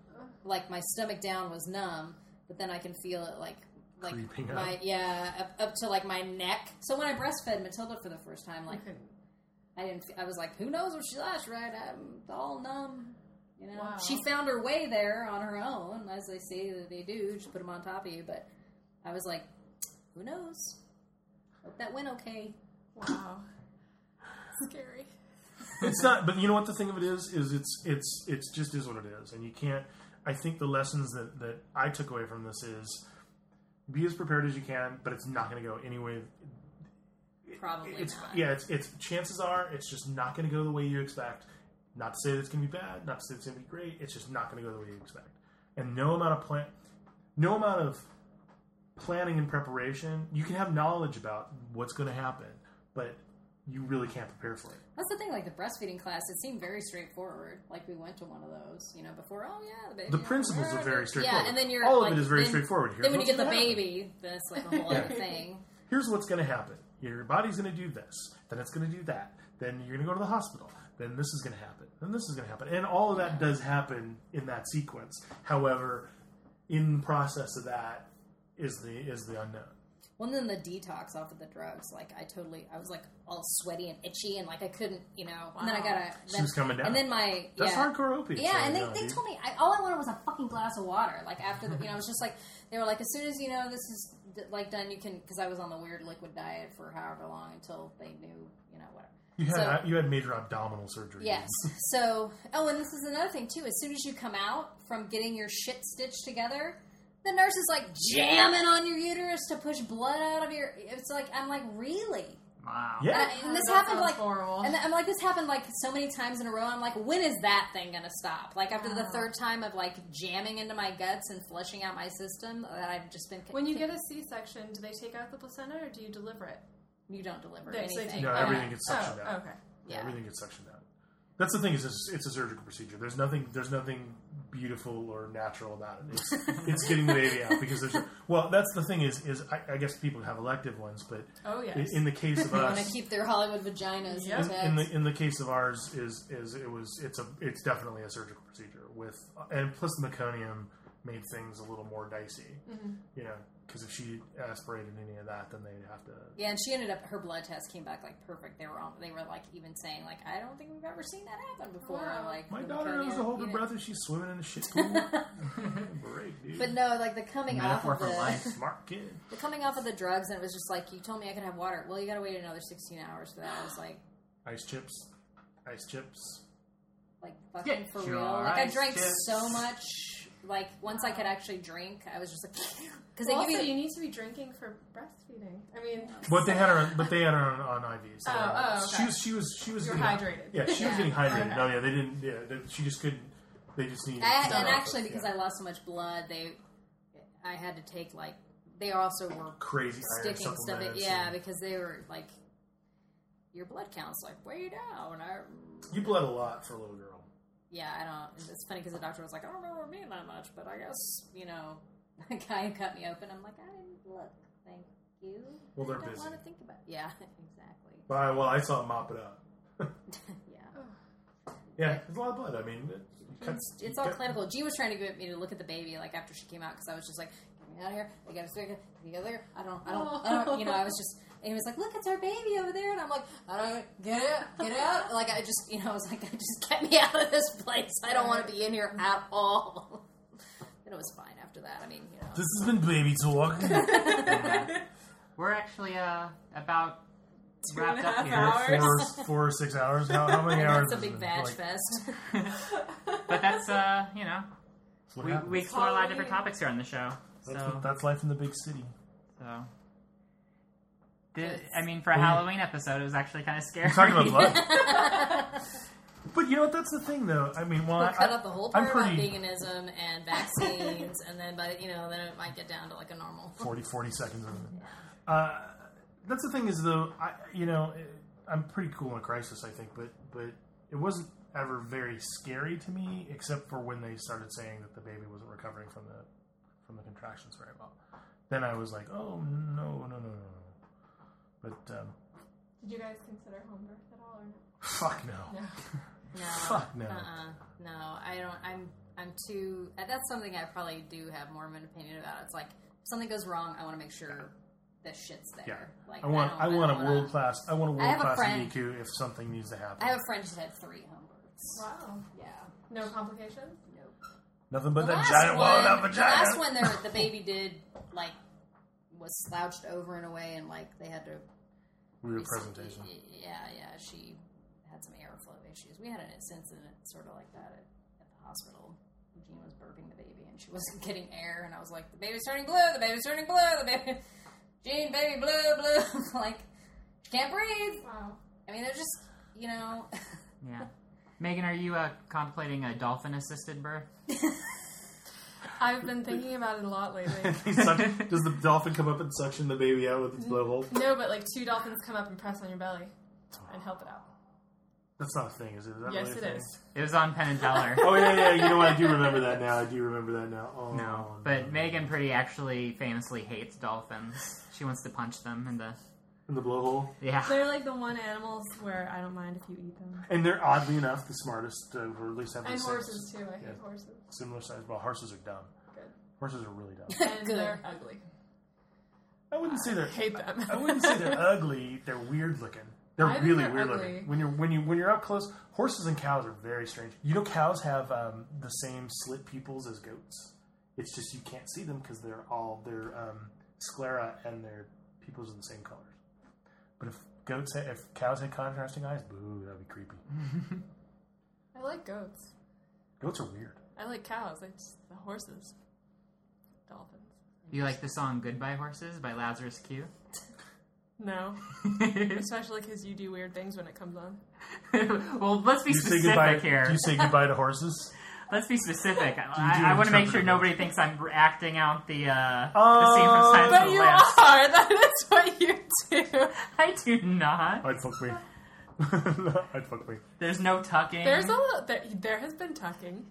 like my stomach down was numb, but then I can feel it like like Creeping up. my yeah up, up to like my neck. So when I breastfed Matilda for the first time, like I didn't, f- I was like, who knows what she lost, right? I'm all numb. You know, Wow. she found her way there on her own, as they say that they do. Just put them on top of you, but I was like, who knows? Hope that went okay. wow. Scary. it's not but you know what the thing of it is is it's it's it's just is what it is and you can't i think the lessons that that i took away from this is be as prepared as you can but it's not going to go anyway Probably it's not. yeah it's it's chances are it's just not going to go the way you expect not to say that it's going to be bad not to say it's going to be great it's just not going to go the way you expect and no amount of plan no amount of planning and preparation you can have knowledge about what's going to happen but you really can't prepare for it That's the thing. Like the breastfeeding class, it seemed very straightforward. Like we went to one of those, you know, before. Oh yeah, the baby. The yeah, principles where are very it- straightforward. Yeah, and then you're All of like, it is very then- straightforward. Here's then when you what's get the gonna happen. baby, then it's like a whole other thing. here's what's going to happen. Your body's going to do this, then it's going to do that, then you're going to go to the hospital, then this is going to happen, then this is going to happen. And all of that does happen in that sequence. However, in the process of that is the is the unknown. Well, and then the detox off of the drugs, like I totally, I was like all sweaty and itchy, and like I couldn't, you know. And then I got a. She was coming down. And then my That's yeah. hardcore opiates. Yeah, right and they, now, they dude. told me I, all I wanted was a fucking glass of water. Like after the, you know, I was just like they were like, as soon as you know this is d- like done, you can because I was on the weird liquid diet for however long until they knew, you know, whatever. you had so- you had major abdominal surgery. Yes. So, oh, and this is another thing too. As soon as you come out from getting your shit stitched together, the nurse is like jamming on your uterus to push blood out of your. It's like I'm like really. Wow. Yeah. Uh, and this that happened sounds like, horrible. and I'm like, this happened like so many times in a row. I'm like, when is that thing gonna stop? Like after Oh. the third time of like jamming into my guts and flushing out my system, that I've just been. When you get a C-section, do they take out the placenta or do you deliver it? you don't deliver They- so they anything. take- No, okay. everything gets suctioned oh, out. Okay. Yeah. Everything gets suctioned out. That's the thing is it's, it's a surgical procedure. There's nothing there's nothing beautiful or natural about it. It's, it's getting the baby out because there's a, well that's the thing is is I, I guess people have elective ones, but Oh yes. in, in the case of They want us, to keep their Hollywood vaginas Yep. intact. in, in the in the case of ours is is it was it's a it's definitely a surgical procedure with and plus the meconium made things a little more dicey, Mm-hmm. you know, because if she aspirated any of that, then they'd have to. Yeah, and she ended up her blood test came back like perfect. They were on, they were like even saying like I don't think we've ever seen that happen before. Wow. Like My the daughter knows meconium, to hold her you know. breath if she's swimming in a shit pool. Break, dude. But no, like the coming off Metaphor of for the, life. Smart kid. the coming off of the drugs, and it was just like you told me I could have water. Well, you got to wait another sixteen hours for that. I was like, Ice chips. Ice chips. like fucking Get for your real. Like I ice drank chips. so much. Like once I could actually drink, I was just like Well, because they also, give you you. need to be drinking for breastfeeding. I mean, But they had her. on- But they had her on, on IV. So Oh, oh, okay. she was. She was. She was. You're getting- hydrated. Yeah, she was Yeah. getting hydrated. Okay. No, yeah, they didn't. Yeah, they, she just couldn't. They just needed. I had, to and stop actually, it, because yeah. I lost so much blood, they I had to take like they also were crazy iron sticking stuff. in- supplements. Yeah, and- because they were like, your blood count's like way down. I, you bled a lot for a little girl. yeah, I don't. It's funny because the doctor was like, I don't remember being that much, but I guess you know, the guy who cut me open. I'm like, I didn't look. Thank you. Well, they're I don't busy. want to think about. Yeah, exactly. But I, well, I saw it mop it up. Yeah. Yeah, it's a lot of blood. I mean, it cuts, It's, it's all cut- clinical. G was trying to get me to look at the baby like after she came out because I was just like, get me out of here. I gotta stick it. You guys there? I don't, I don't, I don't, you know, I was just, and he was like, look, it's our baby over there. And I'm like, I don't, get out, get out. Like, I just, you know, I was like, I just get me out of this place. I don't want to be in here at all. And it was fine after that. I mean, you know. This has been baby talk. We're actually uh, about Two and a wrapped up half here. hours. four, four or six hours. How, how many hours? It's a has it big been? badge Like, fest. But that's, uh, you know, that's what we, happens. we explore a lot of different Halloween. topics here on the show. that's, so, what- that's life in the big city. so. Did, I mean, for a Halloween episode, it was actually kind of scary. You're talking about blood. but you know what? That's the thing, though. I mean, well, We'll I, cut up the whole I'm part about pretty- veganism and vaccines, and then, but you know, then it might get down to like a normal. 40, 40 seconds of it. Uh, that's the thing is though, I you know, I'm pretty cool in crisis, I think, but but it wasn't ever very scary to me, except for when they started saying that the baby wasn't recovering from the from the contractions very well. Then I was like, oh no no no no. no. But um, did you guys consider home birth at all or no? fuck no, No. Fuck no. Uh-uh. No, I don't. I'm. I'm too. uh, That's something I probably do have more of an opinion about. It's like if something goes wrong, I want to make sure that shit's there. yeah. Like I want don't- I, don't want a wanna- world class I want a I world have a class friend- NICU if something needs to happen. I have a friend who's had three home births. Wow. Yeah. No complications. Nothing but The that last giant wall one- of that The last vagina. one, there, the baby did like was slouched over in a way, and like they had to. Weird presentation. Yeah, yeah. She had some airflow issues. We had an incident sort of like that at, at the hospital. Jean was burping the baby, and she wasn't getting air, and I was like, "The baby's turning blue. The baby's turning blue. The baby, Jean, baby, blue, blue." like, she can't breathe. Wow. I mean, they're just, you know. Yeah. Megan, are you uh, contemplating a dolphin assisted birth? I've been thinking about it a lot lately. He suck- does the dolphin come up and suction the baby out with its blowhole? no, but like two dolphins come up and press on your belly and help it out. That's not a thing, is it? Is that yes, really a it thing? is. It was on Penn and Teller. Oh yeah, yeah. You know what? I do remember that now. I do remember that now. Oh No, but Megan pretty actually famously hates dolphins. She wants to punch them in the in the blowhole, yeah. They're like the one animals where I don't mind if you eat them. and they're oddly enough the smartest, uh, or at least have the And same- horses too. I hate Yeah. horses. similar size. Well, horses are dumb. Good. Horses are really dumb. And Good. they're ugly. I wouldn't say they're. Hate them. I wouldn't say they're ugly. They're weird looking. They're I think really they're weird ugly. looking. When you're when you when you're up close, horses and cows are very strange. You know, cows have um, the same slit pupils as goats. It's just you can't see them because they're all their um, sclera and their pupils are the same colors. But if goats had, if cows had contrasting eyes, boo, that'd be creepy. I like goats. Goats are weird. I like cows. I just, the horses. Dolphins. You like the song Goodbye Horses by Lazarus Q? No. Especially because you do weird things when it comes on. well, let's be Do you say goodbye? specific here. Do you say goodbye to horses? Let's be specific. you do I, I want to make sure interpretive nobody thinks I'm acting out the, uh, the Oh, scene from Silence But of the you are. Lambs. That is what you do. I do not. I'd fuck me. I'd fuck me. There's no tucking. There's a lot. There, there has been tucking.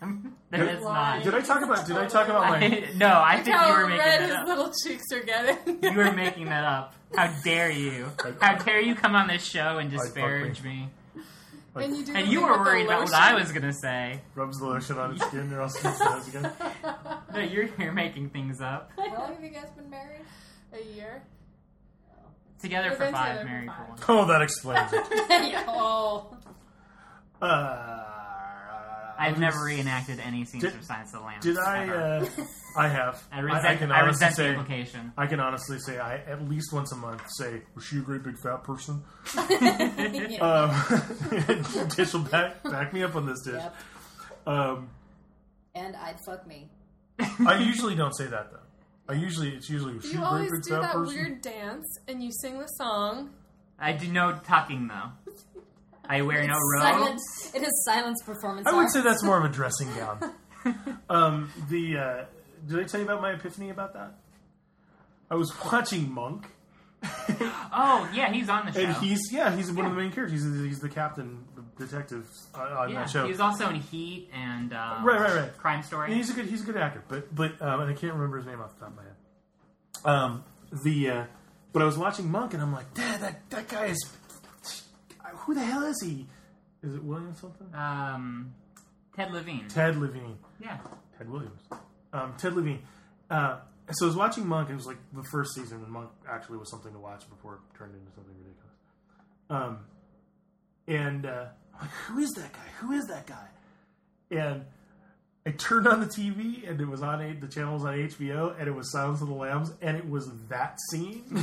there is not. Did I talk about? Did I talk about my? I, no, I think you How were making red his that up. little cheeks are getting. You were making that up. How dare you? How dare you come on this show and disparage me? and you do. And the you thing were with the worried about what lotion. I was gonna say. rubs the lotion on its skin or else it says again. No, you're you're making things up. How long have you guys been married? A year. Together We've for been five, together for married for five. one. Oh, that explains it. oh, Uh, I've never reenacted any scenes Did- from Science of the Lambs. Did I? ever. Uh, I have. I resent, I, can honestly resent the say. implication. I can honestly say I at least once a month say, "Was she a great big fat person?" um, Dish will back back me up on this, Dish. Yep. Um, And I'd fuck me. I usually don't say that though. I usually it's usually was she You a great always big do fat that person. weird dance, and you sing the song. I do no tucking though. I wear no robe. Silence. It is silence performance. I would art. say that's more of a dressing gown. um, the uh, did I tell you about my epiphany about that? I was watching Monk, Oh yeah, he's on the show. and he's yeah, he's one of the main characters. He's, he's the captain the detective on, on yeah, that show. he was also in Heat and um, Right, right, right. Crime And Story. he's a good he's a good actor, but but um, and I can't remember his name off the top of my head. Um, the uh, but I was watching Monk, and I'm like, Dad, that that guy is who the hell is he? Is it William something? Um, Ted Levine. Ted Levine. yeah. Ted Williams. Um, Ted Levine. Uh, so I was watching Monk. It was like the first season when Monk actually was something to watch before it turned into something ridiculous. Um, and uh, I'm like, who is that guy? Who is that guy? And I turned on the TV and it was on a- the channel was on HBO and it was Silence of the Lambs and it was that scene.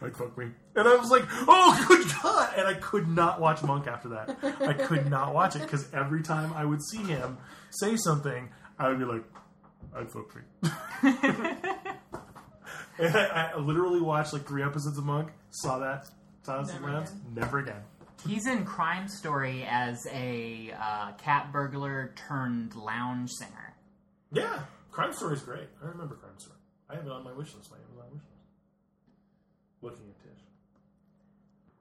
like fuck me. And I was like, oh good god! And I could not watch Monk after that. I could not watch it because every time I would see him say something, I would be like, I'd fuck me. and I, I literally watched like three episodes of Monk, saw that Silence of the Never Lambs, never again. He's in Crime Story as a uh, cat burglar turned lounge singer. Yeah, Crime Story is great. I remember Crime Story. I have it on my wish list. My Amazon wish list. Looking at Tish.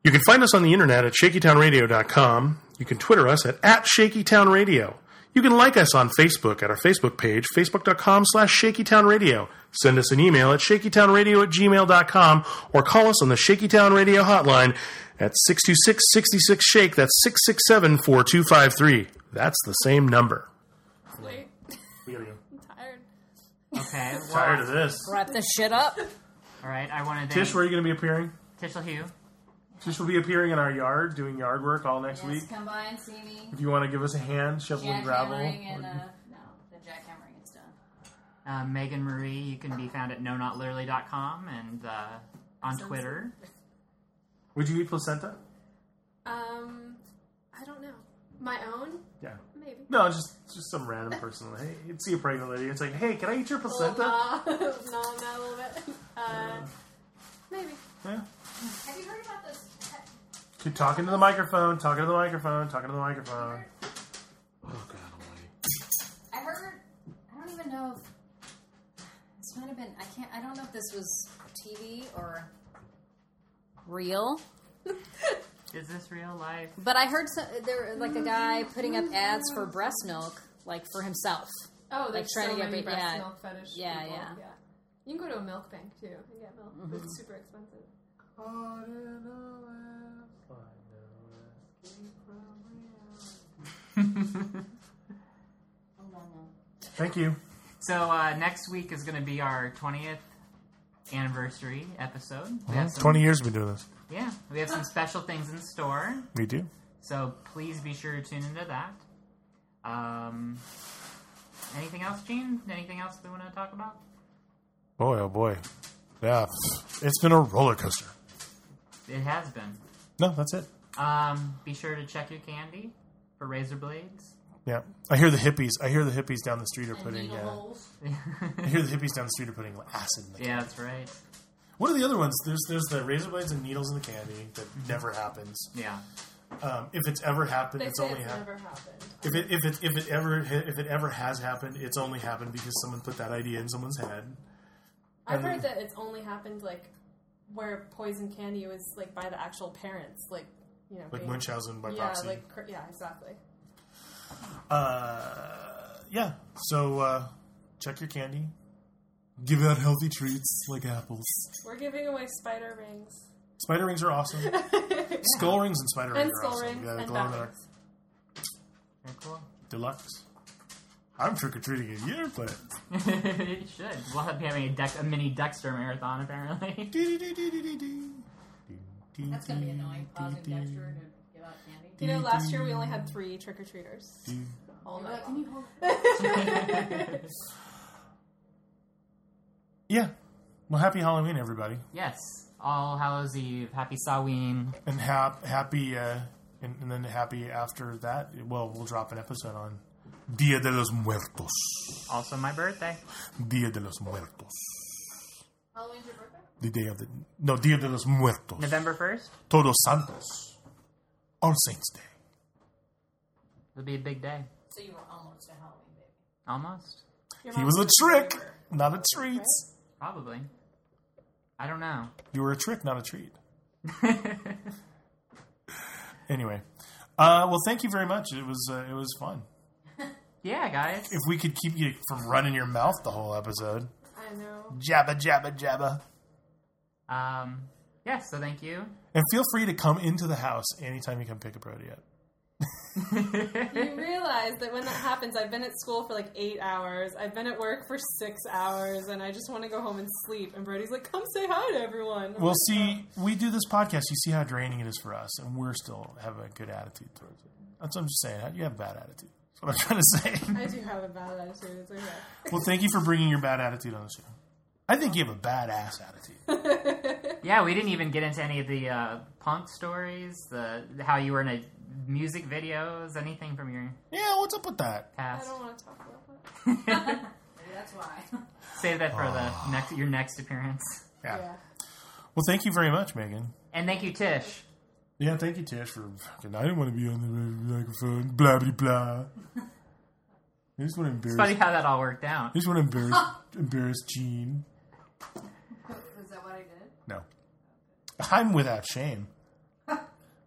You can find us on the internet at shakytownradio.com. You can Twitter us at, at shakytownradio. You can like us on Facebook at our Facebook page, facebook.com slash shakytownradio. Send us an email at shakytownradio at gmail.com or call us on the Shakytown Radio hotline at 626-66-SHAKE. That's 667-4253. That's the same number. Wait, We gotta go. I'm tired. Okay. well, Tired of this. wrap this shit up. All right. I want to Tish, thank where are you going to be appearing? Tishel Hugh. Tish will be appearing in our yard, doing yard work all next week. yes, come by and see me. If you want to give us a hand, shoveling gravel. Jackhammering and uh, no, the jackhammering and stuff. Uh, Megan Marie, you can be found at no not com and uh, on Twitter. Would you eat placenta? Um, I don't know. My own, Yeah. maybe. No, just just some random person. Hey, you'd see a pregnant lady. It's like, hey, can I eat your Oh, placenta? Uh, no, not a little bit. Uh, maybe. Yeah. Have you heard about this? Keep talking to the microphone. Talking to the microphone. Talking to the microphone. Oh God Almighty! I heard. I don't even know. If, this might have been. I can't. I don't know if this was TV or real. Is this real life? But I heard so, there like a guy putting up ads for breast milk, like for himself. Oh, Like there's trying so to get many ba- breast yeah. milk fetish. Yeah, people. yeah. You can go to a milk bank too and get milk. but It's super expensive. Thank you. So uh, next week is going to be our twentieth anniversary episode. We have some, 20 years we've been doing this. Yeah, we have some special things in store. We do. So please be sure to tune into that. Um, anything else, Gene? Anything else we want to talk about? Boy, oh boy. Yeah. It's been a roller coaster. It has been. No, that's it. Um, be sure to check your candy for razor blades. Yeah. I hear the hippies. I hear the hippies down the street are putting. needle Uh, holes. I hear the hippies down the street are putting acid in the Yeah, that's right. What are the other ones? There's there's the razor blades and needles in the candy that never happens. Yeah. Um, if it's ever happened, They it's say only it's happened. never happened. If it if it if it ever ha- if it ever has happened, it's only happened because someone put that idea in someone's head. I've mean- heard that it's only happened like where poison candy was like by the actual parents, like you know, Like being- Munchausen by yeah, proxy. like cr- yeah, exactly. uh, yeah. So uh, check your candy. Give out healthy treats like apples. We're giving away spider rings Spider rings are awesome. Skull rings and spider rings and are skull awesome. rings Yeah, glow in the and bat dark. rings. Very cool. Deluxe. I'm trick or treating a year, but it should. We'll be having a, Dex- a mini Dexter marathon, apparently. That's gonna be annoying. Pausing Dexter to give out candy. You know, last year we only had three trick or treaters. All You're like, night. can you hold? Yeah. Well, happy Halloween, everybody, yes. All Hallows Eve. Happy Samhain. and hap- happy, uh, and, and then happy after that. Well, we'll drop an episode on Dia de los Muertos. Also my birthday. Dia de los Muertos. Halloween's your birthday? The day of the no Dia de los Muertos. November 1st. Todos Santos. All Saints Day. It'll be a big day. So you were almost a Halloween baby. Almost. Your He mom was a was trick, not a treat. Probably. I don't know. You were a trick, not a treat. anyway, uh, well, thank you very much. It was uh, it was fun. Yeah, guys. If we could keep you from running your mouth the whole episode, I know. jabba jabba jabba. Um, yeah, so thank you. And feel free to come into the house anytime you come pick up Brody up. You realize that when that happens, I've been at school for like eight hours. I've been at work for six hours, and I just want to go home and sleep. And Brody's like, "Come say hi to everyone." I'm Well, like, see, we do this podcast. You see how draining it is for us, and we're still have a good attitude towards it. That's what I'm just saying. You have a bad attitude. That's what I'm trying to say. I do have a bad attitude. It's okay. well, thank you for bringing your bad attitude on the show. I think you have a badass attitude. Yeah, we didn't even get into any of the uh, punk stories, the how you were in a music videos, anything from your Yeah, what's up with that? I past. don't want to talk about that. Maybe that's why. Save that for the next your next appearance. Yeah. Yeah. Well, thank you very much, Megan. And thank you, Tish. Yeah, thank you, Tish, for fucking. I didn't want to be on the microphone. Blah blah blah. I just want to embarrass. Funny how that all worked out. I just want to embarrass embarrass Gene. Is that what I did? No. I'm without shame.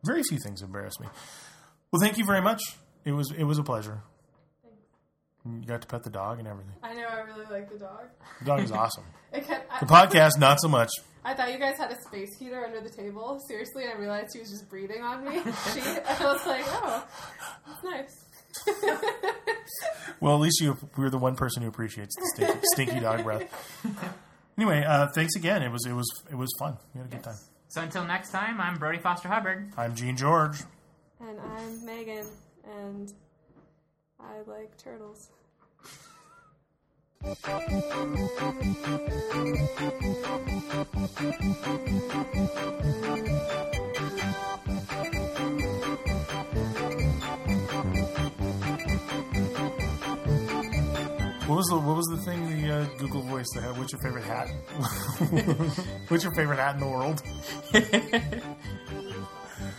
Very few things embarrass me. Well, thank you very much. It was it was a pleasure. You got to pet the dog and everything. I know. I really like the dog. The dog is awesome. It kept, The I, podcast, not so much. I thought you guys had a space heater under the table. Seriously, and I realized she was just breathing on me. she, and I was like, "Oh, that's nice." Well, at least you we're the one person who appreciates the stinky, stinky dog breath. Anyway, uh, thanks again. It was it was it was fun. We had a good time. So until next time, I'm Brody Foster Hubbard. I'm Gene George. And I'm Megan, and I like turtles. What was the what was the thing the uh, Google voice that had? What's your favorite hat? What's your favorite hat in the world?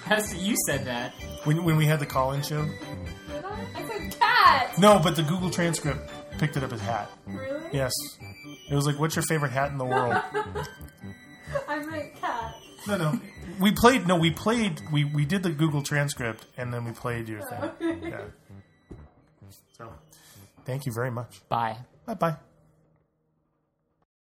That's- you said that. When when we had the call in show. Did I? I said cat. No, but the Google transcript picked it up as hat. Really? Yes. It was like, what's your favorite hat in the world? I meant cat. no, no. We played, no, we played, we, we did the Google transcript and then we played your thing. Yeah. So, thank you very much. Bye. Bye bye.